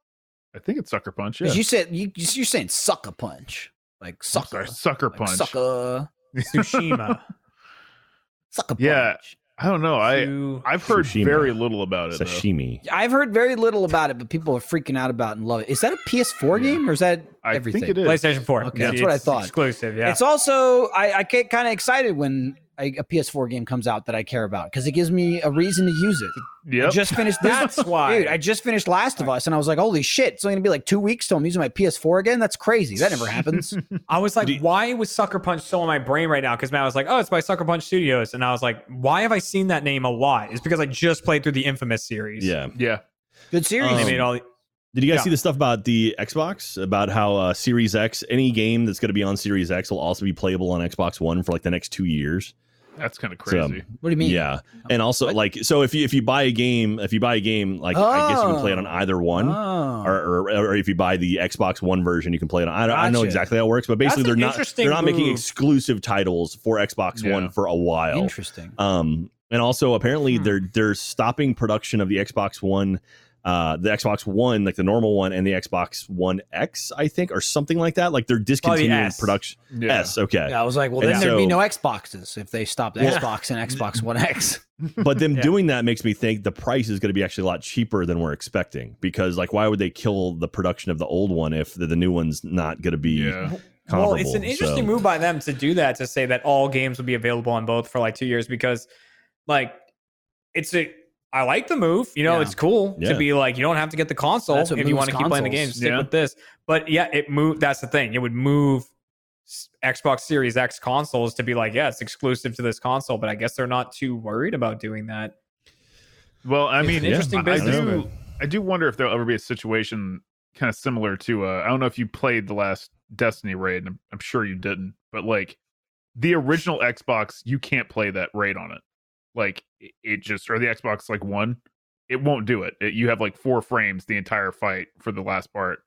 Speaker 2: I think it's Sucker Punch. Yeah,
Speaker 1: Because you said you you're saying sucker punch, like
Speaker 2: I'm
Speaker 1: sucker,
Speaker 2: sorry, Sucker
Speaker 1: like
Speaker 2: Punch.
Speaker 1: sucker,
Speaker 4: Tsushima.
Speaker 1: sucker punch.
Speaker 2: Yeah. I don't know. Oh, I
Speaker 4: Tsu-
Speaker 2: I've heard
Speaker 5: Tsushima.
Speaker 2: very little about it. though.
Speaker 5: Sashimi.
Speaker 1: I've heard very little about it, but people are freaking out about it and love it. Is that a PS4
Speaker 2: Yeah.
Speaker 1: game or is that
Speaker 2: I
Speaker 1: everything?
Speaker 2: think it is.
Speaker 4: PlayStation 4.
Speaker 1: Okay, that's what I
Speaker 4: It's
Speaker 1: thought.
Speaker 4: Exclusive, yeah.
Speaker 1: It's also I, I get kind of excited when I, a PS4 game comes out that I care about because it gives me a reason to use it. I
Speaker 2: Yep.
Speaker 1: just finished this.
Speaker 4: That's why.
Speaker 1: Dude, I just finished Last of Us and I was like, holy shit, it's only gonna be like two weeks till I'm using my PS4 again. That's crazy. That never happens.
Speaker 4: I was like, why was Sucker Punch so in my brain right now? Because Matt was like, oh, it's by Sucker Punch Studios. And I was like, why have I seen that name a lot? It's because I just played through the Infamous series.
Speaker 5: Yeah.
Speaker 2: yeah.
Speaker 1: Good series.
Speaker 5: Um,
Speaker 4: They made all the-
Speaker 5: Did you guys
Speaker 4: Yeah.
Speaker 5: see the stuff about the Xbox about how uh, Series X, any game that's going to be on Series X will also be playable on Xbox One for like the next two years?
Speaker 2: That's kind of
Speaker 5: So-
Speaker 2: crazy.
Speaker 1: what do you mean?
Speaker 5: Yeah, and also like so if you if you buy a game if you buy a game like I guess you can play it on
Speaker 1: Oh.
Speaker 5: either one.
Speaker 1: Oh.
Speaker 5: Or, or, or if you buy the Xbox One version, you can play it. on I don't, I don't know
Speaker 1: Gotcha.
Speaker 5: exactly how it works, but basically
Speaker 4: That's
Speaker 5: they're
Speaker 4: an
Speaker 5: not
Speaker 4: interesting
Speaker 5: they're not making
Speaker 4: move.
Speaker 5: exclusive titles for Xbox
Speaker 2: Yeah.
Speaker 5: One for a while.
Speaker 1: Interesting.
Speaker 5: Um, and also apparently
Speaker 4: Hmm.
Speaker 5: they're they're stopping production of the Xbox One, uh, the Xbox One like the normal one and the Xbox One X, I think, or something like that. Like they're discontinuing
Speaker 4: S.
Speaker 5: production.
Speaker 2: Yeah.
Speaker 5: S, okay,
Speaker 1: yeah, I was like, well,
Speaker 5: And
Speaker 1: then there'd be
Speaker 5: so-
Speaker 1: no Xboxes if they stopped
Speaker 5: Well-
Speaker 1: Xbox and Xbox One X.
Speaker 5: but them
Speaker 4: Yeah.
Speaker 5: doing that makes me think the price is going to be actually a lot cheaper than we're expecting because like why would they kill the production of the old one if the, the new one's not going to be
Speaker 2: Yeah.
Speaker 5: comparable.
Speaker 4: Well, it's an interesting
Speaker 5: so-
Speaker 4: move by them to do that to say that all games would be available on both for like two years because, like, it's a. I like the move. You know,
Speaker 1: Yeah.
Speaker 4: it's cool
Speaker 5: Yeah.
Speaker 4: to be like you don't have to get the console
Speaker 1: That's what
Speaker 4: if you
Speaker 1: moves
Speaker 4: want to keep playing the game.
Speaker 1: consoles.
Speaker 4: Stick
Speaker 2: Yeah.
Speaker 4: with this. But yeah, it moved. That's the thing. It would move s- Xbox Series X consoles to be like, yeah, it's exclusive to this console. But I guess they're not too worried about doing that.
Speaker 2: Well, I
Speaker 4: It's
Speaker 2: mean,
Speaker 4: an interesting
Speaker 2: I-
Speaker 4: business
Speaker 2: I
Speaker 5: move.
Speaker 2: do, I do wonder if there'll ever be a situation kind of similar to. Uh, I don't know if you played the last Destiny raid, and I'm, I'm sure you didn't, but like the original Xbox, you can't play that raid on it. Like it- it just, or the Xbox like one, it won't do it. It- You have like four frames the entire fight for the last part.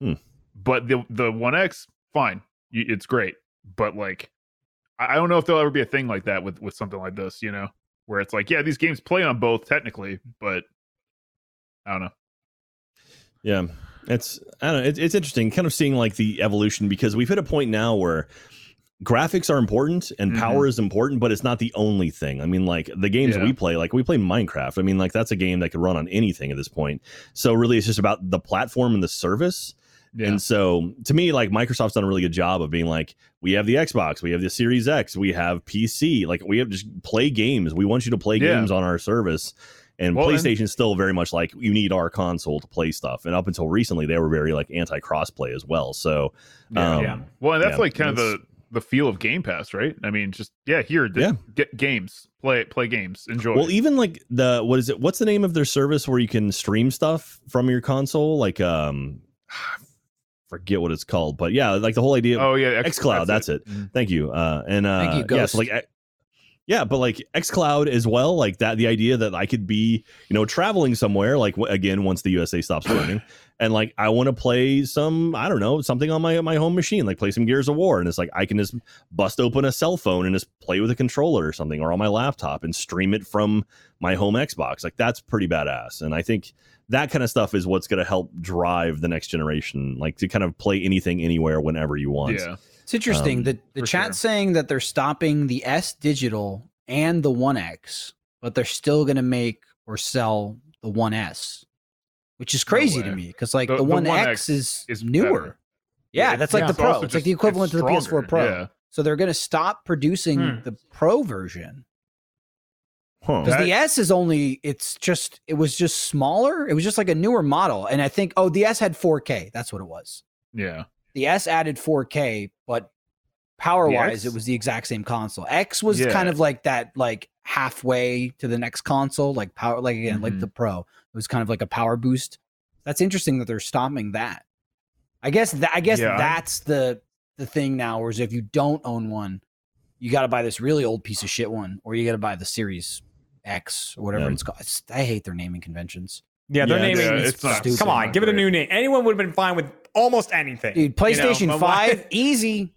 Speaker 5: Hmm.
Speaker 2: But the the One X, fine, you, it's great. But like, I, I don't know if there'll ever be a thing like that with with something like this. You know where it's like, yeah, these games play on both technically, but I don't know.
Speaker 5: Yeah, it's I don't know. It's, it's interesting, kind of seeing like the evolution because we've hit a point now where graphics are important and
Speaker 4: Mm-hmm.
Speaker 2: Mhm.
Speaker 5: power is important, but it's not the only thing. I mean, like the games
Speaker 2: Yeah.
Speaker 5: we play, like we play Minecraft. I mean, like that's a game that could run on anything at this point. So really, it's just about the platform and the service.
Speaker 2: Yeah.
Speaker 5: And so to me, like Microsoft's done a really good job of being like, we have the Xbox, we have the Series X, we have PC. Like we have just play games. We want you to play
Speaker 2: Yeah.
Speaker 5: games on our service. And
Speaker 2: Well, and-
Speaker 5: PlayStation's still very much like you need our console to play stuff. And up until recently, they were very like anti crossplay as well. So um,
Speaker 4: yeah.
Speaker 2: Well, and that's
Speaker 5: yeah,
Speaker 2: like kind of
Speaker 5: that's-
Speaker 2: the the feel of Game Pass, right? I mean, just yeah, here, d-
Speaker 5: Yeah.
Speaker 2: get games, play play games, enjoy.
Speaker 5: Well, even like the what is it? What's the name of their service where you can stream stuff from your console? Like um, forget what it's called, but yeah, like the whole idea.
Speaker 2: oh yeah,
Speaker 5: xCloud. That's it. Thank you. Uh, and uh,
Speaker 1: Thank you,
Speaker 5: yeah, so
Speaker 1: Ghost.
Speaker 5: like, I- yeah, but like XCloud as well. Like that, the idea that I could be, you know, traveling somewhere. Like w- again, once the USA stops running, and like I want to play some, I don't know, something on my my home machine, like play some Gears of War, and it's like I can just bust open a cell phone and just play with a controller or something, or on my laptop and stream it from my home Xbox. Like that's pretty badass, and I think that kind of stuff is what's going to help drive the next generation, like to kind of play anything anywhere whenever you want.
Speaker 2: Yeah.
Speaker 1: It's interesting.
Speaker 5: Um,
Speaker 1: the the
Speaker 2: for
Speaker 1: chat's saying that they're stopping the S digital and the One X, but they're still going to make or sell the One S, which is crazy to
Speaker 2: way.
Speaker 1: me because like
Speaker 2: The-
Speaker 1: the,
Speaker 2: the
Speaker 1: One
Speaker 2: 1X
Speaker 1: X is,
Speaker 2: is
Speaker 1: newer.
Speaker 2: better.
Speaker 1: Yeah,
Speaker 2: It-
Speaker 1: that's like
Speaker 4: yeah,
Speaker 1: the
Speaker 2: it's
Speaker 1: Pro.
Speaker 2: also
Speaker 1: It's like
Speaker 2: just-
Speaker 1: the
Speaker 2: it's
Speaker 1: equivalent to the PS4
Speaker 2: stronger.
Speaker 1: Pro.
Speaker 2: Yeah.
Speaker 1: So they're going to stop producing
Speaker 4: Hmm.
Speaker 1: the Pro version
Speaker 5: Huh.
Speaker 1: because the S is only it's just it was just smaller. It was just like a newer model, and I think oh the S had 4K. That's what it was.
Speaker 2: Yeah.
Speaker 1: The S added 4K, but power
Speaker 2: The
Speaker 1: wise,
Speaker 2: X?
Speaker 1: it was the exact same console. X was
Speaker 2: Yeah.
Speaker 1: kind of like that, like halfway to the next console, like power, like again, like
Speaker 2: Mhm.
Speaker 4: Mm-hmm.
Speaker 1: the Pro. It was kind of like a power boost. That's interesting that they're stopping that. I guess that I guess
Speaker 2: Yeah.
Speaker 1: that's the the thing now, whereas if you don't own one, you got to buy this really old piece of shit one, or you got to buy the Series X or whatever
Speaker 5: Yeah.
Speaker 1: it's called. It's- I hate their naming conventions.
Speaker 4: Yeah, they're
Speaker 5: Yeah,
Speaker 4: naming.
Speaker 2: yeah,
Speaker 4: it's
Speaker 2: it's not-
Speaker 1: stupid.
Speaker 4: Come on,
Speaker 2: not
Speaker 4: give it a
Speaker 2: great.
Speaker 4: new name. Anyone would have been fine with almost anything.
Speaker 1: Dude,
Speaker 4: Eh, you know,
Speaker 1: PlayStation
Speaker 4: but why-
Speaker 1: Five, easy.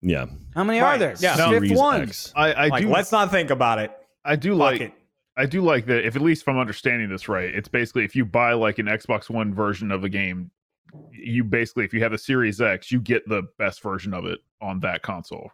Speaker 5: Yeah.
Speaker 1: How many are
Speaker 4: Right,
Speaker 1: there?
Speaker 4: yeah.
Speaker 2: No.
Speaker 1: Fifth
Speaker 5: Series
Speaker 1: one.
Speaker 5: X.
Speaker 2: I I
Speaker 4: like,
Speaker 2: do
Speaker 4: let's not think about it.
Speaker 2: I do
Speaker 4: Fuck
Speaker 2: like
Speaker 4: it.
Speaker 2: I do like that if at least if I'm understanding this right, it's basically if you buy like an Xbox One version of the game, you basically if you have a Series X, you get the best version of it on that console.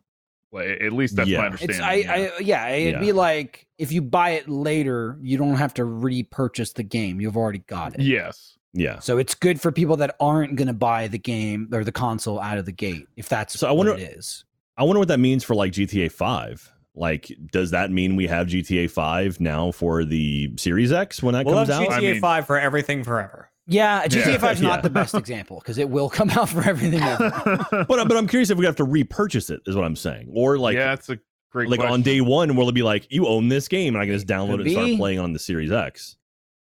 Speaker 2: Like at least that's
Speaker 5: Yeah.
Speaker 2: my
Speaker 5: It's-
Speaker 2: understanding.
Speaker 1: It's I,
Speaker 2: yeah.
Speaker 1: I yeah, it'd
Speaker 5: Yeah.
Speaker 1: be like if you buy it later, you don't have to repurchase the game. You've already got it.
Speaker 2: yes.
Speaker 5: Yeah.
Speaker 1: So it's good for people that aren't going to buy the game or the console out of the gate if that's
Speaker 5: So I
Speaker 1: what
Speaker 5: wonder-
Speaker 1: it is.
Speaker 5: I wonder what that means for like GTA 5. Like, does that mean we have GTA 5 now for the Series X when that
Speaker 4: We'll have
Speaker 5: comes
Speaker 4: GTA
Speaker 5: out?
Speaker 2: I mean-
Speaker 4: Five for everything forever.
Speaker 1: Yeah, GTA
Speaker 2: Yeah.
Speaker 1: Five is not
Speaker 5: Yeah.
Speaker 1: the best example because it will come out for everything. ever.
Speaker 5: But, but I'm curious if we have to repurchase it, is what I'm saying. Or like,
Speaker 2: yeah, it's a great
Speaker 5: like on
Speaker 2: question.
Speaker 5: day one, will it be like, you own this game and I can just download
Speaker 1: Could
Speaker 5: it and start
Speaker 1: be.
Speaker 5: playing on the Series X?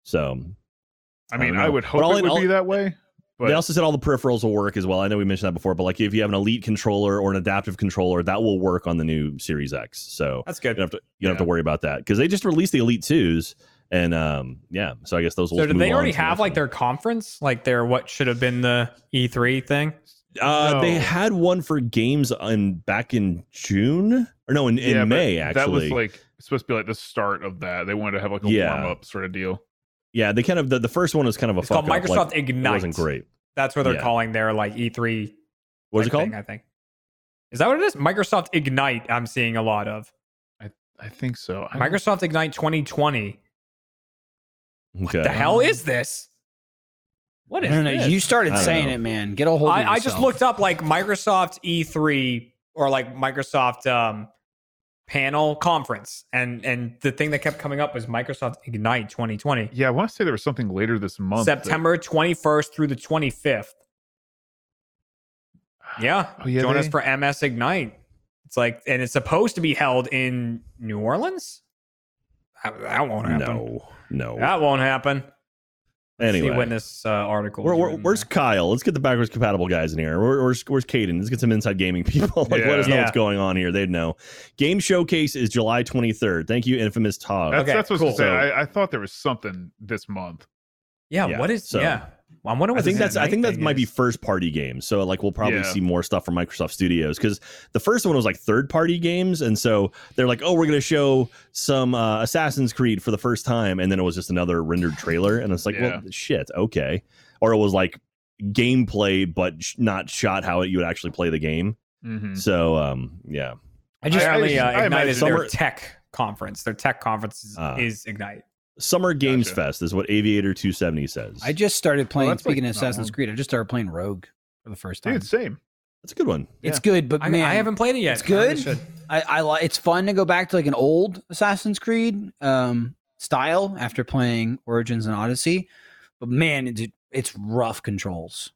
Speaker 5: So
Speaker 2: I
Speaker 5: I
Speaker 2: mean,
Speaker 5: don't
Speaker 2: I,
Speaker 5: know.
Speaker 2: would
Speaker 5: But
Speaker 2: hope
Speaker 5: all
Speaker 2: it
Speaker 5: in
Speaker 2: would
Speaker 5: all-
Speaker 2: be that way. But
Speaker 5: they also said all the peripherals will work as well. I know we mentioned that before, but like if you have an Elite controller or an adaptive controller, that will work on the new Series X. So
Speaker 4: That's good.
Speaker 5: you don't have to you don't have to worry about that because they just released the Elite Twos and um yeah. So I guess those will.
Speaker 4: So did
Speaker 5: move
Speaker 4: they
Speaker 5: on
Speaker 4: already
Speaker 5: to the
Speaker 4: have
Speaker 5: next
Speaker 4: like
Speaker 5: one.
Speaker 4: their conference, like their what should have been the E3 thing?
Speaker 5: Uh, They
Speaker 2: No.
Speaker 5: had one for games in back in June or no in, in
Speaker 2: yeah, but
Speaker 5: May
Speaker 2: that was
Speaker 5: actually.
Speaker 2: like supposed to be like the start of that. They wanted to have like a
Speaker 5: Yeah.
Speaker 2: warm up sort of deal.
Speaker 5: yeah, they kind of the, the first one was kind of a
Speaker 4: It's
Speaker 5: fuck
Speaker 4: called
Speaker 5: up,
Speaker 4: Microsoft
Speaker 5: like, it
Speaker 4: Ignite.
Speaker 5: wasn't great.
Speaker 4: That's what they're
Speaker 5: Yeah.
Speaker 4: calling their like E3.
Speaker 5: What was it
Speaker 4: like,
Speaker 5: called?
Speaker 4: thing, I think. Is that what it is? Microsoft Ignite. I'm seeing a lot of
Speaker 2: I think so. I don't-
Speaker 4: Microsoft Ignite 2020.
Speaker 5: Okay.
Speaker 4: The hell is this? What
Speaker 1: I
Speaker 4: is
Speaker 1: don't know.
Speaker 4: this?
Speaker 1: You
Speaker 5: I
Speaker 1: started
Speaker 5: don't
Speaker 1: saying
Speaker 5: know.
Speaker 1: it, man. Get a hold. of
Speaker 4: I, I just
Speaker 1: yourself.
Speaker 4: looked up like Microsoft E3 or like Microsoft um, panel conference, and and the thing that kept coming up was Microsoft Ignite 2020,
Speaker 2: Yeah, I want to say there was something later this month. that-
Speaker 4: September 21st through the 25th. Yeah,
Speaker 2: Oh, yeah,
Speaker 4: join us
Speaker 2: they-
Speaker 4: for MS Ignite. It's like, and it's supposed to be held in New Orleans. That, that won't happen.
Speaker 5: No, no.
Speaker 4: That won't happen. See when
Speaker 5: anyway,
Speaker 4: this uh, article.
Speaker 5: where,
Speaker 4: is
Speaker 5: where,
Speaker 4: written
Speaker 5: where's
Speaker 4: there.
Speaker 5: Kyle? Let's get the backwards compatible guys in here. Where, where's where's Caden? Let's get some inside gaming people. like, let us know
Speaker 4: Yeah.
Speaker 5: what's going on here. They'd know. Game showcase is July 23rd. Thank you, infamous Todd.
Speaker 2: That's,
Speaker 4: Okay,
Speaker 2: that's what I was
Speaker 5: cool.
Speaker 2: gonna say. I, I thought there was something this month.
Speaker 4: Yeah,
Speaker 5: Yeah,
Speaker 4: What is?
Speaker 5: so-
Speaker 4: yeah. I wonder. What
Speaker 5: I think
Speaker 4: this
Speaker 5: that's I
Speaker 4: Ignite
Speaker 5: think that
Speaker 4: thing
Speaker 5: might be
Speaker 4: is.
Speaker 5: first party games. So like we'll probably
Speaker 2: Yeah.
Speaker 5: see more stuff from Microsoft Studios because the first one was like third party games, and so they're like, oh, we're gonna show some uh, Assassin's Creed for the first time, and then it was just another rendered trailer, and it's like, well, shit, okay, or it was like gameplay but sh- not shot how you would actually play the game.
Speaker 2: Mhm.
Speaker 5: So um, yeah,
Speaker 4: I just
Speaker 2: I- I
Speaker 4: really
Speaker 2: just-
Speaker 4: uh,
Speaker 2: I
Speaker 4: Ignite is
Speaker 2: imagine
Speaker 4: their
Speaker 5: summer-
Speaker 4: tech conference. Their tech conference is,
Speaker 5: Ah.
Speaker 4: is Ignite.
Speaker 5: Summer Games
Speaker 2: Gotcha.
Speaker 5: Fest is what Aviator 270 says.
Speaker 1: I just started playing.
Speaker 2: that's, like,
Speaker 1: speaking of
Speaker 2: not
Speaker 1: Assassin's
Speaker 2: long.
Speaker 1: Creed, I just started playing Rogue for the first time.
Speaker 2: Dude, same.
Speaker 5: that's a good one.
Speaker 1: it's good, but
Speaker 4: I,
Speaker 1: man,
Speaker 4: I haven't played it yet.
Speaker 1: It's
Speaker 4: I really
Speaker 1: good.
Speaker 4: should.
Speaker 1: I, I li- it's fun to go back to like an old Assassin's Creed um, style after playing Origins and Odyssey, but man, it, it's rough controls.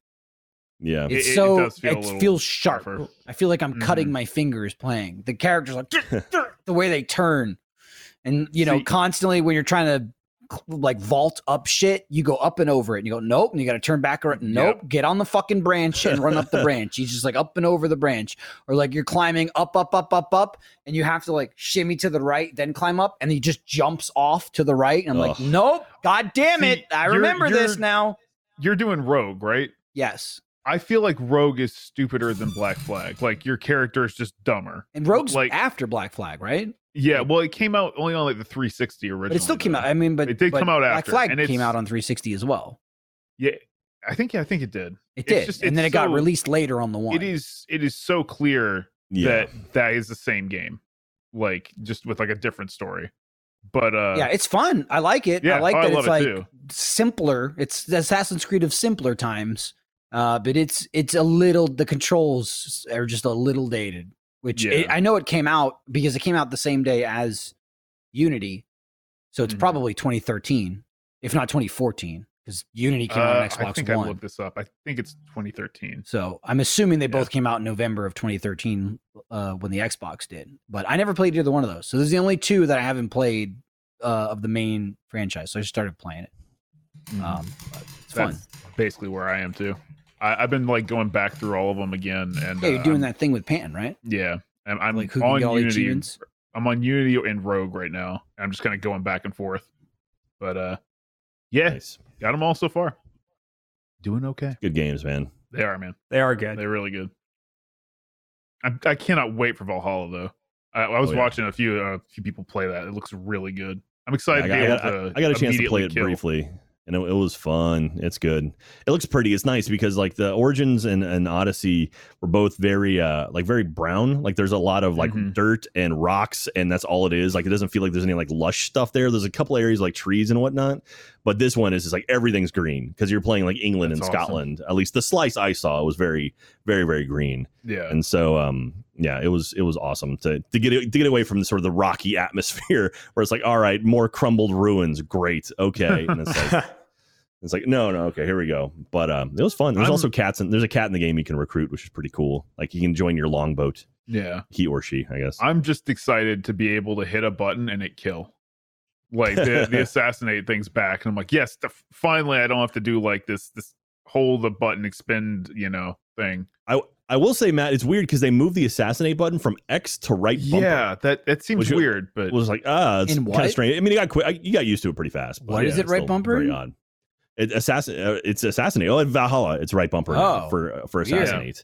Speaker 5: Yeah,
Speaker 1: It's
Speaker 2: It- it- it
Speaker 1: so
Speaker 2: does feel a
Speaker 1: it
Speaker 2: little
Speaker 1: feels sharp.
Speaker 2: rougher.
Speaker 1: I feel like I'm cutting
Speaker 2: Mhm.
Speaker 1: my fingers playing. The characters like the way they turn, and you know,
Speaker 2: See-
Speaker 1: constantly when you're trying to like vault up shit, you go up and over it, and you go nope, and you got to turn back around. Nope, get on the fucking branch and run up the branch. He's just like up and over the branch, or like you're climbing up, up, up, up, up, and you have to like shimmy to the right, then climb up, and he just jumps off to the right, and I'm like,
Speaker 5: Ugh.
Speaker 1: nope, god damn
Speaker 2: See,
Speaker 1: it, I
Speaker 2: you're-
Speaker 1: remember this
Speaker 2: you're-
Speaker 1: now.
Speaker 2: You're doing Rogue, right?
Speaker 1: Yes,
Speaker 2: I feel like Rogue is stupider than Black Flag. Like your character is just dumber.
Speaker 1: and Rogue's
Speaker 2: Like-
Speaker 1: after Black Flag, right?
Speaker 2: Yeah, well, it came out only on like the 360 originally.
Speaker 1: But it still came
Speaker 2: though.
Speaker 1: out. I mean, but
Speaker 2: It did
Speaker 1: but
Speaker 2: come out
Speaker 1: Black
Speaker 2: after,
Speaker 1: Flag
Speaker 2: and it's-
Speaker 1: came out on 360 as well.
Speaker 2: I think. Yeah, I think it did.
Speaker 1: It
Speaker 2: It's
Speaker 1: did,
Speaker 2: just-
Speaker 1: and then it
Speaker 2: it's
Speaker 1: got
Speaker 2: so-
Speaker 1: released later on the one.
Speaker 2: It is. It is so clear
Speaker 5: yeah.
Speaker 2: that that is the same game, like just with like a different story. But uh,
Speaker 1: yeah, it's fun. I like it.
Speaker 2: yeah,
Speaker 1: I like
Speaker 2: oh,
Speaker 1: that
Speaker 2: love
Speaker 1: it's
Speaker 2: it
Speaker 1: like
Speaker 2: too.
Speaker 1: simpler. It's the Assassin's Creed of simpler times, uh, but it's it's a little the controls are just a little dated. Which it,
Speaker 2: Yeah.
Speaker 1: I know it came out because it came out the same day as Unity, so it's
Speaker 2: Mhm.
Speaker 1: probably 2013, if not 2014, because Unity came out
Speaker 2: Uh,
Speaker 1: on
Speaker 2: I
Speaker 1: Xbox
Speaker 2: think I
Speaker 1: One.
Speaker 2: looked this up. I think it's 2013.
Speaker 1: So I'm assuming they
Speaker 2: Yeah.
Speaker 1: both came out in November of 2013 uh, when the Xbox did. But I never played either one of those. So this is the only two that I haven't played uh, of the main franchise. So I just started playing it. Um, but it's fun.
Speaker 2: Mm. That's basically where I am too. I, I've been like going back through all of them again, and
Speaker 1: Yeah,
Speaker 2: uh,
Speaker 1: you're doing
Speaker 2: I'm-
Speaker 1: that thing with Pan, right?
Speaker 2: Yeah, I'm, I'm
Speaker 1: Like who can
Speaker 2: on
Speaker 1: get all the
Speaker 2: Unity.
Speaker 1: achievements?
Speaker 2: I'm on Unity and Rogue right now. and I'm just kind of going back and forth, but uh, yeah,
Speaker 5: Nice.
Speaker 2: got them all so far. Doing okay.
Speaker 5: Good games, man.
Speaker 2: They are, man.
Speaker 4: They are good.
Speaker 2: They're really good. I, I cannot wait for Valhalla though. I, I was
Speaker 5: Oh, yeah.
Speaker 2: watching a few uh, a few people play that. It looks really good. I'm
Speaker 5: Yeah,
Speaker 2: excited.
Speaker 5: I,
Speaker 2: to be
Speaker 5: got, I
Speaker 2: able to
Speaker 5: got- I got a chance to
Speaker 2: immediately
Speaker 5: play it
Speaker 2: kill.
Speaker 5: briefly, and it, it was fun. It's good. It looks pretty. It's nice because like the Origins and, and Odyssey were both very uh like very brown. Like there's a lot of like
Speaker 2: Mhm.
Speaker 5: dirt and rocks, and that's all it is. Like it doesn't feel like there's any like lush stuff there. There's a couple areas like trees and whatnot, but this one is just like everything's green because you're playing like England
Speaker 2: That's
Speaker 5: and
Speaker 2: awesome.
Speaker 5: Scotland. At least the slice I saw was very very very green
Speaker 2: Yeah.
Speaker 5: and so um yeah it was it was awesome to to get to get away from the sort of the rocky atmosphere where it's like all right more crumbled ruins great okay and it's like it's like no no okay here we go but um it was fun there's
Speaker 2: I'm-
Speaker 5: also cats and there's a cat in the game you can recruit which is pretty cool like you can join your longboat
Speaker 2: Yeah.
Speaker 5: he or she i guess
Speaker 2: I'm just excited to be able to hit a button and it kill. Like the, the assassinate thing's back, and I'm like, yes, the, finally, I don't have to do like this this hold the button expend, you know, thing.
Speaker 5: i i will say matt it's weird because they moved the assassinate button from x to right bumper.
Speaker 2: Yeah, that that seems
Speaker 5: Was you-
Speaker 2: weird, but
Speaker 5: it was like ah, it's
Speaker 1: In
Speaker 5: kind
Speaker 1: what?
Speaker 5: of strange. I mean, you got quick, you got used to it pretty fast. but
Speaker 1: What is it,
Speaker 5: it's
Speaker 1: right
Speaker 5: still
Speaker 1: bumper?
Speaker 5: Very odd. It assassin. Uh, it's assassinate. Oh, in Valhalla, it's right bumper
Speaker 1: Oh,
Speaker 5: for uh, for
Speaker 1: weird.
Speaker 5: assassinate.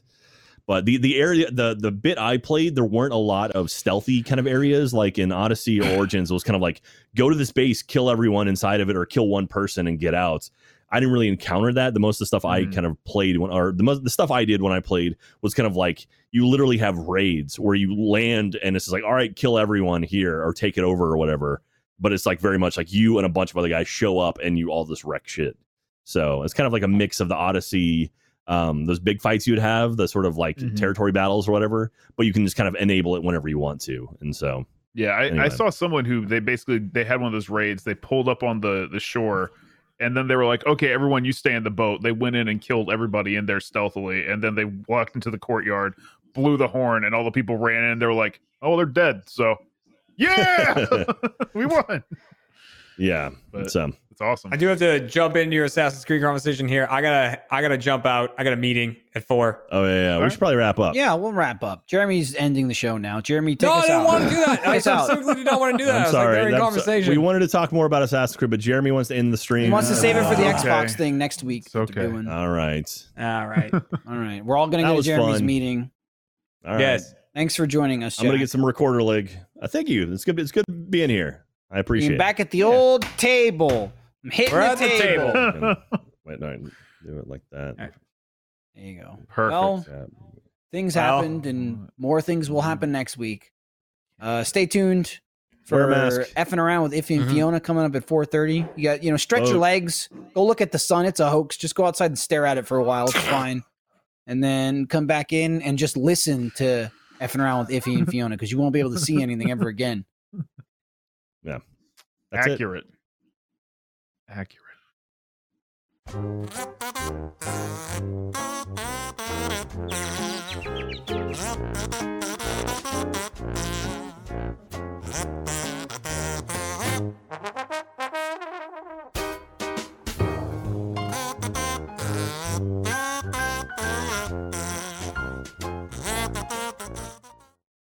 Speaker 5: But the the area the the bit I played, there weren't a lot of stealthy kind of areas like in Odyssey or Origins. It was kind of like go to this base, kill everyone inside of it, or kill one person and get out. I didn't really encounter that. The most of the stuff I
Speaker 2: Mhm.
Speaker 5: kind of played when, or the most the stuff I did when I played was kind of like you literally have raids where you land and it's just like, all right, kill everyone here or take it over or whatever. But it's like very much like you and a bunch of other guys show up and you all just wreck shit. So it's kind of like a mix of the Odyssey, um, those big fights you'd have, the sort of like
Speaker 2: Mhm.
Speaker 5: territory battles or whatever, but you can just kind of enable it whenever you want to. And so
Speaker 2: Yeah, I, I
Speaker 5: Anyway.
Speaker 2: saw someone who they basically they had one of those raids. They pulled up on the the shore, and then they were like, "Okay, everyone, you stay in the boat." They went in and killed everybody in there stealthily, and then they walked into the courtyard, blew the horn, and all the people ran in. They were like, "Oh, they're dead." So, yeah, we won.
Speaker 5: yeah,
Speaker 2: But-
Speaker 5: it's um,
Speaker 2: It's awesome.
Speaker 4: I do have to jump into your Assassin's Creed conversation here. I gotta, I gotta jump out. I got a meeting at four.
Speaker 5: oh yeah, yeah. we
Speaker 2: Alright.
Speaker 5: should probably wrap up.
Speaker 1: Yeah, we'll wrap up. Jeremy's ending the show now. Jeremy, take
Speaker 4: no,
Speaker 1: us
Speaker 4: I didn't
Speaker 1: out.
Speaker 4: want to do that. I
Speaker 1: Take us out.
Speaker 4: specifically did not want to do that. I
Speaker 5: I'm
Speaker 4: was
Speaker 5: sorry.
Speaker 4: like, they're in
Speaker 5: that's- uh,
Speaker 4: conversation.
Speaker 5: we wanted to talk more about Assassin's Creed, but Jeremy wants to end the stream.
Speaker 1: He wants to save it for the
Speaker 2: uh, Okay.
Speaker 1: Xbox thing next week.
Speaker 2: It's
Speaker 1: that they're
Speaker 2: okay. Uh.
Speaker 1: doing.
Speaker 5: All right.
Speaker 4: All right.
Speaker 1: All right, we're all gonna
Speaker 5: That
Speaker 1: go to
Speaker 5: was
Speaker 1: Jeremy's
Speaker 5: fun.
Speaker 1: meeting.
Speaker 5: All right.
Speaker 4: yes.
Speaker 1: Thanks for joining us.
Speaker 5: I'm gonna
Speaker 1: Jack.
Speaker 5: get some recorder leg. Uh, thank you. It's good. It's good being here. I
Speaker 1: Being
Speaker 5: appreciate.
Speaker 1: back at the old table. I'm hitting
Speaker 4: We're
Speaker 1: the,
Speaker 4: at the
Speaker 1: table.
Speaker 4: table.
Speaker 5: it. Wait, no, do it like that.
Speaker 4: Alright.
Speaker 1: There you go.
Speaker 2: Perfect.
Speaker 1: Well,
Speaker 5: Yeah.
Speaker 1: things
Speaker 4: Well. uh, mm-hmm.
Speaker 1: happened, and more things will happen next week. Uh, stay tuned
Speaker 5: Wear
Speaker 1: for
Speaker 5: a mask.
Speaker 1: effing around with Iffy and
Speaker 4: Mhm.
Speaker 1: Fiona coming up at 4:30. You got you know stretch
Speaker 4: Oh.
Speaker 1: your
Speaker 5: Vote.
Speaker 1: legs. Go look at the sun. It's a hoax. Just go outside and stare at it for a while. It's fine. And then come back in and just listen to effing around with Iffy and Fiona because you won't be able to see anything ever again.
Speaker 5: That's it.
Speaker 2: accurate. Accurate.
Speaker 6: Thank you.